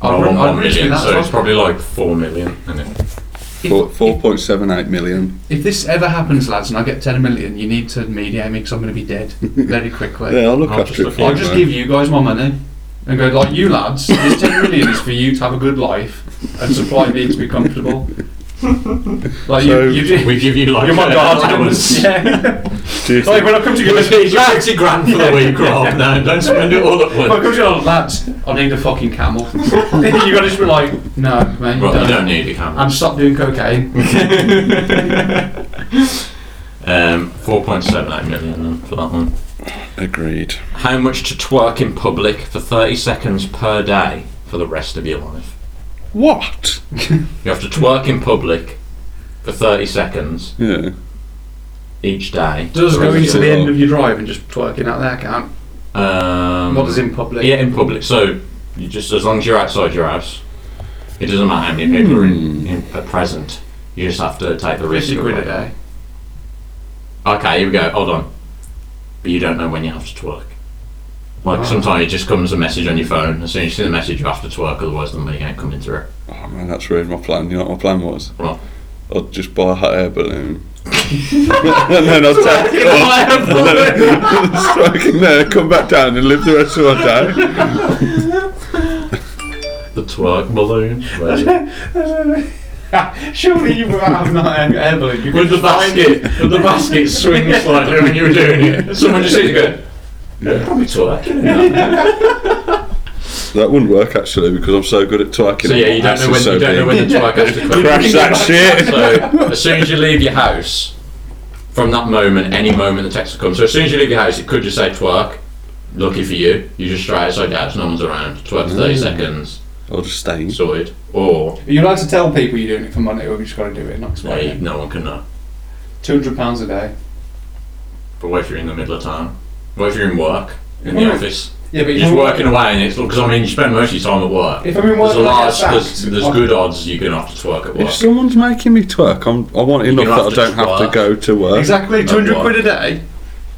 Speaker 2: I
Speaker 3: re- I'd
Speaker 2: want one
Speaker 3: risk
Speaker 2: million,
Speaker 3: that as
Speaker 2: so
Speaker 3: well.
Speaker 2: it's probably like four million. Isn't it?
Speaker 4: Four- 4.78 million.
Speaker 3: If this ever happens, lads, and I get ten million, you need to mediate me because I'm going to be dead very quickly.
Speaker 4: Yeah, I'll look
Speaker 2: I'll just
Speaker 4: after it
Speaker 2: look
Speaker 4: for
Speaker 2: at
Speaker 4: you.
Speaker 3: I'll just
Speaker 4: mate.
Speaker 3: give you guys my money and go like, you lads, this ten million is for you to have a good life and supply me to be comfortable. Like
Speaker 4: So-
Speaker 3: you, you did.
Speaker 2: We give you like
Speaker 3: You're my
Speaker 2: uh,
Speaker 3: guardians.
Speaker 2: allowance.
Speaker 3: Yeah.
Speaker 4: Do you think-
Speaker 3: like when I come to you,
Speaker 2: You're 60 grand for the week, Rob. No, don't spend it all at
Speaker 3: If I
Speaker 2: once.
Speaker 3: come to you, like, lads, I need a fucking camel. you gotta just be like, no, mate, you
Speaker 2: Well,
Speaker 3: don't.
Speaker 2: you don't need it, can
Speaker 3: And stop doing cocaine.
Speaker 2: Um, 4.78 million then for that one.
Speaker 4: Agreed.
Speaker 2: How much to twerk in public for 30 seconds per day for the rest of your life?
Speaker 4: What?
Speaker 2: You have to twerk in public for 30 seconds
Speaker 4: Yeah.
Speaker 2: each day.
Speaker 3: Does
Speaker 2: For
Speaker 3: go
Speaker 2: rest
Speaker 3: into
Speaker 2: of
Speaker 3: the
Speaker 2: your
Speaker 3: end
Speaker 2: life.
Speaker 3: of your drive and just twerking out there, can't?
Speaker 2: Um,
Speaker 3: What does in public?
Speaker 2: Yeah, in public. So, you just as long as you're outside your house, it doesn't matter how many people are in, in are present. You just have to take the risk.
Speaker 3: Fifty
Speaker 2: of
Speaker 3: quid a
Speaker 2: it.
Speaker 3: day.
Speaker 2: Okay, here we go. Hold on. But you don't know when you have to twerk. Like sometimes it just comes a message on your phone. As soon as you see the message, you have to twerk. Otherwise, the money ain't coming through.
Speaker 4: Oh man, that's ruined my plan. You know what my plan was?
Speaker 2: What?
Speaker 4: I'd just buy a hot air balloon. and then I'll take it smoking there, come back down and live the rest of my day.
Speaker 2: The twerk balloon.
Speaker 3: Surely you were out of that air- air balloon. You
Speaker 2: with the basket, with the basket swinging slightly when you were doing it. Someone just sees you go. Yeah, probably twerking. in that."
Speaker 4: That wouldn't work actually because I'm so good at twerking.
Speaker 2: So yeah, you don't know when you don't know when the twerk has to come.
Speaker 4: Crash that shit.
Speaker 2: So as soon as you leave your house, from that moment, any moment the text will come. So as soon as you leave your house, it could just say twerk. Lucky for you, you just try it so doubts no one's around. Twerk for
Speaker 4: Mm.
Speaker 2: thirty seconds,
Speaker 4: I'll just stay. in.
Speaker 2: sorted. Or
Speaker 9: You're allowed to tell people you're doing it for money, or you just got to do it, not explain
Speaker 2: hey,
Speaker 9: it.
Speaker 2: no one can know.
Speaker 9: Two hundred pounds a day.
Speaker 2: But what if you're in the middle of town? What if you're in work in the office?
Speaker 9: Yeah, but
Speaker 2: You're just working away, and it's because I mean you spend most of your time at work.
Speaker 9: If I'm in work,
Speaker 2: there's a
Speaker 9: I get
Speaker 2: large, there's,
Speaker 9: sacked.
Speaker 2: there's good odds you're gonna have to twerk at work.
Speaker 4: If someone's making me twerk, I'm, I want enough
Speaker 2: don't
Speaker 4: that I
Speaker 2: have to
Speaker 4: don't have to
Speaker 2: twerk.
Speaker 4: go to work.
Speaker 3: Exactly, two hundred
Speaker 2: what?
Speaker 3: quid a day.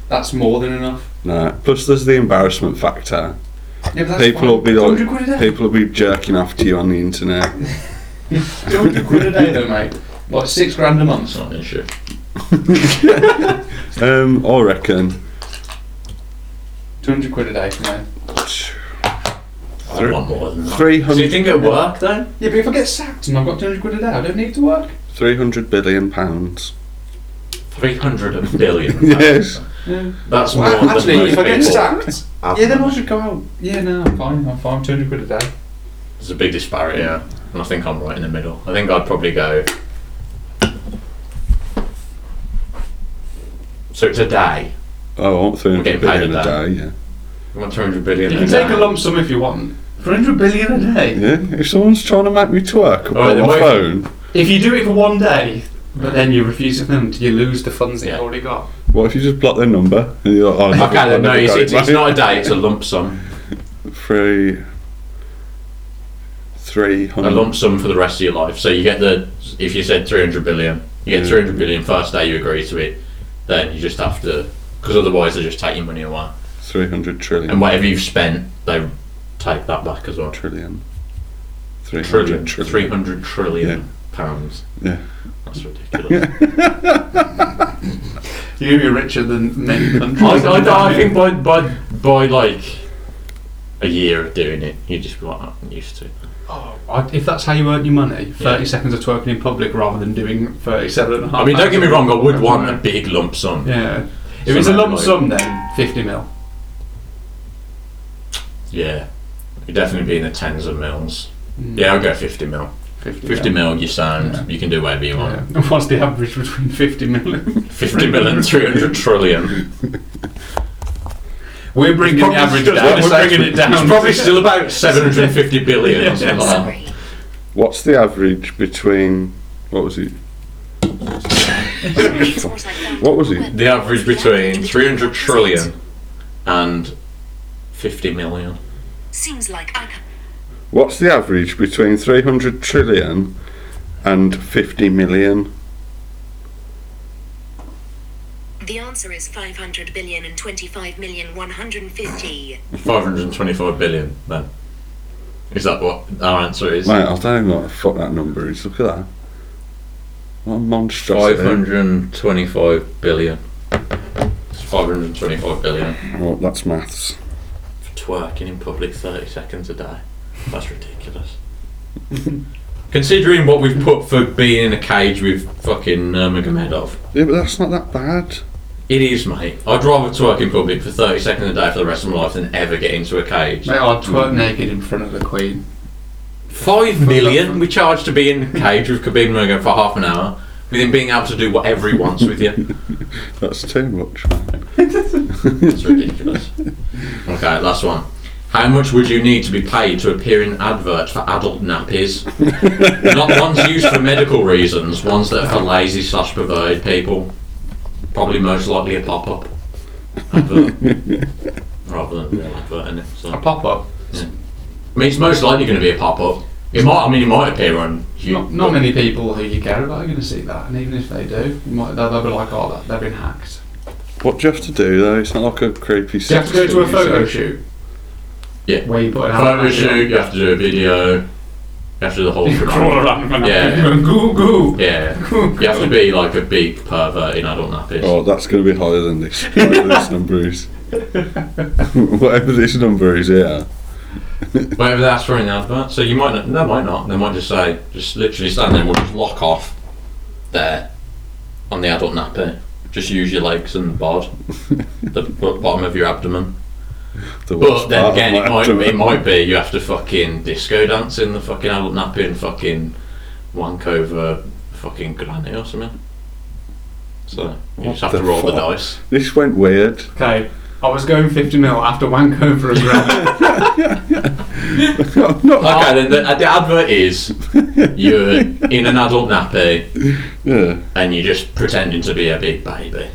Speaker 9: That's more than enough.
Speaker 4: No. Plus, there's the embarrassment factor.
Speaker 9: Yeah, but that's
Speaker 4: people
Speaker 9: fine.
Speaker 4: will be
Speaker 9: 200 quid a
Speaker 4: like,
Speaker 9: day.
Speaker 4: people will be jerking off to you on the internet.
Speaker 9: 200 quid a day though, mate. Like six grand a month.
Speaker 2: It's not an issue.
Speaker 4: Um, I reckon.
Speaker 9: 200 quid a day for me.
Speaker 2: I want more than that.
Speaker 4: Three
Speaker 2: So you
Speaker 4: hundred,
Speaker 2: think at work though?
Speaker 9: Yeah, but if I get sacked and I've got 200 quid a day, I don't need to work.
Speaker 4: three hundred billion pounds.
Speaker 2: Three hundred billion.
Speaker 4: Yes.
Speaker 2: That's more
Speaker 9: Well,
Speaker 2: than
Speaker 9: actually,
Speaker 2: most
Speaker 9: if I get
Speaker 2: people.
Speaker 9: sacked, yeah, then I should go out. Yeah, no, I'm fine. I'm fine. 200 quid a day.
Speaker 2: There's a big disparity. Yeah. And I think I'm right in the middle. I think I'd probably go. So it's a day.
Speaker 4: Oh, I want three
Speaker 2: We're getting
Speaker 4: hundred
Speaker 2: paid
Speaker 4: billion
Speaker 2: a
Speaker 4: a day. Yeah.
Speaker 2: You want 200 billion.
Speaker 3: You
Speaker 2: a
Speaker 3: can
Speaker 2: day.
Speaker 3: take a lump sum if you want. For hundred billion a day.
Speaker 4: Yeah. If someone's trying to make me twerk
Speaker 2: Alright,
Speaker 4: on
Speaker 2: then
Speaker 4: my
Speaker 2: wait.
Speaker 4: phone,
Speaker 3: If you do it for one day, but then you refuse it, then you lose the funds that
Speaker 2: Yeah.
Speaker 3: you've already got.
Speaker 4: what if you just block their number and you're like, oh, never-
Speaker 2: Okay,
Speaker 4: I'll
Speaker 2: then no,
Speaker 4: never
Speaker 2: it's,
Speaker 4: go
Speaker 2: it's,
Speaker 4: back.
Speaker 2: it's not a day, it's a lump sum.
Speaker 4: three, three
Speaker 2: A
Speaker 4: hundred.
Speaker 2: lump sum for the rest of your life. So you get the, if you said 300 billion, you get
Speaker 4: Yeah.
Speaker 2: 300 billion first day you agree to it, then you just have to, because otherwise they just take your money away.
Speaker 4: Three hundred trillion.
Speaker 2: And whatever you've spent, they take that back as well.
Speaker 4: trillion. Three
Speaker 2: trillion,
Speaker 4: hundred
Speaker 2: three
Speaker 4: trillion.
Speaker 2: hundred trillion
Speaker 4: Yeah.
Speaker 2: pounds.
Speaker 4: Yeah.
Speaker 2: That's ridiculous.
Speaker 3: You're gonna be richer than many countries.
Speaker 2: I, I, I think by, by by like a year of doing it, you just be like, "Oh, I'm used to. it."
Speaker 3: I- if that's how you earn your money, thirty seconds of twerking in public rather than doing thirty-seven and a half.
Speaker 2: I mean, don't get me wrong. I would
Speaker 3: hours.
Speaker 2: want a big lump sum.
Speaker 3: Yeah. If it's a
Speaker 2: Something
Speaker 3: lump
Speaker 2: like-
Speaker 3: sum, then fifty mil.
Speaker 2: Yeah, you'd definitely be in the tens of mils. Yeah, I'll go fifty mil.
Speaker 3: Fifty.
Speaker 2: Fifty mil, you sound. You can do whatever you want.
Speaker 3: Yeah. And What's the average between fifty million?
Speaker 2: Fifty mil and three hundred trillion.
Speaker 3: We're bringing the average down.
Speaker 2: It's
Speaker 3: We're bringing it down.
Speaker 2: It's probably still about seven hundred and fifty billion or something like that.
Speaker 7: Sorry.
Speaker 4: What's the average between? What was it?
Speaker 7: Here's what I found
Speaker 4: What was
Speaker 7: on
Speaker 4: it?
Speaker 7: the web.
Speaker 2: The average between three hundred trillion and 50 million.
Speaker 7: Seems like I can.
Speaker 4: What's the average between 300 trillion and 50 million?
Speaker 7: The answer is 500 billion and 25 million 150.
Speaker 2: 524 billion, then. Is that what our answer is?
Speaker 4: Mate, I don't know what the fuck that number is. Look at that. What a monstrosity.
Speaker 2: 525 billion. It's 525 billion.
Speaker 4: Oh, that's maths.
Speaker 2: For twerking in public 30 seconds a day. That's ridiculous. Considering what we've put for being in a cage with fucking Nurmagomedov,
Speaker 4: Yeah, but that's not that bad.
Speaker 2: it is, mate. I'd rather twerk in public for 30 seconds a day for the rest of my life than ever get into a cage.
Speaker 6: Mate, I'd twerk naked in front of the Queen.
Speaker 2: Five million we charge to be in the cage with Khabib Nurmagomedov for half an hour, with him being able to do whatever he wants with you.
Speaker 4: That's too much.
Speaker 2: It's ridiculous. Okay, last one. How much would you need to be paid to appear in adverts for adult nappies? Not ones used for medical reasons, ones that are for lazy slash perverted people. Probably most likely a pop up advert. Rather than a real advert, innit? So, I
Speaker 6: Pop up.
Speaker 2: mean, it's most likely going to be a pop up. It might, I mean, it might appear on
Speaker 6: Not,
Speaker 2: YouTube.
Speaker 6: not many people who you care about are going to see that, and even if they do, you might, they'll, they'll be like, oh, that, they've been hacked.
Speaker 4: What do you have to do though? It's not like a creepy.
Speaker 6: Do you have to go to a photo shoot?
Speaker 2: Yeah.
Speaker 6: Where you put an
Speaker 2: Photo shoot, you have to do a video, you have to do the whole
Speaker 6: Crawl
Speaker 2: thing.
Speaker 6: around for
Speaker 2: Yeah.
Speaker 6: Goo goo.
Speaker 2: Yeah. You have to be like a big pervert in adult nappies.
Speaker 4: Oh, that's going to be higher than this. Whatever this number is. Whatever this number is, yeah.
Speaker 2: Whatever that's for in the advert. So you might not, they might not. They might just say, just literally stand there, we'll just lock off there on the adult nappy. Just use your legs and the bod, the b- bottom of your abdomen.
Speaker 4: The
Speaker 2: But
Speaker 4: worst
Speaker 2: then
Speaker 4: part of
Speaker 2: again,
Speaker 4: my
Speaker 2: it might, it
Speaker 4: abdomen.
Speaker 2: might be you have to fucking disco dance in the fucking adult nappy and fucking wank over fucking granny or something. So you just have
Speaker 4: the
Speaker 2: to roll the
Speaker 4: fuck?
Speaker 2: dice.
Speaker 4: This went weird.
Speaker 6: Okay, I was going 50 mil after wank over a grand.
Speaker 4: I'm not.
Speaker 2: Okay, then the, the advert is Oh, you're in an adult nappy.
Speaker 4: Yeah.
Speaker 2: and you're just pretending to be a big baby.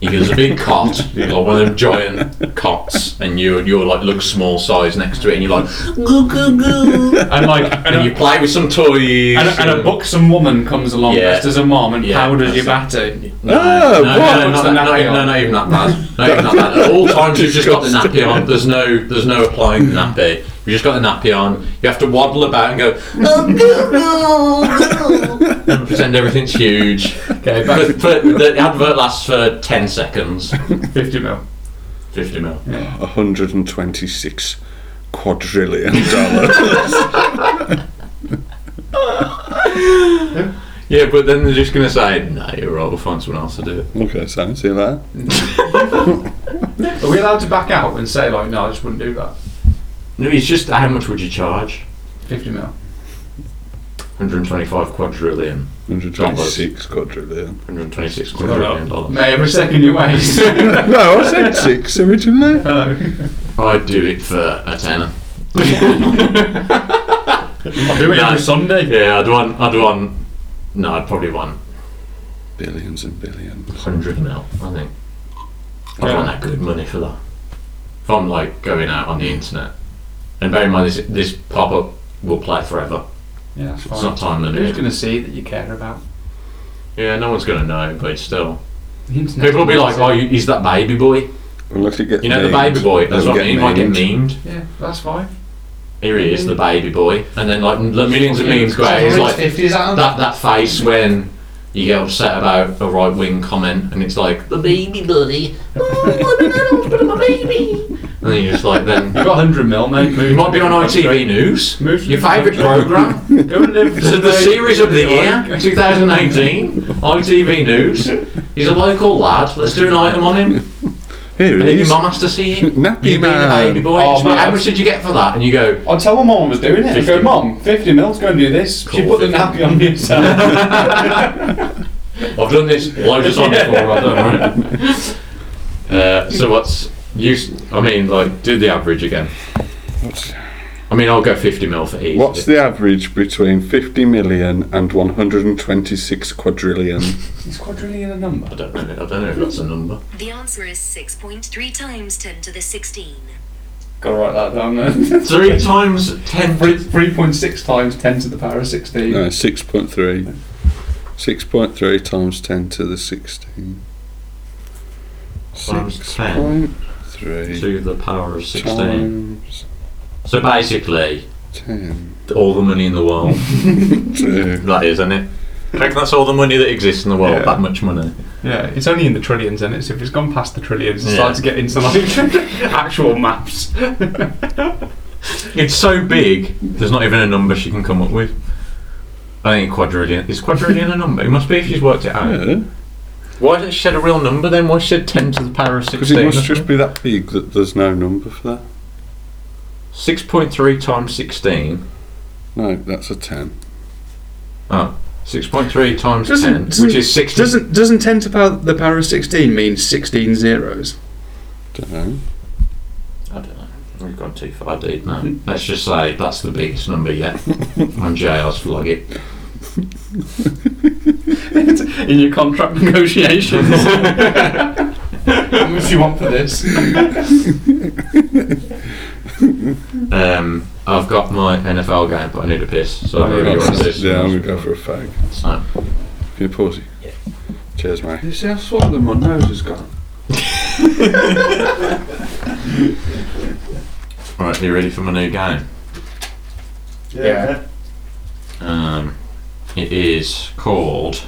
Speaker 2: You get a big cot, you've got one of them giant cots, and you you're like look small size next to it, and you're like goo goo goo,
Speaker 6: and like, and,
Speaker 2: and
Speaker 6: a,
Speaker 2: you play with some toys
Speaker 6: and, a, and a buxom woman comes along
Speaker 2: Yeah.
Speaker 6: dressed as a mom and
Speaker 2: Yeah,
Speaker 6: powders
Speaker 2: that's
Speaker 6: your
Speaker 2: it.
Speaker 6: batty.
Speaker 2: No,
Speaker 4: Ah,
Speaker 2: no, no,
Speaker 4: what?
Speaker 2: no, not, that, not, even- no, not even that bad. Not even that bad. At all times you've just got the nappy on. There's no, there's no applying the nappy. You just got the nappy on. You have to waddle about and go, "Oh, goo, goo, goo," and pretend everything's huge. Okay, but, but the advert lasts for ten seconds.
Speaker 6: 50 mil.
Speaker 2: 50 mil.
Speaker 4: 126 quadrillion dollars.
Speaker 2: Yeah, but then they're just going to say, no, you're right, we'll find someone else to do it.
Speaker 4: okay, so see that.
Speaker 6: Are we allowed to back out and say, like, no, I just wouldn't do that?
Speaker 2: No, it's just how much would you charge?
Speaker 6: 50 mil.
Speaker 2: 125 quadrillion.
Speaker 4: 126 quadrillion.
Speaker 2: 126 quadrillion dollars.
Speaker 6: Mate, every second you waste.
Speaker 4: No, I said six originally.
Speaker 2: I'd do it for a tenner.
Speaker 6: I'll do it
Speaker 2: No.
Speaker 6: every Sunday.
Speaker 2: Yeah, I'd want, I'd want, no, I'd probably want
Speaker 4: Billions and billions.
Speaker 2: 100 mil, I think. I'd want that good money for that. If I'm like going out on the internet, and bear in mind this, this pop up will play forever,
Speaker 6: Yeah, that's fine.
Speaker 2: it's not time
Speaker 6: Who's
Speaker 2: limited.
Speaker 6: going to see that you care about?
Speaker 2: Yeah, no one's going to know, but it's still.
Speaker 6: The internet
Speaker 2: People will be like,
Speaker 6: knows
Speaker 2: oh,
Speaker 6: it.
Speaker 2: you- he's that baby boy.
Speaker 4: Unless it gets
Speaker 2: You know, the
Speaker 4: named,
Speaker 2: baby boy, that's
Speaker 4: they'll
Speaker 2: what I mean, he might get memed.
Speaker 6: Yeah, that's fine.
Speaker 2: Here he is, the baby boy. And then, like, l- millions of memes go out. It's like
Speaker 3: 50s and
Speaker 2: that, that face when you get upset about a right wing comment, and it's like, the baby buddy. Oh, I'm an adult, but I'm a baby. And then you're just like, then.
Speaker 6: You've got 100 mil, mate. Move
Speaker 2: You might be on ITV News,
Speaker 6: Move to
Speaker 2: your
Speaker 6: the
Speaker 2: favourite
Speaker 6: country.
Speaker 2: programme.
Speaker 6: Go and live
Speaker 2: So the series of the year, 2018, ITV News. He's a local lad. Let's do an item on him.
Speaker 4: Here
Speaker 2: And
Speaker 4: it
Speaker 2: then your
Speaker 4: is.
Speaker 2: mum has to see it.
Speaker 4: Nappy
Speaker 2: you
Speaker 4: man.
Speaker 2: being a baby boy.
Speaker 6: Oh,
Speaker 2: It's like,
Speaker 6: man.
Speaker 2: how much did you get for that? And you go,
Speaker 6: I'll tell my mom I was doing it. I
Speaker 2: 50.
Speaker 6: go, mom, 50 mils, go and do this. she
Speaker 2: Cool,
Speaker 6: put the
Speaker 2: 50.
Speaker 6: nappy on yourself.
Speaker 2: I've done this loads of times before. I don't know. Uh, so what's you? s- I mean, like, do the average again.
Speaker 4: What's-
Speaker 2: I mean, I'll go 50 mil for easy.
Speaker 4: What's the average between 50 million and 126 quadrillion?
Speaker 3: Is quadrillion a number?
Speaker 2: I don't know. I don't know if that's a number.
Speaker 7: The answer is 6.3 times 10 to the 16.
Speaker 3: Gotta write that down then.
Speaker 2: Three times 10.
Speaker 3: Three- 3.6 times 10 to the power of 16.
Speaker 4: No, 6.3. 6.3 times 10 to the 16.
Speaker 2: Times 10.
Speaker 4: 6.3
Speaker 2: To the power of 16.
Speaker 4: times
Speaker 2: So basically,
Speaker 4: 10
Speaker 2: all the money in the world.
Speaker 4: to
Speaker 2: that is, isn't it? I reckon that's all the money that exists in the world,
Speaker 6: Yeah.
Speaker 2: that much money.
Speaker 6: Yeah, it's only in the trillions, and it's if it's gone past the trillions, it
Speaker 2: Yeah.
Speaker 6: starts to get into like actual maps.
Speaker 2: It's so big, there's not even a number she can come up with. I think quadrillion. Is quadrillion a number? It must be if she's worked it out.
Speaker 4: Yeah,
Speaker 2: Why didn't she said a real number then? Why she said 10 to the power of
Speaker 4: because
Speaker 2: 16?
Speaker 4: it must just be that big that there's no number for that.
Speaker 2: 6.3 times 16.
Speaker 4: No, that's a 10.
Speaker 2: Oh, 6.3 times
Speaker 1: Doesn't-
Speaker 2: 10,
Speaker 1: doesn't-
Speaker 2: which is 60.
Speaker 1: Doesn't doesn't ten to power the power of sixteen mean sixteen zeros?
Speaker 4: Don't know.
Speaker 2: I don't know. We've gone too far deep now. Let's just say that's the biggest number yet. On JR's vlog it.
Speaker 6: in your contract negotiations. How much do you want for this?
Speaker 2: Um, I've got my NFL game, but I need a piss. So maybe you want to do something
Speaker 4: Oh, yeah, I'm
Speaker 2: else.
Speaker 4: going to go for a fag.
Speaker 2: So,
Speaker 4: Can you pause it? Cheers, mate.
Speaker 1: You see, I swallowed them. My nose is gone.
Speaker 2: Right, you ready for my new game?
Speaker 1: Yeah.
Speaker 2: Um, it is called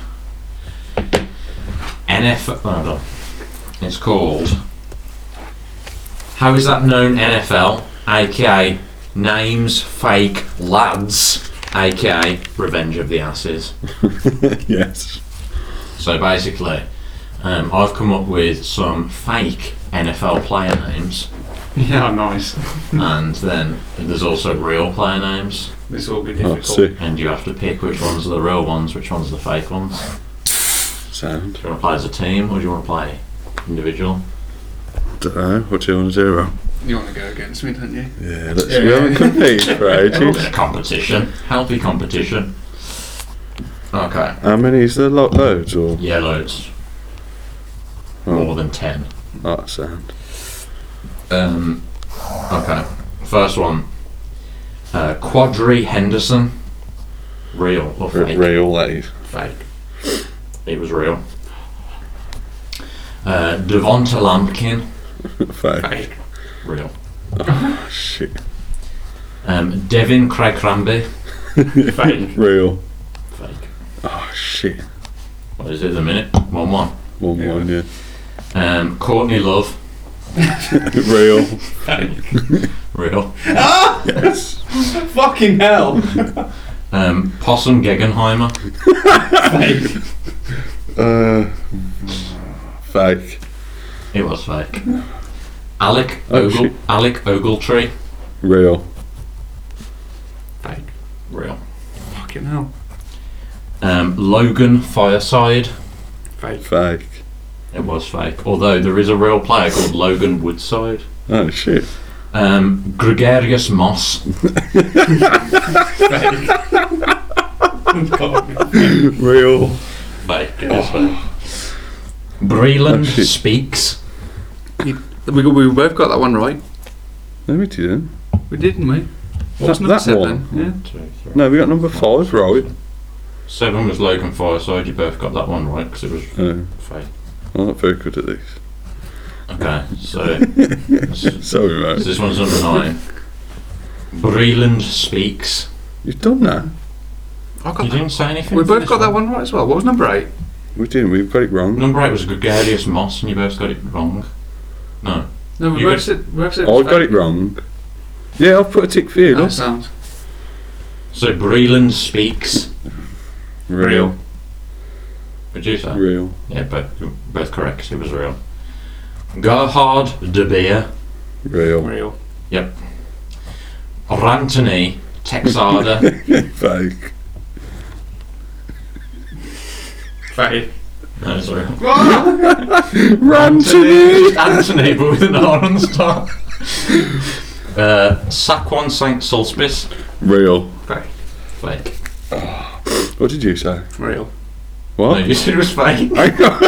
Speaker 2: NFL. Oh, no. It's called How is that known NFL? AKA names fake lads. AKA Revenge of the Asses.
Speaker 4: yes.
Speaker 2: So basically, um, I've come up with some fake NFL player names,
Speaker 6: Yeah, nice.
Speaker 2: and then there's also real player names,
Speaker 6: This will be
Speaker 4: Oh,
Speaker 6: difficult.
Speaker 4: sick.
Speaker 2: and you have to pick which ones are the real ones, which ones are the fake ones.
Speaker 4: Sound.
Speaker 2: Do you want to play as a team or do you want to play individual?
Speaker 4: Don't know. What do you want to do, Rob?
Speaker 3: You want to go against me, don't you?
Speaker 4: Yeah, let's. we haven't competed for
Speaker 2: A
Speaker 4: ages.
Speaker 2: bit of competition, healthy competition. Okay.
Speaker 4: How many is there? Lot loads or?
Speaker 2: Yeah, loads. More than 10.
Speaker 4: That oh, sound.
Speaker 2: Um, okay. First one uh, Quadri Henderson. Real or
Speaker 4: R-
Speaker 2: fake?
Speaker 4: real that is.
Speaker 2: Fake. It was real. Uh, Devonta Lampkin.
Speaker 4: Fake.
Speaker 2: Real.
Speaker 4: Shit.
Speaker 2: Um, Devin Craig Ramby. Fake.
Speaker 4: Real.
Speaker 2: Fake.
Speaker 4: Oh shit.
Speaker 2: What is it at the minute? 1 1.
Speaker 4: One yeah. one, yeah.
Speaker 2: Um, Courtney Love,
Speaker 4: real.
Speaker 2: real.
Speaker 4: yes.
Speaker 3: Fucking hell!
Speaker 2: Um, Possum Gegenheimer,
Speaker 4: Uh. Fake.
Speaker 2: it was fake. Alec
Speaker 4: Oh,
Speaker 2: Ogle,
Speaker 4: shit.
Speaker 2: Alec Ogletree,
Speaker 4: Real.
Speaker 2: fake, real.
Speaker 3: Fucking hell.
Speaker 2: Um, Logan Fireside,
Speaker 4: Fake.
Speaker 2: it was fake. Although there is a real player called Logan Woodside.
Speaker 4: Oh shit.
Speaker 2: Um, Gregarious Moss,
Speaker 4: Real.
Speaker 2: fake. It was fake. Breland
Speaker 4: Oh, shit.
Speaker 2: speaks.
Speaker 1: We got, we both got that one right.
Speaker 4: No, we didn't.
Speaker 1: We didn't we?
Speaker 4: That,
Speaker 1: number
Speaker 4: that
Speaker 1: seven?
Speaker 4: one.
Speaker 1: Yeah.
Speaker 2: Two, three.
Speaker 4: No, we got number five right.
Speaker 2: Seven was Logan Fireside. You both got that one right because it was
Speaker 4: Oh,
Speaker 2: fake.
Speaker 4: I'm not very good at this.
Speaker 2: Okay, so
Speaker 4: Sorry,
Speaker 2: So
Speaker 4: mate.
Speaker 2: this one's number nine. Breland speaks.
Speaker 4: You've done that.
Speaker 1: I
Speaker 2: You
Speaker 1: got that.
Speaker 2: didn't say anything.
Speaker 1: We
Speaker 2: for
Speaker 1: both
Speaker 2: this
Speaker 1: got that one right as well. What was number eight?
Speaker 4: We didn't. We've got it wrong.
Speaker 2: Number eight was Gregarious Moss, and you both got it wrong. No.
Speaker 1: No, we
Speaker 2: You
Speaker 1: both
Speaker 2: got-
Speaker 1: said. We both said.
Speaker 4: I got it wrong. Yeah, I've put a tick for you.
Speaker 1: That
Speaker 4: look.
Speaker 1: sounds.
Speaker 2: So Breland speaks.
Speaker 4: Real.
Speaker 2: Producer.
Speaker 4: Real.
Speaker 2: Yeah, both, you're both correct. 'cause It was real. Gerhard de Beer.
Speaker 4: Real.
Speaker 6: Real.
Speaker 2: Yep. Rantony Texada.
Speaker 4: Fake.
Speaker 6: Fake.
Speaker 2: no, sorry.
Speaker 4: Rantony!
Speaker 2: Anthony, but with an R on the start. Uh, Saquon Saint Solstice.
Speaker 4: Real.
Speaker 2: Fake.
Speaker 4: What did you say?
Speaker 6: Real. Oh.
Speaker 2: No,
Speaker 4: What?
Speaker 2: you said it was fake.
Speaker 4: Hang on.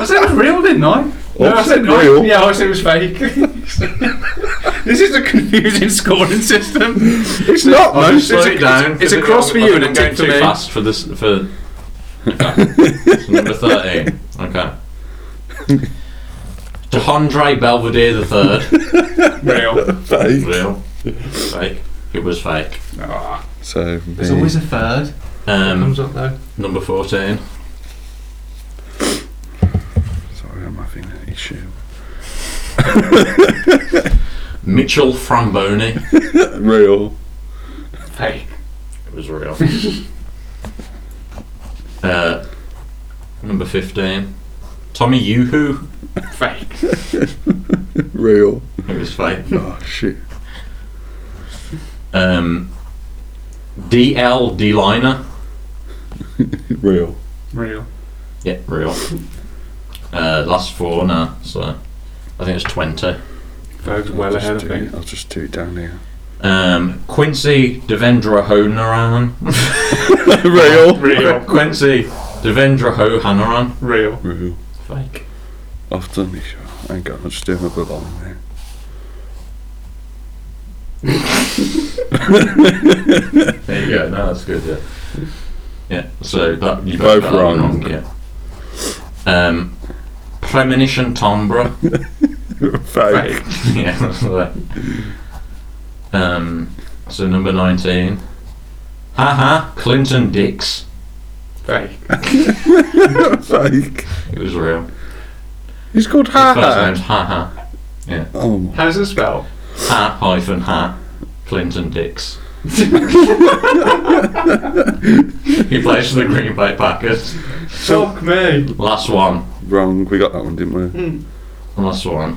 Speaker 6: I said it was real, didn't I?
Speaker 4: Well, I said
Speaker 6: I-
Speaker 4: real.
Speaker 6: Yeah, I said it was fake. this is a confusing scoring system.
Speaker 4: It's not,
Speaker 2: I'll
Speaker 4: no.
Speaker 2: just slow
Speaker 6: Oh, it's a-
Speaker 2: it down.
Speaker 6: it's a cross for you and a
Speaker 2: I'm going
Speaker 6: tick for
Speaker 2: too
Speaker 6: me.
Speaker 2: fast for this for. Okay. So number thirteen. Okay. Jahondre Belvedere the third.
Speaker 6: Real.
Speaker 4: Fake.
Speaker 2: Real. Fake. It was fake.
Speaker 4: So,
Speaker 3: There's always a third.
Speaker 2: Um,
Speaker 3: Comes up though.
Speaker 2: number fourteen.
Speaker 4: sorry, I'm having an issue.
Speaker 2: Mitchell Framboni.
Speaker 4: Real.
Speaker 6: Fake.
Speaker 2: It was real. uh, number fifteen. Tommy Yoo-hoo.
Speaker 6: Fake.
Speaker 4: Real.
Speaker 2: It was fake.
Speaker 4: Oh, shit.
Speaker 2: Um, DL D-liner.
Speaker 4: Real.
Speaker 6: Real.
Speaker 2: Yeah, real. Uh, last four now, so I think it's 20.
Speaker 6: Vogue's well
Speaker 4: Just
Speaker 6: ahead of
Speaker 4: do
Speaker 6: me.
Speaker 4: it. I'll just do it down here.
Speaker 2: Um, Quincy Devendra Honaran.
Speaker 4: Real.
Speaker 6: Real.
Speaker 2: Quincy Devendra Hohanaran.
Speaker 6: Real.
Speaker 4: Real.
Speaker 2: Fake.
Speaker 4: I've done this. Hang on, I'll just do another line there.
Speaker 2: There you go, no, that's good, yeah. Yeah, so that, you
Speaker 4: Both
Speaker 2: got that
Speaker 4: wrong.
Speaker 2: Yeah. Um, Premonition Tombra.
Speaker 4: Fake.
Speaker 2: yeah, that's right. Um, so number 19. Haha, Clinton Dix.
Speaker 6: Fake.
Speaker 4: Fake.
Speaker 2: It was real. His
Speaker 4: He's called
Speaker 2: first
Speaker 4: Ha
Speaker 2: name's Haha.
Speaker 4: Oh my.
Speaker 6: How's it spelled?
Speaker 2: Ha hyphen ha. Clinton Dix. he plays for the Green Bay Packers.
Speaker 6: Fuck me.
Speaker 2: Last one.
Speaker 4: Wrong. We got that one, didn't we?
Speaker 2: Last one.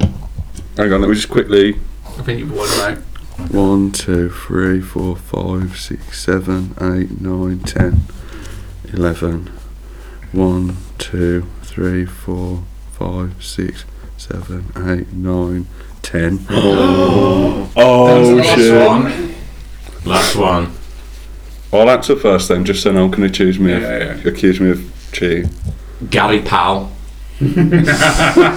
Speaker 4: Hang on, let me just quickly.
Speaker 6: I think you've won, mate.
Speaker 4: One, two, three, four, five, six, seven, eight, nine, ten, eleven. One, two, three, four, five, six, seven, eight, nine, ten. Oh, oh shit.
Speaker 2: Last one.
Speaker 4: I'll answer first then, just so no one can accuse me
Speaker 6: Yeah, yeah,
Speaker 4: of accuse me of cheating.
Speaker 2: Gary Powell.
Speaker 4: Fuck.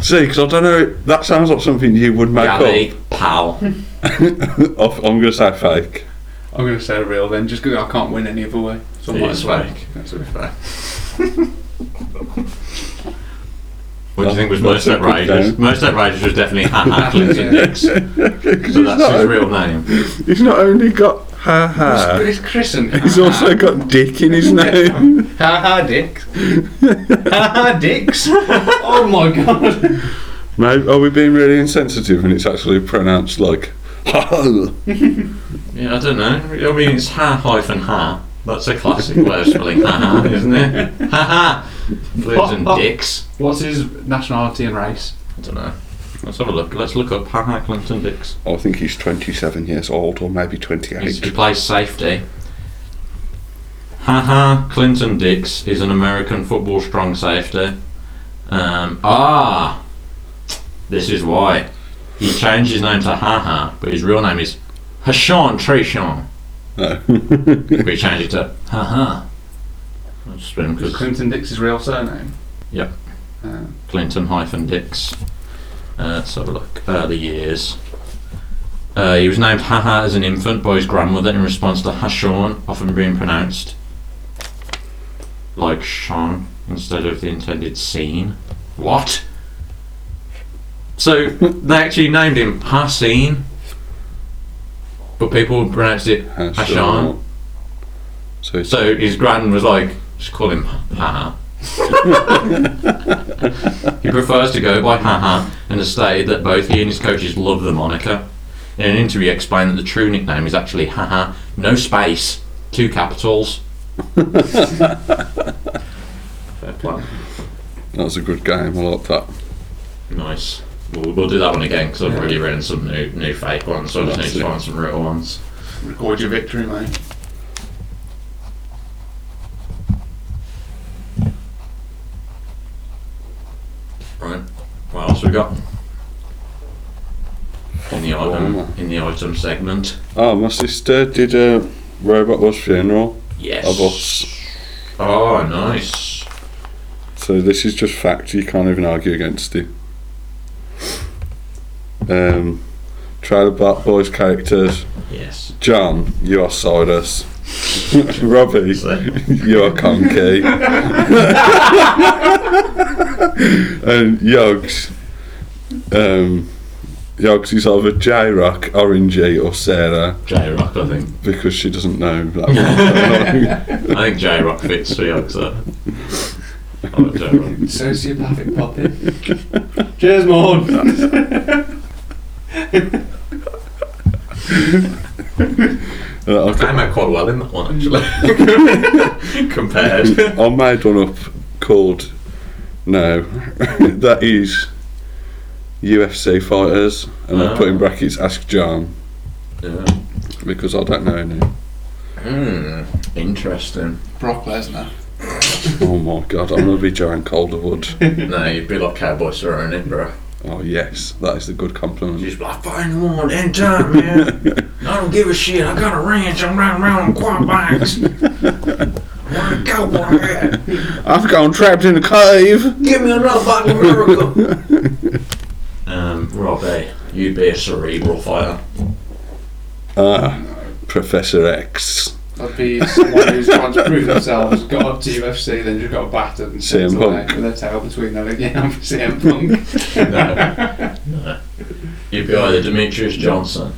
Speaker 4: See, because I don't know. That sounds like something you would make
Speaker 2: Gary Powell.
Speaker 4: up. Off- I'm gonna say fake.
Speaker 6: I'm going to say real then, just because I can't win any other way. So I might
Speaker 2: It's
Speaker 6: as well.
Speaker 2: fake.
Speaker 6: That's it.
Speaker 2: What do you think was most
Speaker 4: That's a good
Speaker 2: outrageous?
Speaker 4: name.
Speaker 2: Most outrageous was definitely Haha Clinton Dix. So
Speaker 4: 'Cause he's,
Speaker 2: that's his
Speaker 4: not,
Speaker 2: real name.
Speaker 4: he's not only got ha ha.
Speaker 6: Uh, It's Chris and
Speaker 4: He's also got dick in his name.
Speaker 6: Ha ha dicks. ha ha dicks. Oh my god.
Speaker 4: Mate, are we being really insensitive and it's actually pronounced like ha?
Speaker 2: Yeah, I don't know. I mean, it's ha hyphen ha. That's a classic way of spelling haha, isn't it? Haha. Clinton Dix.
Speaker 6: What's his nationality and race?
Speaker 2: I don't know. Let's have a look. Let's look up Haha Clinton Dix.
Speaker 4: I think he's 27 years old or maybe
Speaker 2: He's, he
Speaker 4: 28.
Speaker 2: plays safety. Haha Clinton Dix is an American football strong safety. Um, ah, this is why he changed his name to Haha, but his real name is Hashan Treshan.
Speaker 4: No.
Speaker 2: But he changed it to Haha. That's spin
Speaker 6: Is
Speaker 2: because
Speaker 6: Clinton Dix's real surname?
Speaker 2: Yep.
Speaker 6: Uh,
Speaker 2: Clinton hyphen Dix. Uh, let's have a look. Uh, the years. Uh, he was named Haha as an infant by his grandmother in response to Hashan, often being pronounced like Sean instead of the intended scene. What? So they actually named him Hasin, but people pronounced it Hashan.
Speaker 4: So it's
Speaker 2: So his gran was like, just call him Haha. he prefers to go by Haha and has stated that both he and his coaches love the moniker. In an interview, he explained that the true nickname is actually Haha, no space, two capitals. Fair plan.
Speaker 4: that was a good game. I like that.
Speaker 2: Nice. We'll, we'll do that one again because I've already written some new, new fake ones, so I just need to
Speaker 4: Absolutely.
Speaker 2: find some real ones.
Speaker 6: record your victory, mate.
Speaker 2: Right. What else we got? in the item in the item segment.
Speaker 4: Oh, my sister did a Robot Wars funeral
Speaker 2: Yes.
Speaker 4: of us.
Speaker 2: Oh, nice.
Speaker 4: So this is just fact, you can't even argue against it. Um, Trailer Park Boys characters.
Speaker 2: Yes.
Speaker 4: John, you are Sardis. Robbie, you are Conky. and Yogs. Um, Yogs is either J Rock, Orangey, or Sarah
Speaker 2: J Rock, I think.
Speaker 4: because she doesn't know that one.
Speaker 2: I think J Rock fits the answer. I like J Rock.
Speaker 3: Sociopathic puppet. Cheers, Maud.
Speaker 4: Uh, I've
Speaker 2: I
Speaker 4: got-
Speaker 2: met quite well in that one actually. Compared.
Speaker 4: I made one up called No. that is UFC fighters, and I put in
Speaker 2: Ah.
Speaker 4: brackets Ask John
Speaker 2: Yeah.
Speaker 4: because I don't know any.
Speaker 2: Hmm. Interesting.
Speaker 3: Brock Lesnar.
Speaker 4: Oh my god, I'm gonna be Joanne Calderwood.
Speaker 2: No, you'd be like Cowboy Cerrone, bro.
Speaker 4: Oh yes, that is the good compliment.
Speaker 2: Just be like five in the morning, end time, man. I don't give a shit. I got a ranch. I'm riding around on quad bikes. Where to go, boy?
Speaker 4: I've gone trapped in a cave.
Speaker 2: Give me another bottle of miracle. Um, Robbie, you'd be a cerebral fighter.
Speaker 4: Ah, Professor X.
Speaker 3: That'd be someone who's trying to prove themselves, got up to UFC, then just got battered and sent
Speaker 4: CM
Speaker 3: away
Speaker 4: Punk.
Speaker 3: with their tail between their legs. Yeah, I'm CM Punk.
Speaker 2: No, no. You'd be either Demetrius Johnson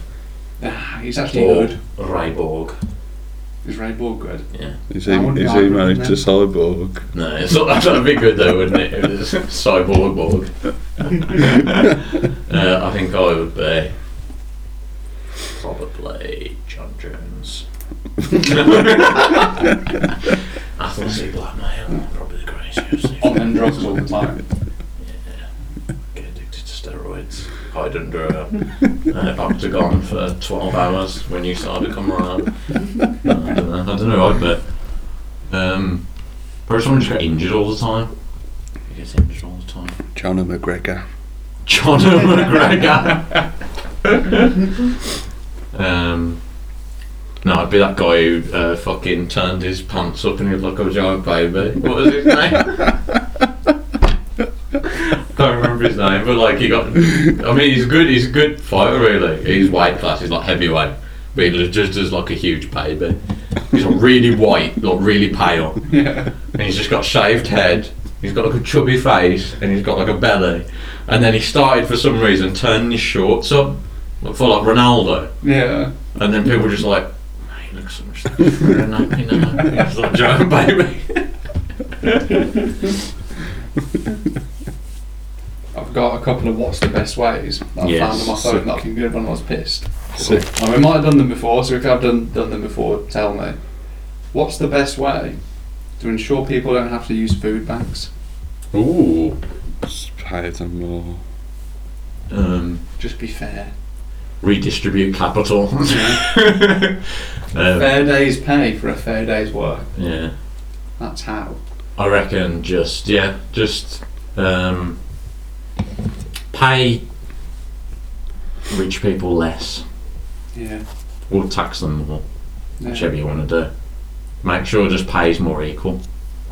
Speaker 3: Ah, he's actually
Speaker 2: or
Speaker 3: good.
Speaker 2: Ray Borg.
Speaker 3: Is Ray Borg good?
Speaker 4: Is he,
Speaker 3: I wouldn't
Speaker 4: is
Speaker 3: know,
Speaker 4: he married
Speaker 3: wouldn't
Speaker 4: to Cyborg?
Speaker 2: No, it's not, that'd be good though, wouldn't it? It was Cyborg Borg. uh, I think I would be probably John Jones. Athletic blackmail, probably the craziest.
Speaker 3: On them drugs all the time.
Speaker 2: Get addicted to steroids. Hide under a, an octagon for 12 hours when you start to come around. I don't know, I don't know, I'd bet. Um, probably someone just got injured all the time. He gets injured all the time.
Speaker 4: John McGregor.
Speaker 2: John McGregor. um, no, I'd be that guy who uh, fucking turned his pants up and he'd look a giant baby. What was his name? Can't remember his name, but like he got. I mean, he's good. He's a good fighter, really. He's weight class. He's like heavyweight, but he just does like a huge baby. He's like really white, like really pale
Speaker 3: Yeah.
Speaker 2: and he's just got shaved head. He's got like a chubby face, and he's got like a belly. And then he started for some reason turning his shorts up like, for like Ronaldo,
Speaker 3: Yeah.
Speaker 2: and then people were just like, "Mate, he looks so much like Ronaldo now." He's like giant baby.
Speaker 3: I've got a couple of what's the best ways that I
Speaker 2: Yes.
Speaker 3: found on my phone that I can good when I was pissed. I mean, I might have done them before, so if I've done, done them before, tell me. What's the best way to ensure people don't have to use food banks?
Speaker 2: Ooh.
Speaker 4: Pay them more.
Speaker 2: Um,
Speaker 3: Just be fair.
Speaker 2: redistribute capital. um,
Speaker 3: Fair day's pay for a fair day's work.
Speaker 2: yeah.
Speaker 3: That's how.
Speaker 2: I reckon just yeah, just um, pay rich people less
Speaker 3: Yeah.
Speaker 2: or tax them more.
Speaker 3: Yeah.
Speaker 2: whichever you want to do. Make sure just pays more equal,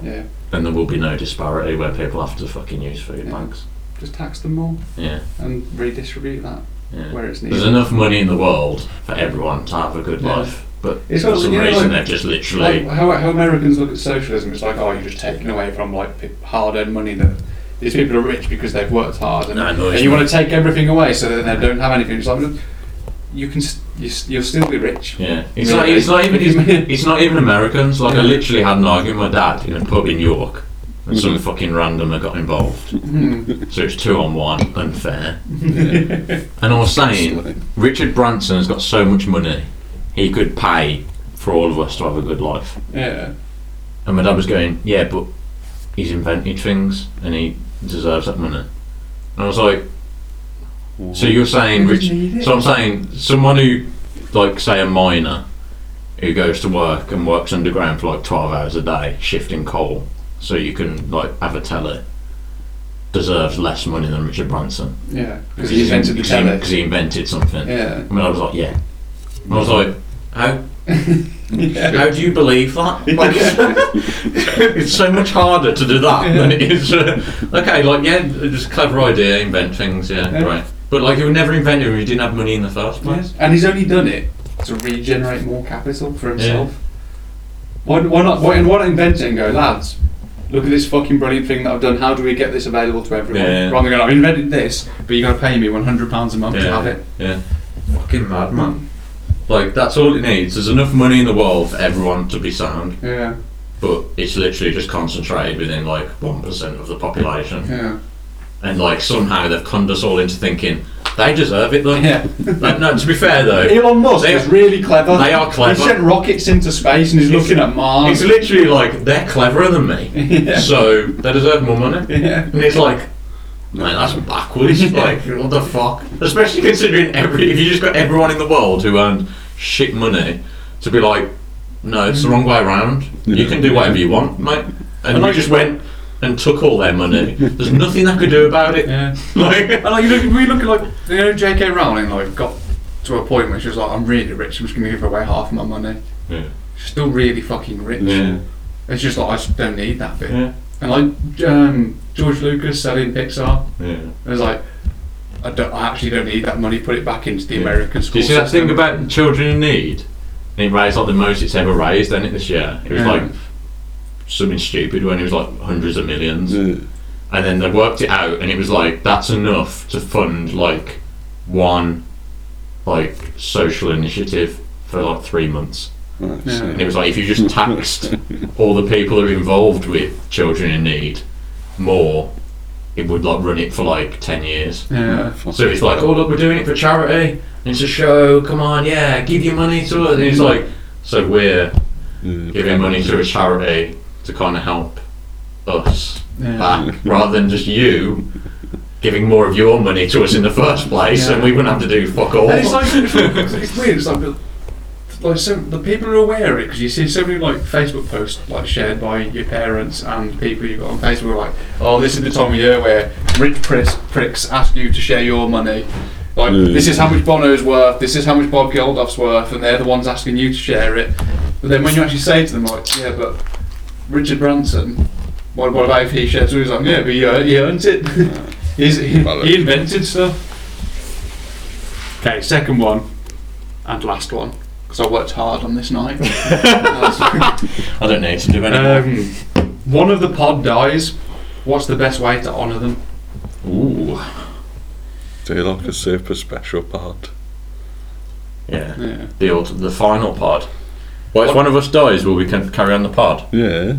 Speaker 3: yeah.
Speaker 2: and there will be no disparity where people have to fucking use food
Speaker 3: Yeah.
Speaker 2: banks.
Speaker 3: Just tax them more
Speaker 2: Yeah,
Speaker 3: and redistribute that.
Speaker 2: yeah.
Speaker 3: Where it's
Speaker 2: There's
Speaker 3: needed.
Speaker 2: enough money in the world for everyone to have a good
Speaker 3: Yeah.
Speaker 2: life, but
Speaker 3: It's
Speaker 2: for
Speaker 3: also,
Speaker 2: some
Speaker 3: you know,
Speaker 2: reason
Speaker 3: like-
Speaker 2: they've just literally
Speaker 3: Like, how, how Americans look at socialism, it's like, oh, you're just taking away from like pe- hard-earned money that these people are rich because they've worked hard, and,
Speaker 2: No, no,
Speaker 3: and
Speaker 2: it's
Speaker 3: you
Speaker 2: not.
Speaker 3: want to take everything away so that they don't have anything. It's like, you can, s- you, s- you'll still be rich.
Speaker 2: Yeah, it's not. It's not even. It's, it's not even Americans. Like I literally had an argument with my dad in a pub in York, and some
Speaker 3: Mm-hmm.
Speaker 2: fucking randomer got involved. so it's two on one, unfair. and I was saying, Richard Branson's got so much money, he could pay for all of us to have a good life.
Speaker 3: Yeah,
Speaker 2: And my dad was going, yeah, but he's invented things and he deserves that money. And I was like, so you're saying, Rich, so I'm saying, someone who, like, say a miner who goes to work and works underground for like 12 hours a day, shifting coal, so you can, like, have a telly, deserves less money than Richard Branson
Speaker 3: Yeah, because he invented the
Speaker 2: because he-
Speaker 3: telly.
Speaker 2: 'cause he invented something.
Speaker 3: Yeah. Mm.
Speaker 2: I mean, I was like, yeah. And I was like, how? How do you believe that? Like, it's so much harder to do that than it is. Uh, okay, like yeah, just clever idea, invent things, yeah,
Speaker 3: Yeah.
Speaker 2: right. But like, you would never invent it if you didn't have money in the first place.
Speaker 3: And he's only done it to regenerate more capital for himself. Why, why not? Why, why not invent it and go, lads? Look at this fucking brilliant thing that I've done. How do we get this available to everyone?
Speaker 2: Yeah.
Speaker 3: Rather than going, I've invented this, but you got to pay me one hundred pounds a month to have it.
Speaker 2: yeah. Fucking mad man. Like that's all it needs. There's enough money in the world for everyone to be sound,
Speaker 3: Yeah,
Speaker 2: but it's literally just concentrated within like one percent of the population.
Speaker 3: yeah,
Speaker 2: and like somehow they've conned us all into thinking they deserve it though.
Speaker 3: yeah.
Speaker 2: Like, no, to be fair though,
Speaker 3: Elon Musk
Speaker 2: They-
Speaker 3: is really clever.
Speaker 2: they are clever.
Speaker 3: He sent rockets into space and he's
Speaker 2: It's-
Speaker 3: looking at Mars.
Speaker 2: it's literally like they're cleverer than me,
Speaker 3: Um, yeah.
Speaker 2: so they deserve more money.
Speaker 3: yeah.
Speaker 2: And it's like, man, that's backwards. Like, what the fuck? Especially considering every if you just got everyone in the world who earned shit money to be like, no, it's the
Speaker 3: Mm.
Speaker 2: wrong way around. You can do whatever you want, mate. And you just went and took all their money. There's nothing I could do about it.
Speaker 3: Yeah.
Speaker 2: Like,
Speaker 3: And like, you look, we look at like, you know, J.K. Rowling like got to a point where she was like, I'm really rich. I'm just gonna give away half my money.
Speaker 2: Yeah.
Speaker 3: She's still really fucking rich.
Speaker 2: Yeah.
Speaker 3: It's just like I just don't need that bit.
Speaker 2: Yeah.
Speaker 3: And like um, George Lucas selling Pixar,
Speaker 2: yeah.
Speaker 3: it was like, I don't, I actually don't need that money. Put it back into the
Speaker 2: Yeah.
Speaker 3: American school.
Speaker 2: Do you see that
Speaker 3: system.
Speaker 2: thing about children in need? And it raised like the most it's ever raised, then it this year. It was
Speaker 3: Yeah.
Speaker 2: like something stupid when it was like hundreds of millions.
Speaker 4: Yeah.
Speaker 2: And then they worked it out and it was like that's enough to fund like one like social initiative for like three months.
Speaker 4: That's-
Speaker 2: And it was like if you just taxed all the people that are involved with children in need more, it would like run it for like ten years.
Speaker 3: Yeah.
Speaker 2: So it's like, oh look, we're doing it for charity. And it's a show. Come on, yeah, give your money to us. And it's like, so we're
Speaker 4: Yeah.
Speaker 2: giving money to a charity to kind of help us
Speaker 3: Yeah.
Speaker 2: back, rather than just you giving more of your money to us in the first place, and we wouldn't have to do fuck all.
Speaker 3: And it's like it's, it's weird. It's like. Like so, the people are aware of it because you see so many like Facebook posts like shared by your parents and people you got on Facebook like, oh, this is the time of year where rich pricks, pricks ask you to share your money. Like
Speaker 4: Yeah.
Speaker 3: this is how much Bono's worth, this is how much Bob Geldof's worth, and they're the ones asking you to share it. But then when you actually say to them like, yeah, but Richard Branson, what, what about if he shares? it?" He's like, yeah, but he, ear- he earns it. He's, he,
Speaker 4: Bollocks.
Speaker 3: he invented stuff. Okay, second one and last one because I worked hard on this night.
Speaker 2: I don't need to do anything.
Speaker 3: um, one of the pod dies. What's the best way to honour them? Um,
Speaker 2: Ooh,
Speaker 4: Do you like a super special part?
Speaker 2: yeah.
Speaker 3: Yeah.
Speaker 2: The old, the final pod. Well, if one of us dies, will we can carry on the pod?
Speaker 4: Yeah,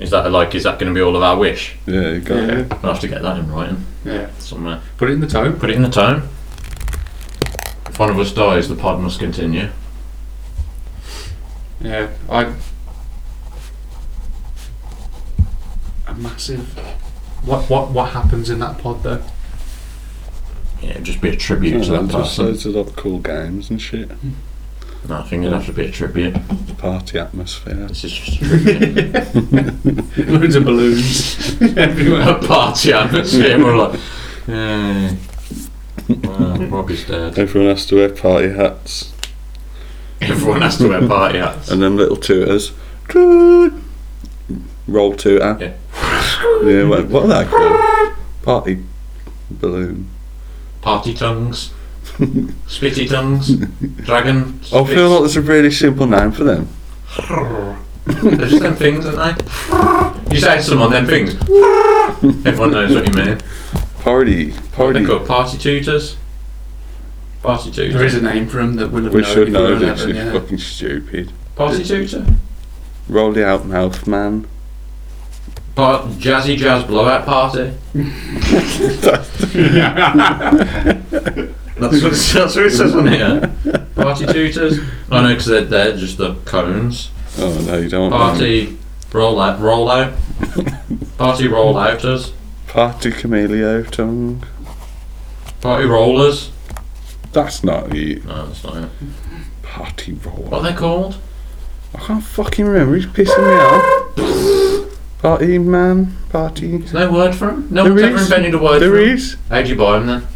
Speaker 2: Is that like, is that going to be all of our wish?
Speaker 4: yeah, you got
Speaker 3: Yeah.
Speaker 4: it.
Speaker 2: I'll have to get that in writing
Speaker 3: Yeah.
Speaker 2: somewhere.
Speaker 3: Put it in the toe.
Speaker 2: Put it in the tone. If one of us dies, the pod must continue.
Speaker 3: Yeah. I. A massive. What what what happens in that pod though?
Speaker 2: Yeah, it'd just be a tribute to
Speaker 4: Yeah,
Speaker 2: that
Speaker 4: just
Speaker 2: person.
Speaker 4: loads of like, cool games and shit.
Speaker 2: No, I think it'd have to be a tribute.
Speaker 4: Party atmosphere.
Speaker 2: This is just a tribute.
Speaker 3: Loads of balloons
Speaker 2: a
Speaker 3: everywhere.
Speaker 2: party atmosphere. We're like, yeah. Well, Robbie's dead.
Speaker 4: Everyone has to wear party hats
Speaker 2: Everyone has to wear party hats.
Speaker 4: and then little tutors. Toot! Roll tutor.
Speaker 2: Yeah.
Speaker 4: yeah what, what are they called? Party balloon.
Speaker 2: Party tongues. Spitty tongues. Dragon.
Speaker 4: I feel like there's a really simple name for them.
Speaker 2: They're just them things, aren't they? You say to someone, them things. Everyone knows what you mean.
Speaker 4: Party.
Speaker 2: They're
Speaker 4: Party.
Speaker 2: called party tutors. Party tutors.
Speaker 3: There is a name for them that we'll have
Speaker 4: We
Speaker 3: known
Speaker 4: should
Speaker 3: if
Speaker 4: know
Speaker 3: were
Speaker 4: this.
Speaker 3: 11,
Speaker 4: You're
Speaker 3: yeah.
Speaker 4: fucking stupid.
Speaker 2: Party tutor?
Speaker 4: Roll the out mouth, man.
Speaker 2: Part, jazzy jazz blowout party.
Speaker 4: Oh,
Speaker 2: that's, what, that's what it says on here. Party tutors. Oh no, because they're, they're just the cones.
Speaker 4: Oh no, you don't. want them.
Speaker 2: Party roll out, roll out. Party roll outers.
Speaker 4: Party cameleo tongue.
Speaker 2: Party rollers.
Speaker 4: That's not you.
Speaker 2: No, that's not it.
Speaker 4: Party roll.
Speaker 2: What are they called?
Speaker 4: I can't fucking remember. He's pissing me off. Party man, party.
Speaker 2: There's no word for him. No
Speaker 4: There
Speaker 2: one's ever
Speaker 4: is.
Speaker 2: invented a word
Speaker 4: There
Speaker 2: for him.
Speaker 4: is.
Speaker 2: How'd you buy him then?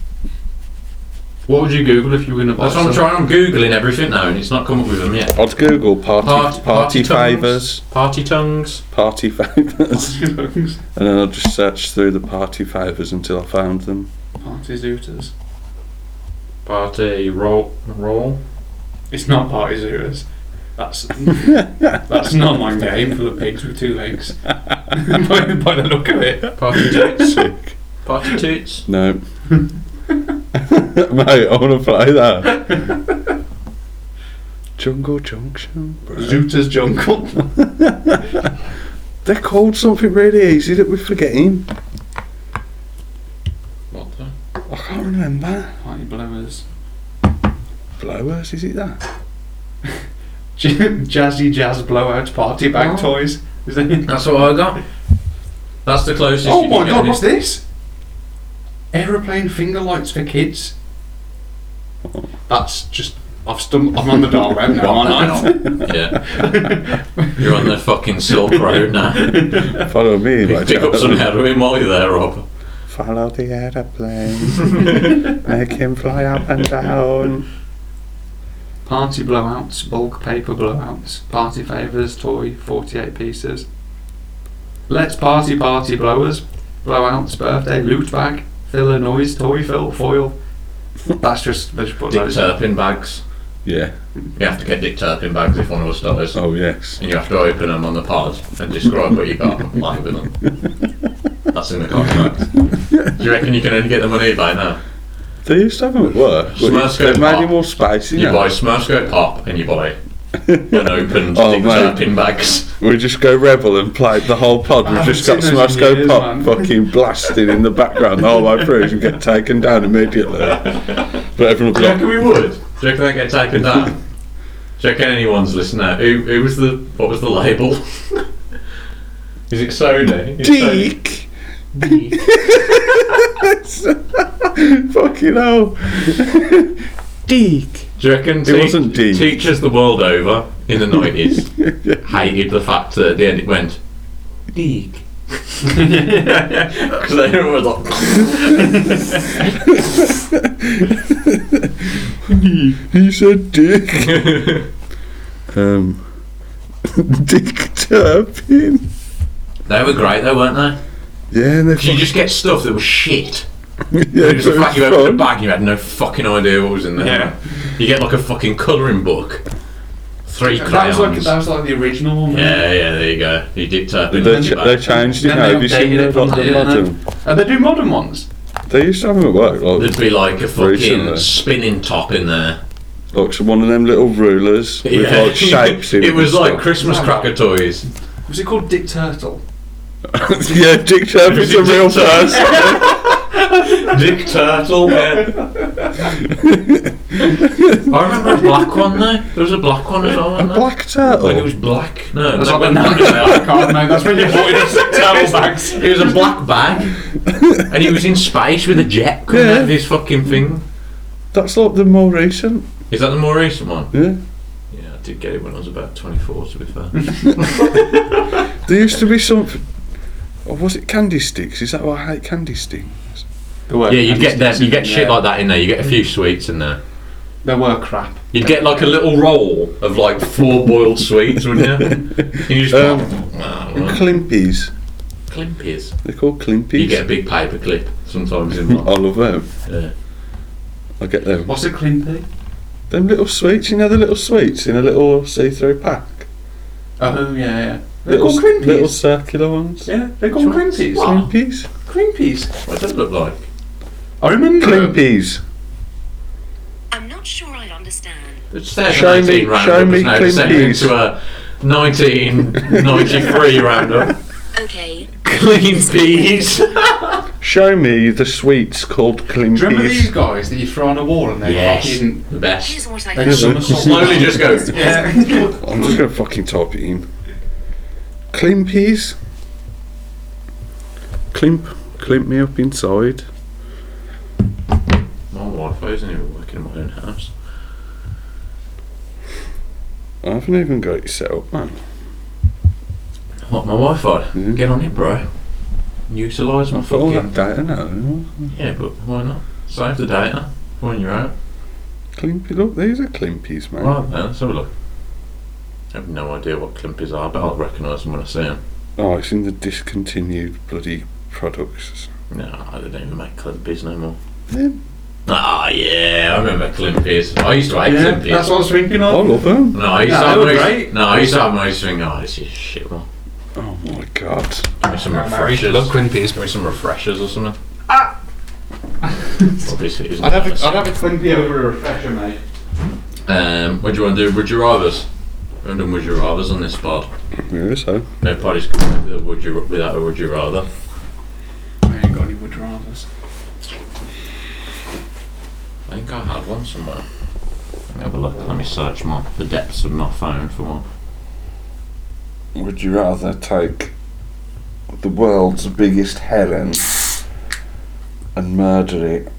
Speaker 6: What would you Google if you were going to buy
Speaker 2: That's what I'm
Speaker 6: something?
Speaker 2: trying. I'm googling everything now, and it's not come up with him yet.
Speaker 4: I'd Google party
Speaker 2: Party-
Speaker 4: party,
Speaker 2: party tongues.
Speaker 4: favours,
Speaker 2: Party tongues.
Speaker 4: party favours, and then I'll just search through the party favours until I found them.
Speaker 3: Party zooters.
Speaker 2: Party roll. Roll.
Speaker 3: It's not party zooters. That's that's not my game for the pigs with two legs. by, by the look of it.
Speaker 2: Party toots.
Speaker 4: Sick.
Speaker 2: Party toots.
Speaker 4: No. Mate, I want to play that. Jungle Junction.
Speaker 3: Zooters jungle.
Speaker 4: They're called something really easy that we're forgetting.
Speaker 2: What the?
Speaker 4: I can't remember.
Speaker 3: Party blowers.
Speaker 4: Blowers, is it that?
Speaker 3: J- Jazzy jazz blowouts. Party bag toys. Is that?
Speaker 2: That's what I got. That's the closest.
Speaker 3: Oh
Speaker 2: you
Speaker 3: my
Speaker 2: can
Speaker 3: god!
Speaker 2: get
Speaker 3: What's this? Aeroplane finger lights for kids. That's just. I've stum- I'm on the dark web now, aren't
Speaker 2: Yeah,
Speaker 3: I?
Speaker 2: you're on the fucking Silk Road now.
Speaker 4: Follow me, my
Speaker 2: Pick up
Speaker 4: child.
Speaker 2: some heroin while you're there, Rob.
Speaker 4: Follow the aeroplane. Make him fly up and down.
Speaker 3: Party blowouts, bulk paper blowouts, party favours, toy, 48 pieces. Let's party, party blowers, blowouts, birthday, loot bag, filler noise, toy fill, foil. That's just, they just put
Speaker 2: Dick
Speaker 3: those in.
Speaker 2: Turpin bags.
Speaker 4: Yeah.
Speaker 2: You have to get Dick Turpin bags if one of us dies.
Speaker 4: Oh, yes.
Speaker 2: And you have to open them on the pod and describe what you got and lie with them. That's in the contract. Do you reckon you can only get them on eBay now?
Speaker 4: They used to have them at work. but
Speaker 2: Smash
Speaker 4: They've
Speaker 2: Cut
Speaker 4: made
Speaker 2: Pop.
Speaker 4: it more spicy
Speaker 2: You
Speaker 4: now.
Speaker 2: buy Smashco Pop and you buy an open
Speaker 4: Oh,
Speaker 2: Dick
Speaker 4: mate.
Speaker 2: Turpin bags.
Speaker 4: We just go rebel and play the whole pod. We've just got
Speaker 3: haven't seen those
Speaker 4: Smash
Speaker 3: in
Speaker 4: Go
Speaker 3: years,
Speaker 4: Pop
Speaker 3: man.
Speaker 4: fucking blasting in the background the whole way through and get taken down immediately. But everyone
Speaker 2: Do you reckon
Speaker 4: will
Speaker 2: we would? Do you reckon they get taken down? Do you reckon anyone's listener? Who, who was the what was the label? Is it Sony? Is Sony-
Speaker 4: Deek! fucking hell. Deek!
Speaker 2: Do you reckon te-
Speaker 4: wasn't deep.
Speaker 2: teachers the world over in the nineties hated the fact that at the end it went deek because everyone was
Speaker 4: He said dick.
Speaker 2: like
Speaker 4: Um, Dick Turpin.
Speaker 2: they were great though weren't they
Speaker 4: Yeah, and they
Speaker 2: 'Cause you just get stuff that was shit
Speaker 4: yeah,
Speaker 2: it was the
Speaker 4: it was
Speaker 2: fact you opened a
Speaker 4: fun.
Speaker 2: bag and you had no fucking idea what was in there
Speaker 3: Yeah.
Speaker 2: you get like a fucking colouring book three
Speaker 3: That was,
Speaker 2: crayons
Speaker 3: like, that was like the original one. wasn't it?
Speaker 2: yeah yeah there you go you did turn
Speaker 4: They, ch- they changed it
Speaker 3: Then
Speaker 4: now.
Speaker 3: they
Speaker 4: Have you seen
Speaker 3: updated
Speaker 4: the
Speaker 3: it from the
Speaker 4: modern?
Speaker 3: And they do modern ones.
Speaker 4: They used to have them at work. Like,
Speaker 2: there'd be like a
Speaker 4: Recently.
Speaker 2: fucking spinning top in there
Speaker 4: Like so one of them little rulers with like shapes in
Speaker 2: it was
Speaker 4: and
Speaker 2: like
Speaker 4: stuff.
Speaker 2: Christmas cracker toys.
Speaker 3: Was it called Dick Turtle?
Speaker 4: yeah, Dick Turpin's a
Speaker 2: Dick
Speaker 4: real
Speaker 2: Turpin.
Speaker 4: person.
Speaker 2: Dick Turtle. Yeah. I remember a black one though. There was a black one as well.
Speaker 4: a
Speaker 2: Wasn't there?
Speaker 4: black
Speaker 2: When it
Speaker 4: turtle.
Speaker 2: was black. No,
Speaker 3: That's
Speaker 2: no,
Speaker 3: like the
Speaker 2: when-
Speaker 3: I can't know. That's when you bought your turtle bags.
Speaker 2: It was a black bag, and he was in space with a jet coming out of his fucking thing.
Speaker 4: That's like the more recent.
Speaker 2: Is that the more recent one?
Speaker 4: Yeah.
Speaker 2: Yeah, I did get it when I was about 24, to be fair.
Speaker 4: There used to be something. Or was it candy sticks? Is that why I hate candy sticks?
Speaker 2: yeah, you'd get that, you get shit like that in there. You get a
Speaker 4: Mm.
Speaker 2: few sweets in there.
Speaker 3: They were crap.
Speaker 2: You'd get like a little roll of like four boiled sweets, wouldn't you? And you just
Speaker 4: Um,
Speaker 2: Ah,
Speaker 4: And
Speaker 2: right.
Speaker 4: Climpies.
Speaker 2: Climpies.
Speaker 4: They're called Climpies.
Speaker 2: You get a big paper clip sometimes in
Speaker 4: I
Speaker 2: one.
Speaker 4: love them.
Speaker 2: Yeah.
Speaker 4: I get them.
Speaker 3: What's a Climpy?
Speaker 4: Them little sweets, you know the little sweets in a little see through pack?
Speaker 3: Oh, yeah, yeah. They're
Speaker 4: Little,
Speaker 3: called Climpies.
Speaker 4: little circular ones.
Speaker 3: Yeah, they're called Climpies.
Speaker 2: What?
Speaker 4: Climpies?
Speaker 3: Climpies.
Speaker 2: What does it look like?
Speaker 3: I remember.
Speaker 4: Climpies.
Speaker 7: I'm not sure I understand.
Speaker 2: It's there's
Speaker 4: Show
Speaker 2: an
Speaker 4: me-
Speaker 2: 18 roundup,
Speaker 4: show me
Speaker 2: isn't it? It's sent
Speaker 4: Climpies.
Speaker 2: into a 1993 roundup.
Speaker 7: Okay,
Speaker 2: Clean peas.
Speaker 4: Show me the sweets called
Speaker 3: Do you remember these
Speaker 4: Climpies.
Speaker 3: guys that you throw on a wall and they fucking.
Speaker 2: The
Speaker 7: here's
Speaker 2: best.
Speaker 7: what I
Speaker 3: They
Speaker 7: got.
Speaker 3: just somersault?
Speaker 2: Slowly just go.
Speaker 3: Yeah.
Speaker 4: I'm just gonna fucking type it in. Climpies. Climp, climp me up inside.
Speaker 2: My Wi Fi isn't even working in my own house.
Speaker 4: I haven't even got it set up, man.
Speaker 2: I What my wife Mm-hmm. had?
Speaker 4: Mhm.
Speaker 2: Get on it, bro. Utilise my
Speaker 4: All
Speaker 2: fucking.
Speaker 4: that data now.
Speaker 2: Yeah, but why not? Save the data when you're out.
Speaker 4: Klimpy, look, these are Klimpies, mate.
Speaker 2: Right then, let's have a look. I have no idea what Klimpies are, but I'll recognise them when I see them.
Speaker 4: Oh, it's in the discontinued bloody products.
Speaker 2: No, they don't even make Klimpies no more.
Speaker 4: Yeah.
Speaker 2: Ah, yeah, I remember Klimpies. I used to hate
Speaker 6: Yeah,
Speaker 2: Klimpies.
Speaker 6: that's what I was thinking
Speaker 4: I
Speaker 6: of.
Speaker 4: love them.
Speaker 2: No, I used
Speaker 6: No,
Speaker 2: to have
Speaker 6: they were
Speaker 2: my
Speaker 6: great.
Speaker 2: No, I used to have my thing. Oh, this is shit. Well,
Speaker 4: Oh my god.
Speaker 2: give me some refreshers.
Speaker 1: Love Quimpies.
Speaker 2: give me some refreshers or something. Ah. Obviously, it isn't
Speaker 3: I'd have a,
Speaker 2: honest.
Speaker 3: I'd have a Climpy over a refresher, mate.
Speaker 2: Um, what do you want to do? Would you rather's? We've done would you rather's on this pod.
Speaker 4: Yeah, so.
Speaker 2: No pod is complete with a would you, without a would you rather.
Speaker 3: I ain't got any wood drivers.
Speaker 2: I think I had one somewhere. Let me have a look. Let me search my the depths of my phone for one.
Speaker 4: Would you rather take the world's biggest Helen and murder it?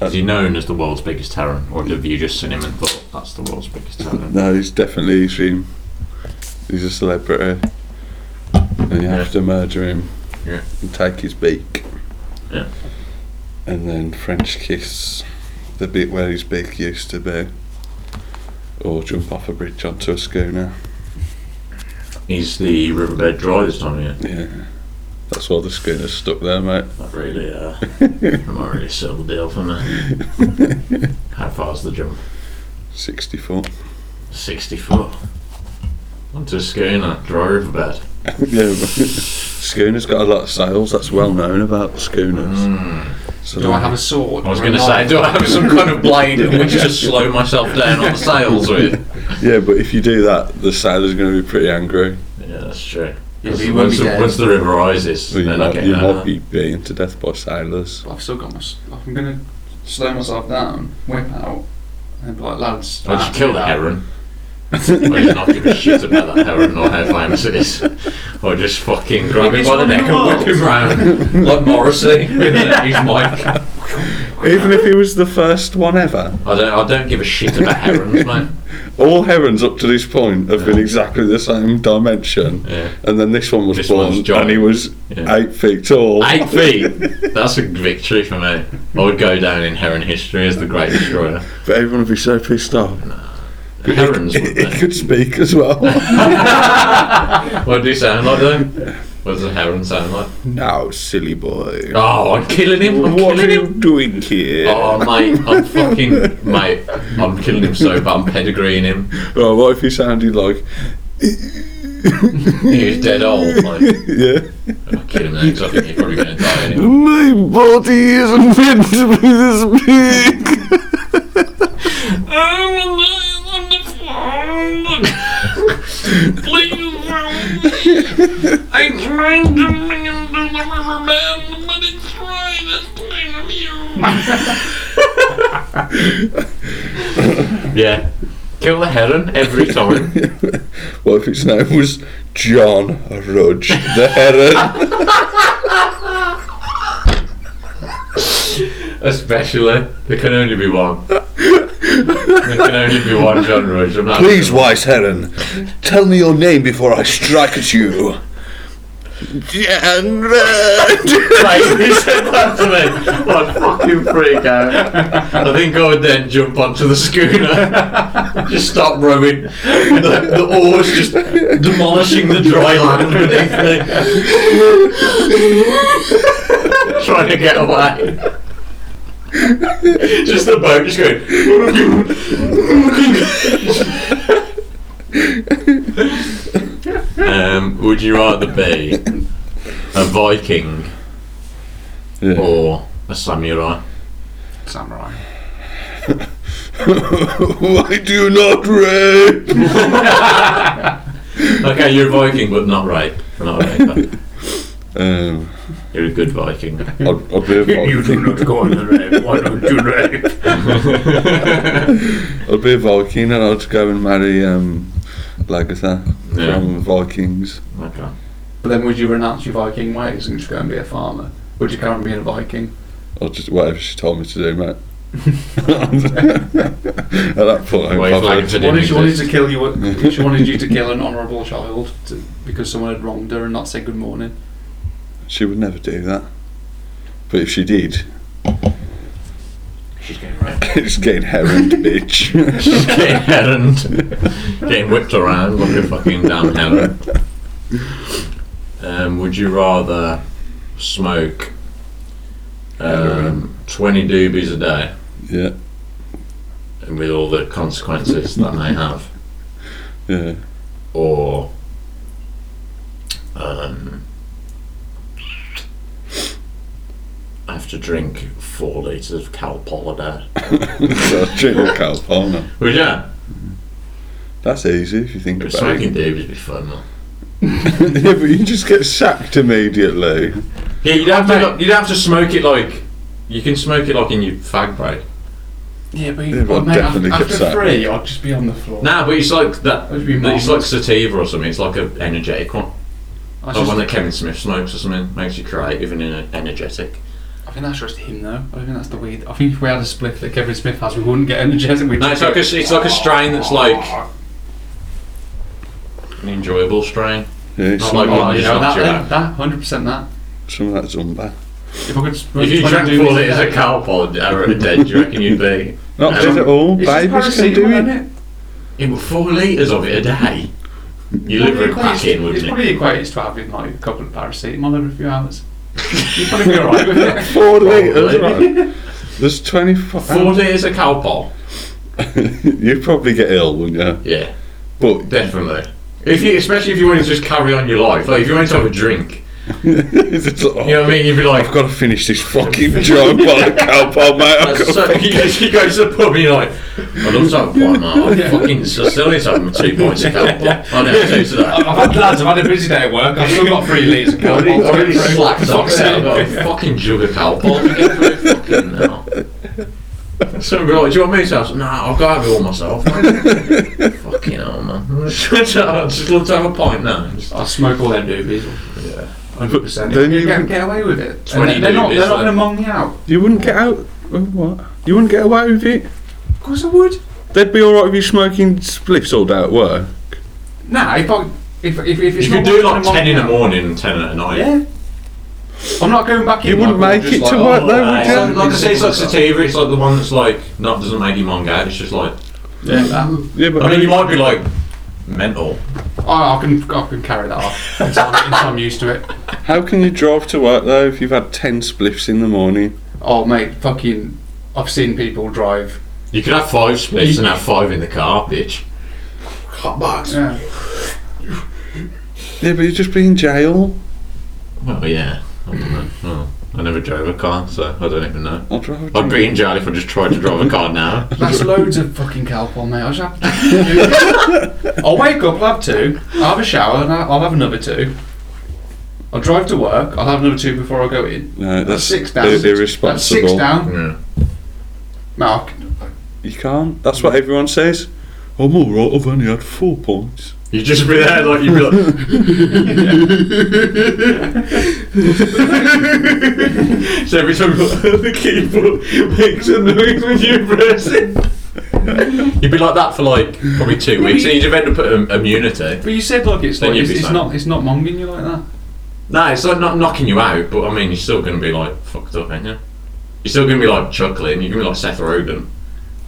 Speaker 2: Is he known as the world's biggest Terran, or have you just seen him and thought that's the world's biggest Terran?
Speaker 4: No, he's definitely he's him. He's a celebrity. And you have to murder him.
Speaker 2: Yeah.
Speaker 4: And take his beak.
Speaker 2: Yeah.
Speaker 4: And then French kiss the bit where his beak used to be. Or jump off a bridge onto a schooner.
Speaker 2: He's the riverbed dry this time of year.
Speaker 4: Yeah. That's why the schooner's stuck there, mate.
Speaker 2: Not really. Uh, not really a civil deal for me. How far's the jump?
Speaker 4: 64.
Speaker 2: Sixty foot. Onto a schooner, dry riverbed.
Speaker 4: yeah, but schooner's got a lot of sails. That's well known about schooners. So
Speaker 3: Do I have a sword?
Speaker 2: I was
Speaker 3: or a
Speaker 2: going to
Speaker 3: knife?
Speaker 2: say, do I have some kind of blade in which to slow myself down on the sails with?
Speaker 4: yeah, but if you do that, the sailor's going to be pretty angry.
Speaker 2: Yeah, that's true.
Speaker 3: Yeah, but
Speaker 2: Once,
Speaker 3: you won't be
Speaker 2: once the,
Speaker 3: dead.
Speaker 2: once the river rises,
Speaker 4: So you
Speaker 2: then I
Speaker 4: might,
Speaker 2: get
Speaker 4: you
Speaker 2: out.
Speaker 4: might be beaten to death by sailors.
Speaker 3: But I've still got my. s- I'm gonna slow myself down, whip out, and be like, lads.
Speaker 2: I'll just
Speaker 3: ah,
Speaker 2: kill the heron. I just not give a shit about that heron or how famous it is. Or just fucking grab him by the neck and whip him round. Like Morrissey with uh, his mic.
Speaker 4: Even if he was the first one ever,
Speaker 2: I don't, I don't give a shit about herons, mate.
Speaker 4: all herons up to this point have been exactly the same dimension.
Speaker 2: Yeah.
Speaker 4: And then this one was
Speaker 2: This one's
Speaker 4: born,
Speaker 2: giant.
Speaker 4: and he was
Speaker 2: Yeah.
Speaker 4: eight feet tall.
Speaker 2: Eight feet. That's a victory for me. I would go down in heron history as the great destroyer.
Speaker 4: But everyone would be so pissed off.
Speaker 2: Herons would
Speaker 4: He
Speaker 2: be.
Speaker 4: could speak as well.
Speaker 2: What do you sound like though? What does a heron sound like?
Speaker 4: now, silly boy.
Speaker 2: Oh, I'm killing him. I'm
Speaker 4: What are
Speaker 2: killing
Speaker 4: you
Speaker 2: him.
Speaker 4: doing here?
Speaker 2: Oh, mate, I'm fucking, mate, I'm killing him so bad, I'm pedigreeing him.
Speaker 4: Well, what if he sounded like?
Speaker 2: He's dead old, mate.
Speaker 4: yeah.
Speaker 2: I'm killing him now 'cause I think he's probably going to die anyway.
Speaker 4: My body isn't meant to be this big.
Speaker 2: Yeah. Kill the heron every time.
Speaker 4: what if its name was John Rudge the Heron?
Speaker 2: Especially, there can only be one. There can only be one John Rudge. I'm not-
Speaker 4: Please, wise Heron, tell me your name before I strike at you. John Rudge.
Speaker 2: Like, he said that to me. What a fucking freak out. I think I would then jump onto the schooner, just stop rowing. The, the oars just demolishing the dry land beneath me. Trying to get away. just the boat just going. um, would you rather be a Viking?
Speaker 4: Oh.
Speaker 2: or a samurai.
Speaker 3: Samurai.
Speaker 4: Why do you not rape?
Speaker 2: Okay, you're a Viking, but not rape. Not a raper.
Speaker 4: Um,
Speaker 2: You're a good Viking.
Speaker 4: I'd, I'd be a Viking.
Speaker 2: not go on the rape. Why don't you rape?
Speaker 4: I'd be a Viking and I'd go and marry um, Lagatha
Speaker 2: Yeah.
Speaker 4: from Vikings.
Speaker 2: okay.
Speaker 3: But then, would you renounce your Viking ways and just go and be a farmer? Would you carry on being a Viking?
Speaker 4: Or just whatever she told me to do, mate. At that point,
Speaker 2: Wait for
Speaker 4: I've
Speaker 2: like
Speaker 4: had-
Speaker 2: a video.
Speaker 6: Wanted, she wanted
Speaker 2: exist.
Speaker 6: to kill you. She wanted you to kill an honourable child to, because someone had wronged her and not said good morning.
Speaker 4: she would never do that. But if she did,
Speaker 2: She's getting raped.
Speaker 4: it's getting heroned, bitch.
Speaker 2: getting heroned, getting whipped around like a fucking damn heron. Um, would you rather smoke um, 20 doobies a day
Speaker 4: yeah,
Speaker 2: and with all the consequences that may have,
Speaker 4: yeah.
Speaker 2: or um, have to drink 4 litres of Calpol a day?
Speaker 4: so drink with Cal Palmer.
Speaker 2: Would you?
Speaker 4: That's easy if you think
Speaker 2: But
Speaker 4: about it.
Speaker 2: Smoking doobies would be fun, though.
Speaker 4: yeah, but you just get sacked immediately.
Speaker 2: Yeah, you'd have to. You'd have to smoke it like. You can smoke it like in your fag break.
Speaker 3: Yeah, but
Speaker 4: Yeah, well,
Speaker 3: but mate,
Speaker 4: definitely
Speaker 3: after,
Speaker 4: get sacked.
Speaker 3: after three, I'd just be on the floor.
Speaker 2: Nah, but it's like that.
Speaker 3: That'd be
Speaker 2: It's
Speaker 3: marvellous.
Speaker 2: like sativa or something. It's like an energetic one.
Speaker 3: I,
Speaker 2: Like
Speaker 3: just,
Speaker 2: one that Kevin Smith smokes or something. Makes you creative and ener- energetic.
Speaker 3: I think that's just him, though. I think that's the weed. I think if we had a split that Kevin Smith has, we wouldn't get energetic. We'd
Speaker 2: No, it's
Speaker 3: just
Speaker 2: like a,
Speaker 3: get-
Speaker 2: it's like a strain that's like an enjoyable strain.
Speaker 4: Yeah, it's
Speaker 2: Not
Speaker 4: some,
Speaker 2: like
Speaker 3: Oh,
Speaker 2: one
Speaker 3: you
Speaker 2: that's
Speaker 3: know,
Speaker 2: knocked
Speaker 3: that,
Speaker 2: you
Speaker 3: that,
Speaker 2: out.
Speaker 3: that, 100% that.
Speaker 4: some of that zumba.
Speaker 3: If I could smoke
Speaker 2: If you
Speaker 3: 20
Speaker 2: drank
Speaker 3: doobies
Speaker 2: four litres
Speaker 3: day-
Speaker 2: of cowpod out of dead, do you reckon you'd be?
Speaker 4: Not
Speaker 2: Um,
Speaker 4: did at all.
Speaker 3: It's just
Speaker 4: Babies can do
Speaker 3: paracetamol,
Speaker 4: it.
Speaker 3: innit?
Speaker 2: It was four litres of it a day. Your
Speaker 3: Probably
Speaker 2: liver would crack
Speaker 3: equates-
Speaker 2: in,
Speaker 3: It
Speaker 2: wouldn't
Speaker 3: probably equates to having like a couple of paracetamol every few hours. You'd probably be alright with it.
Speaker 4: Four litres,
Speaker 2: Probably.
Speaker 4: right? There's 24.
Speaker 2: it? Four litres of cowpod.
Speaker 4: You'd probably get ill, wouldn't you?
Speaker 2: Yeah.
Speaker 4: But
Speaker 2: Definitely. If you, especially if you wanted to just carry on your life, like if you wanted to have a drink,
Speaker 4: it's just like, "Oh,
Speaker 2: you know what I mean. You'd be like,
Speaker 4: I've got to finish this fucking job by the cowpole, mate. I've
Speaker 2: that's
Speaker 4: got
Speaker 2: so,
Speaker 4: to
Speaker 2: you, go- you go to the pub and you're like, I love to have one, man. I fucking I still need to have two pints of alcohol. I know two today.
Speaker 3: I've had lads, I've had a busy day at work, I've still got three litres of
Speaker 2: I've
Speaker 3: alcohol.
Speaker 2: already slacked off.
Speaker 3: Fuck's
Speaker 2: there. I've got
Speaker 3: sake.
Speaker 2: a fucking jug of alcohol to get through fucking now. So we're like, do you want me to have some? Nah, I've got to have it all myself. Man. fucking hell, man. I'd just love to have a pint now. Just
Speaker 3: I'll smoke all them doobies.
Speaker 2: Yeah.
Speaker 3: 100%.
Speaker 4: Then you-
Speaker 3: you can get away with it.
Speaker 2: 20
Speaker 3: And they're not,
Speaker 2: doobies,
Speaker 3: they're not
Speaker 2: though.
Speaker 3: going to mong me out.
Speaker 4: You wouldn't get out. oh, What? You wouldn't get away with it.
Speaker 3: Of course I would.
Speaker 4: They'd be all right with you smoking spliffs all day at work.
Speaker 3: Nah, if, I, if, if, if it's
Speaker 2: You
Speaker 3: not
Speaker 2: could do
Speaker 3: gonna
Speaker 2: like
Speaker 3: mong
Speaker 2: 10
Speaker 3: me
Speaker 2: in the
Speaker 3: out-
Speaker 2: morning and 10 at night.
Speaker 3: Yeah. I'm not going back in.
Speaker 4: You wouldn't
Speaker 3: like, I'm just
Speaker 4: make it
Speaker 3: like,
Speaker 4: to
Speaker 3: oh,
Speaker 4: work though,
Speaker 3: nah,
Speaker 4: would
Speaker 3: it's
Speaker 4: you?
Speaker 3: not-
Speaker 2: It's like I say, it's like sativa. It's like the one that's like not doesn't make you mong out. It's just like
Speaker 3: Yeah, that-
Speaker 4: Yeah, but
Speaker 2: I mean, you might be like mental.
Speaker 3: I, I, can, I can carry that off until I'm, until I'm used to it.
Speaker 4: how can you drive to work though if you've had ten spliffs in the morning?
Speaker 3: Oh, mate, fucking. I've seen people drive.
Speaker 2: You could have five splits and have five in the car, bitch. Hot box.
Speaker 3: Yeah.
Speaker 4: Yeah, but you'd just be in jail.
Speaker 2: Well, yeah. I don't know. Well, I never drove a car, so I don't even know.
Speaker 4: I'll drive.
Speaker 2: I'd
Speaker 4: to-
Speaker 2: be in jail if I just tried to drive a car now.
Speaker 3: That's loads of fucking Calpol, mate. I just have I'll wake up, I'll have two. I'll have a shower, and I'll I'll have another two. I'll drive to work, I'll have another two before I go in.
Speaker 4: No, that's
Speaker 3: six down.
Speaker 4: ir-
Speaker 3: That's
Speaker 4: irresponsible.
Speaker 3: That's six down.
Speaker 2: Yeah.
Speaker 3: Mark,
Speaker 4: You can't. That's what everyone says. I'm all right. I've only had four points.
Speaker 2: You'd just be there, like you'd be like. so every time the keyboard makes a noise when you press it, you'd be like that for like probably two weeks, and you'd have ended up at um, immunity.
Speaker 3: but you said like it's
Speaker 2: Then
Speaker 3: like
Speaker 2: you'd
Speaker 3: it's,
Speaker 2: be
Speaker 3: it's
Speaker 2: fine.
Speaker 3: not it's not monging you like that.
Speaker 2: Nah, it's like not knocking you out, but I mean, you're still gonna be like fucked up, ain't you? You're still gonna be like chuckling. You're gonna be like Seth Rogen.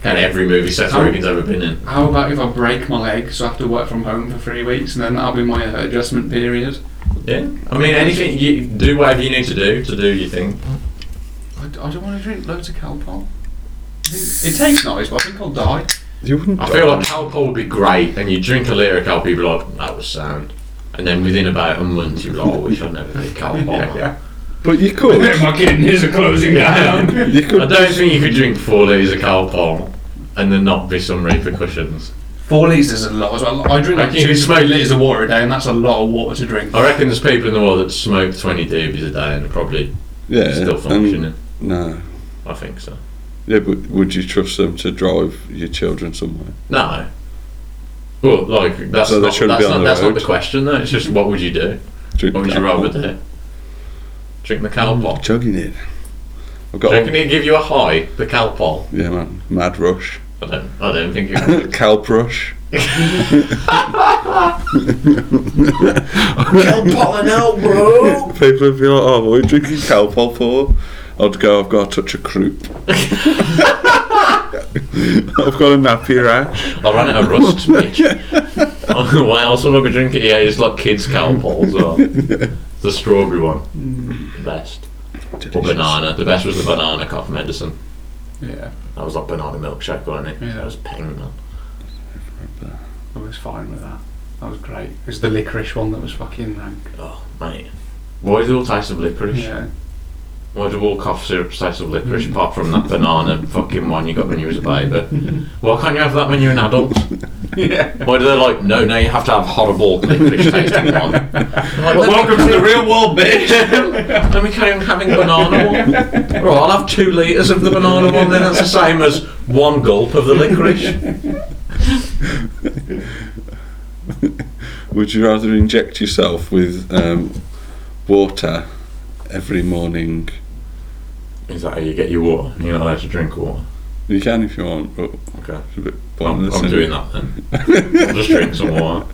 Speaker 2: And every movie Seth Rogen's ever been in.
Speaker 3: How about if I break my leg, so I have to work from home for three weeks, and then that'll be my uh, adjustment period.
Speaker 2: Yeah. I mean, anything you do, whatever you need to do to do your thing.
Speaker 3: I, d- I don't want to drink loads of Calpol. I think- It tastes nice, but I think I'll die.
Speaker 4: You wouldn't.
Speaker 2: I feel like Calpol would be great, and you drink a litre of Calpol, you'd be like, that was sound. And then within about a month, you'd be like, "Oh, I wish I'd never did Calpol.
Speaker 4: But you could.
Speaker 3: My kidneys are closing down.
Speaker 4: you
Speaker 2: I
Speaker 4: could.
Speaker 2: don't think you could drink four litres of Calpol and there not be some repercussions.
Speaker 3: Four litres is a lot as well. I drink like
Speaker 2: Like you
Speaker 3: two, three
Speaker 2: can smoke-
Speaker 3: litres of water a day, and that's a lot of water to drink.
Speaker 2: I reckon there's people in the world that smoke 20 doobies a day and are probably
Speaker 4: Yeah.
Speaker 2: still
Speaker 4: and-
Speaker 2: functioning.
Speaker 4: no.
Speaker 2: I think so.
Speaker 4: Yeah, but would you trust them to drive your children somewhere?
Speaker 2: No. Well, like, that's,
Speaker 4: So they
Speaker 2: not, that's,
Speaker 4: shouldn't be on
Speaker 2: not,
Speaker 4: the
Speaker 2: that's not
Speaker 4: road?
Speaker 2: the question, though. It's just what would you do?
Speaker 4: Drink
Speaker 2: What would you
Speaker 4: that
Speaker 2: rather
Speaker 4: one.
Speaker 2: do? Drink the Calpol?
Speaker 4: Chugging it. I've got
Speaker 2: Reckon
Speaker 4: a,
Speaker 2: he'd give you a high, the Calpol.
Speaker 4: yeah, man, mad rush,
Speaker 2: I don't, I don't think you
Speaker 4: calprush.
Speaker 2: Calpol now, bro!
Speaker 4: People would be like, "Oh, what are you drinking calpol for?" I'd go, "I've got to touch a croup. I've got a nappy rash."
Speaker 2: I ran out of rust, bitch. Why else would I be drinking? Yeah, it's like kids' Calpol as well. The strawberry one. The best. Or banana. The best was the banana cough medicine.
Speaker 3: Yeah,
Speaker 2: That was like banana milkshake, wasn't it?
Speaker 3: Yeah.
Speaker 2: That was peng, man.
Speaker 3: I was fine with that. That was great. It was the licorice one that was fucking rank.
Speaker 2: Oh, mate. Why do all taste of licorice?
Speaker 3: Yeah.
Speaker 2: Why do all cough syrups taste of licorice apart from that banana fucking one you got when you was a baby? Why can't you have that when you're an adult?
Speaker 3: Yeah.
Speaker 2: Why do they like, no, no, you have to have horrible licorice tasting one? I'm Like,
Speaker 3: Welcome to the real world, bitch.
Speaker 2: Let me carry on having banana one. Right, I'll have two litres of the banana one then, that's the same as one gulp of the licorice.
Speaker 4: Would you rather inject yourself with um, water every morning?
Speaker 2: Is that how you get your water? You're not allowed to drink water.
Speaker 4: You can if you want, but
Speaker 2: Okay.
Speaker 4: it's a bit
Speaker 2: I'm,
Speaker 4: pointless.
Speaker 2: I'm
Speaker 4: isn't
Speaker 2: doing
Speaker 4: it?
Speaker 2: that then. I'll just drink some water.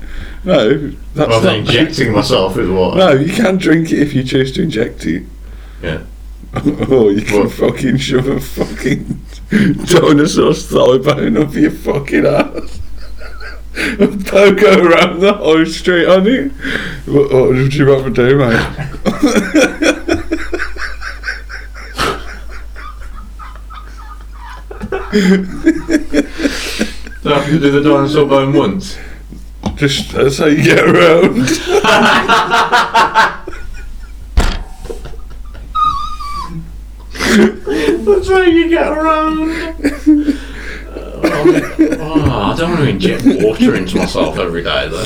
Speaker 4: No, that's
Speaker 2: Rather
Speaker 4: not.
Speaker 2: than injecting myself with water.
Speaker 4: No, you can drink it if you choose to inject it.
Speaker 2: Yeah.
Speaker 4: or you can
Speaker 2: What?
Speaker 4: fucking shove a fucking dinosaur's thigh bone up your fucking ass. And poke it around the whole street on it. What, what would you rather do, mate?
Speaker 2: So I can do the dinosaur bone once.
Speaker 4: Just that's how you get around.
Speaker 2: That's how you get around. Oh, I don't want to inject water into myself every day though.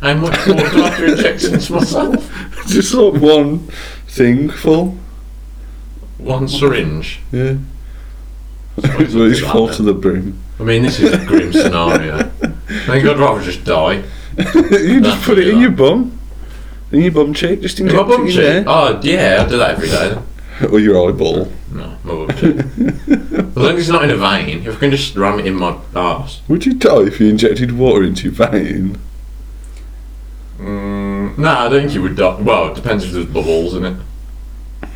Speaker 2: How much water do I have to inject into myself?
Speaker 4: Just like one thing full.
Speaker 2: One syringe.
Speaker 4: Yeah.
Speaker 2: Suppose I'll
Speaker 4: it's
Speaker 2: do that
Speaker 4: full
Speaker 2: then.
Speaker 4: to the brim.
Speaker 2: I mean, this is a grim scenario. I think I'd rather just die.
Speaker 4: you just
Speaker 2: That's
Speaker 4: put it
Speaker 2: what
Speaker 4: in
Speaker 2: you
Speaker 4: your bum. In your bum cheek, just
Speaker 2: My
Speaker 4: inject it
Speaker 2: bum
Speaker 4: in
Speaker 2: cheek.
Speaker 4: there.
Speaker 2: Oh, yeah, I do that every day.
Speaker 4: Or your eyeball.
Speaker 2: No, my bum cheek. As long as it's not in a vein, if I can just ram it in my arse.
Speaker 4: Would you die if you injected water into your vein?
Speaker 2: Mm, no, I don't think you would die. Well, it depends if there's bubbles in it.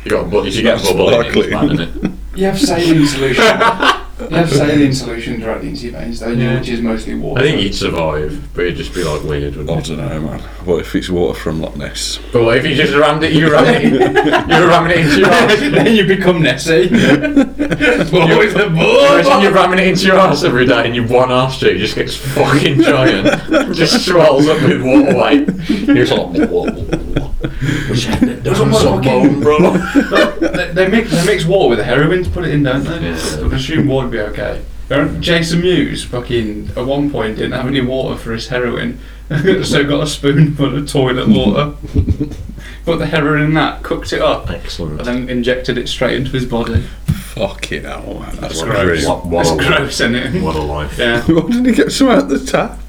Speaker 2: You got a bu- if you get a
Speaker 4: That's
Speaker 2: bubble in it, it's
Speaker 4: likely.
Speaker 2: bad, isn't it?
Speaker 3: You have saline solution. you have saline solution directly into your veins, don't you?
Speaker 2: Yeah.
Speaker 3: Which is mostly water.
Speaker 2: I think you'd survive, but it'd just be like weird.
Speaker 4: I
Speaker 2: Wouldn't it?
Speaker 4: don't know, man. What if it's water from Loch Ness?
Speaker 2: Oh. But what if you just rammed it? You ram it. You ram it into your arse.
Speaker 3: then you become Nessie.
Speaker 2: Oh,
Speaker 3: Boy, the
Speaker 2: Imagine
Speaker 3: boy.
Speaker 2: you're ramming it into your ass every day and your one arse cheek just gets fucking giant. just swells up with water weight. You're just like, "Blah, blah, blah, blah." Doesn't suck bone, bro.
Speaker 3: They, they mix they mix water with heroin to put it in, don't they?
Speaker 2: Yeah.
Speaker 3: I would assume water would be okay. Don't- Jason Mewes fucking at one point didn't have any water for his heroin, so got a spoonful of toilet water. Put the heroin in that, cooked it up,
Speaker 2: Excellent.
Speaker 3: and then injected it straight into his body.
Speaker 4: Fucking hell, man. That's
Speaker 2: Gross.
Speaker 4: crazy.
Speaker 2: What, what,
Speaker 3: It's
Speaker 2: a,
Speaker 3: gross, isn't it?
Speaker 2: what a life.
Speaker 3: Yeah.
Speaker 4: Why didn't he get some out the tap?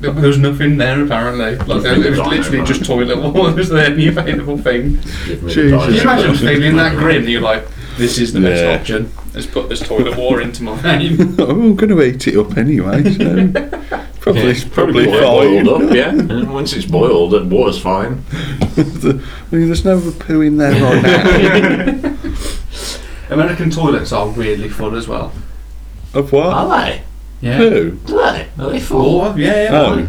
Speaker 3: There there was nothing there apparently. Like there, it was literally just toilet water was the only available thing.
Speaker 2: Give me the
Speaker 4: Jesus.
Speaker 3: Can you
Speaker 2: diet.
Speaker 3: imagine feeling that grim? You're like, this is the
Speaker 4: Yeah.
Speaker 3: best option. Let's put this toilet water into my vein.
Speaker 4: Oh, I'm going to eat it up anyway. So probably,
Speaker 2: Yeah, it's
Speaker 4: probably,
Speaker 2: boiled,
Speaker 4: fine.
Speaker 2: boiled up, yeah. And once it's boiled, the water's fine.
Speaker 4: The- I mean, there's no poo in there right now.
Speaker 3: American toilets are weirdly full as well.
Speaker 4: of what?
Speaker 2: Are they?
Speaker 4: Poo?
Speaker 2: Are they? Are they full?
Speaker 3: Water? Yeah, yeah.
Speaker 4: Oh,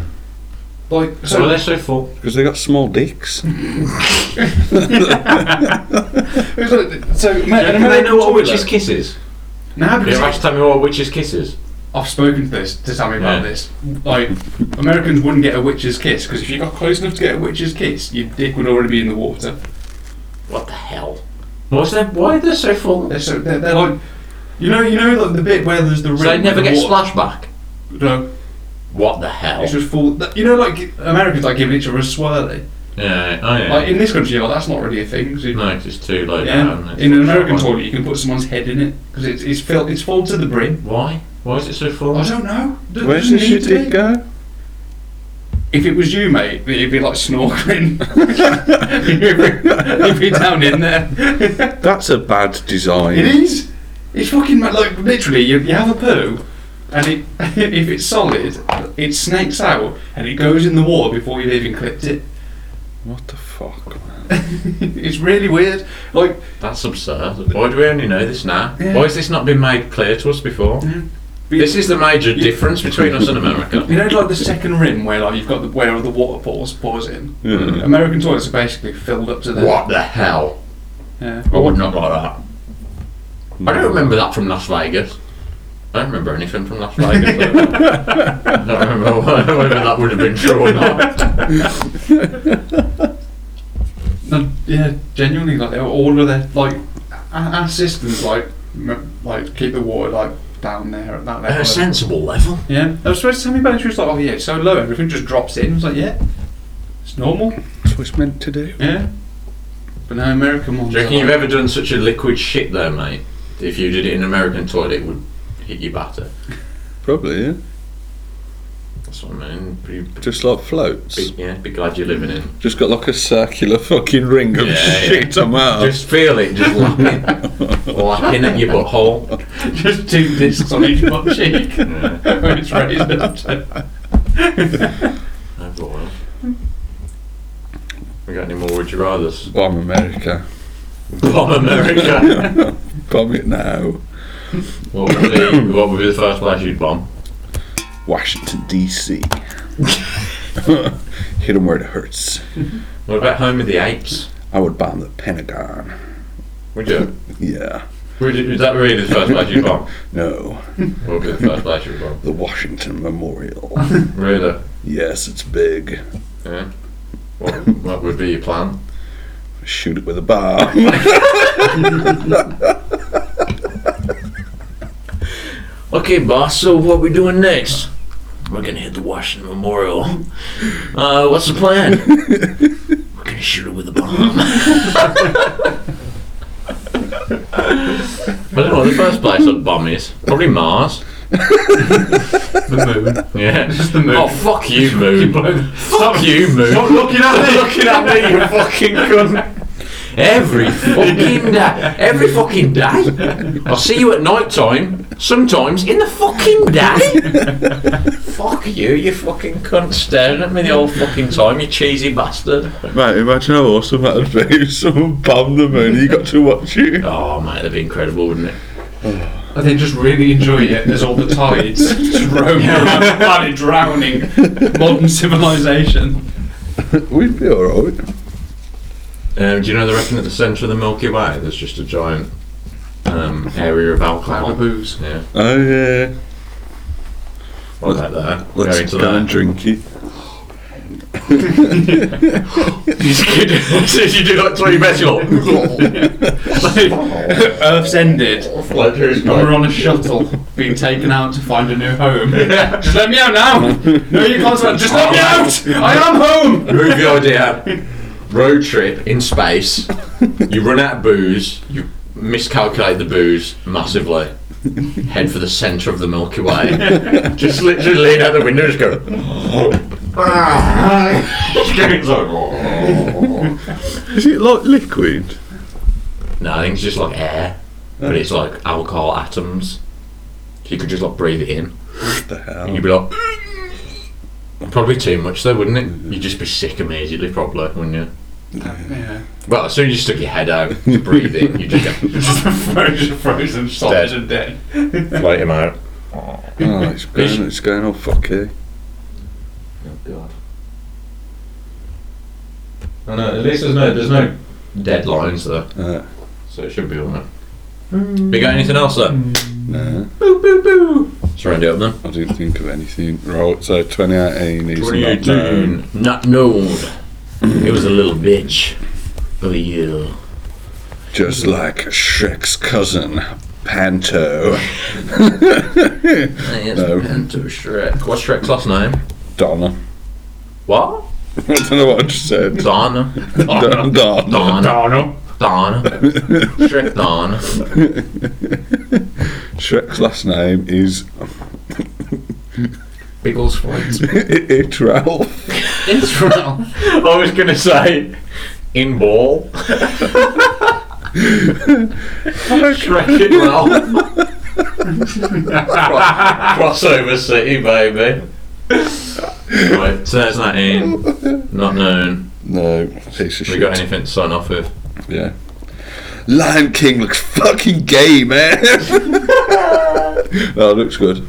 Speaker 3: Like
Speaker 2: So are
Speaker 3: so,
Speaker 2: they so full?
Speaker 4: because they got small dicks.
Speaker 3: it's like- so mate, an
Speaker 2: Do they
Speaker 3: American
Speaker 2: know what
Speaker 3: toilet.
Speaker 2: witches' kisses?
Speaker 3: now
Speaker 2: They
Speaker 3: because
Speaker 2: have to tell me what witches' kisses.
Speaker 3: I've spoken to this to Sammy about
Speaker 2: Yeah.
Speaker 3: this. Like Americans wouldn't get a witch's kiss because if you got close enough to get a witch's kiss, your dick would already be in the water.
Speaker 2: What the hell? What's that? Why are they so full?
Speaker 3: They're so they're, they're like, you know, you know, like the bit where there's the rim.
Speaker 2: So they never
Speaker 3: with the
Speaker 2: get Oh.
Speaker 3: water-
Speaker 2: splashback.
Speaker 3: No,
Speaker 2: What the hell?
Speaker 3: it's just full. th- You know, like Americans like giving each other a swirly.
Speaker 2: Yeah, oh yeah.
Speaker 3: Like in this country, like, that's not really a thing. 'cause it-
Speaker 2: no, 'cause it's too low down.
Speaker 3: yeah,
Speaker 2: It's
Speaker 3: in an
Speaker 2: not
Speaker 3: American
Speaker 2: sure
Speaker 3: toilet, you can put someone's head in it because it's it's filled it's full to the brim.
Speaker 2: Why? Why is it so full?
Speaker 3: I don't know. Doesn't
Speaker 4: Where's
Speaker 3: need
Speaker 4: this your
Speaker 3: to be.
Speaker 4: dick go?
Speaker 3: If it was you, mate, you'd be like snorkeling. you'd, be, you'd be down in there.
Speaker 4: That's a bad design.
Speaker 3: It is. It's fucking ma- like literally. You, you have a poo, and it if it's solid, it snakes out and it goes in the water before you've even clipped it.
Speaker 4: What the fuck?
Speaker 3: it's really weird. Like
Speaker 2: That's absurd. Why do we only know this now?
Speaker 3: Yeah.
Speaker 2: Why has this not been made clear to us before? This is the major difference between us and
Speaker 3: you
Speaker 2: America.
Speaker 3: know, like the second rim where like you've got the where all the water pours pours in.
Speaker 4: Yeah.
Speaker 3: American toilets are basically filled up to the.
Speaker 2: What the hell?
Speaker 3: Yeah.
Speaker 2: I would not like that. I don't remember that from Las Vegas. I don't remember anything from Las Vegas. I don't remember whether whether that would have been true or not.
Speaker 3: No, yeah, genuinely, like they were all of their like our, our systems like m- like keep the water like down there at that
Speaker 2: At
Speaker 3: level.
Speaker 2: a sensible level.
Speaker 3: Yeah, I was supposed to tell me about it. She was like, "Oh yeah, it's so low, everything just drops in." I was like, "Yeah, it's normal."
Speaker 4: That's what it's meant to do.
Speaker 3: Yeah, but no American ones.
Speaker 2: Do you
Speaker 3: are
Speaker 2: reckon you've
Speaker 3: like-
Speaker 2: ever done such a liquid shit though, mate? If you did it in an American toilet, it would hit you batter.
Speaker 4: Probably, yeah.
Speaker 2: That's what I mean. Be, be,
Speaker 4: Just like floats.
Speaker 2: yeah, be glad you're living in.
Speaker 4: Just got like a circular fucking ring of
Speaker 2: Yeah, yeah.
Speaker 4: shit on my
Speaker 3: Oh.
Speaker 4: arse.
Speaker 2: Just feel it, just lapping, lapping at your butthole.
Speaker 3: just two discs on each butt cheek when "Oh, it's raised up. To...
Speaker 2: No boil. We got any more would you rathers?
Speaker 4: Bomb America.
Speaker 2: Bomb America!
Speaker 4: Bomb it now.
Speaker 2: what, would be, what would be the first place you'd bomb?
Speaker 4: Washington, D.C. Hit 'em where it hurts.
Speaker 2: What about Home of the Apes?
Speaker 4: I would bomb the Pentagon.
Speaker 2: Would you?
Speaker 4: Yeah.
Speaker 2: Would you- Is that really the first place you'd bomb?
Speaker 4: No.
Speaker 2: What would be the first place you'd bomb?
Speaker 4: The Washington Memorial.
Speaker 2: Really?
Speaker 4: yes, it's big.
Speaker 2: Yeah. What, what would be your plan?
Speaker 4: Shoot it with a bomb.
Speaker 2: Okay, boss, so what we doing next? We're gonna hit the Washington Memorial. Uh, what's the plan? We're gonna shoot it with a bomb. I don't know the first place I'd bomb is. Probably Mars.
Speaker 3: The moon.
Speaker 2: Yeah.
Speaker 3: the moon.
Speaker 2: Oh, fuck you, moon.
Speaker 3: both-
Speaker 2: fuck you, moon.
Speaker 3: Stop looking at me!
Speaker 2: looking at me, you fucking cunt. Every fucking day. Every fucking day. I'll see you at night time, sometimes in the fucking day. Fuck you, you fucking cunt staring at me the whole fucking time, you cheesy bastard.
Speaker 4: Mate, imagine how awesome that would be if someone bombed the moon and you got to watch it.
Speaker 2: Oh, mate, that'd be incredible, wouldn't it?
Speaker 3: And they just really enjoy it. There's all the tides just roaming around the planet, drowning modern civilization.
Speaker 4: We'd be alright.
Speaker 2: Um, do you know they reckon at the centre of the Milky Way there's just a giant um, area of alcohol?
Speaker 3: booze.
Speaker 2: Yeah,
Speaker 4: Oh, yeah.
Speaker 2: what about that?
Speaker 4: Let's
Speaker 2: Going to
Speaker 4: go
Speaker 2: that.
Speaker 4: and drink it.
Speaker 2: He's kidding. Since you do like three metal.
Speaker 3: Earth's ended. And we're on a shuttle being taken out to find a new home. Just let me out now! No, you can't. Just let me out! I am home!
Speaker 2: Move your idea. Road trip in space. You run out of booze. You miscalculate the booze massively. Head for the centre of the Milky Way. just literally lean out the window and just go. Just go, it's like,
Speaker 4: Is it like liquid?
Speaker 2: no, I think it's just like air, but it's like alcohol atoms. So you could just like breathe it in.
Speaker 4: What the hell?
Speaker 2: And you'd be like. Probably too much though, wouldn't it? You'd just be sick immediately, probably, wouldn't you?
Speaker 3: Yeah.
Speaker 2: Well, as soon as you stuck your head out to breathe in, you just go,
Speaker 3: frozen, frozen, solid
Speaker 2: Dead.
Speaker 3: and dead.
Speaker 2: float him out.
Speaker 4: Oh, it's going, it's going all fucky.
Speaker 2: God. I know. At least there's no there's no deadlines though,
Speaker 4: Uh,
Speaker 2: so it should be alright. We got anything else though?
Speaker 4: no,
Speaker 2: Sorry, round it up then.
Speaker 4: I didn't think of anything. Right, so 2018 is not known.
Speaker 2: Not known. It was a little bitch of a year.
Speaker 4: Just like Shrek's cousin, Panto.
Speaker 2: Yes,
Speaker 4: No.
Speaker 2: Panto Shrek. What's Shrek's last name?
Speaker 4: Donna.
Speaker 2: What?
Speaker 4: I don't know what I just said.
Speaker 2: Donna.
Speaker 4: Donna. Donna.
Speaker 2: Donna. Donna. Shrek Donna.
Speaker 4: Shrek's last name is
Speaker 2: Biggles flights.
Speaker 4: it's Ralph.
Speaker 10: I was going to say, in ball. Shrek in Ralph.
Speaker 2: Crossover City, baby. right, so that's not in. Not known.
Speaker 4: No, piece of
Speaker 2: We
Speaker 4: shit.
Speaker 2: got anything to sign off with?
Speaker 4: Yeah. Lion King looks fucking gay, man. that looks good.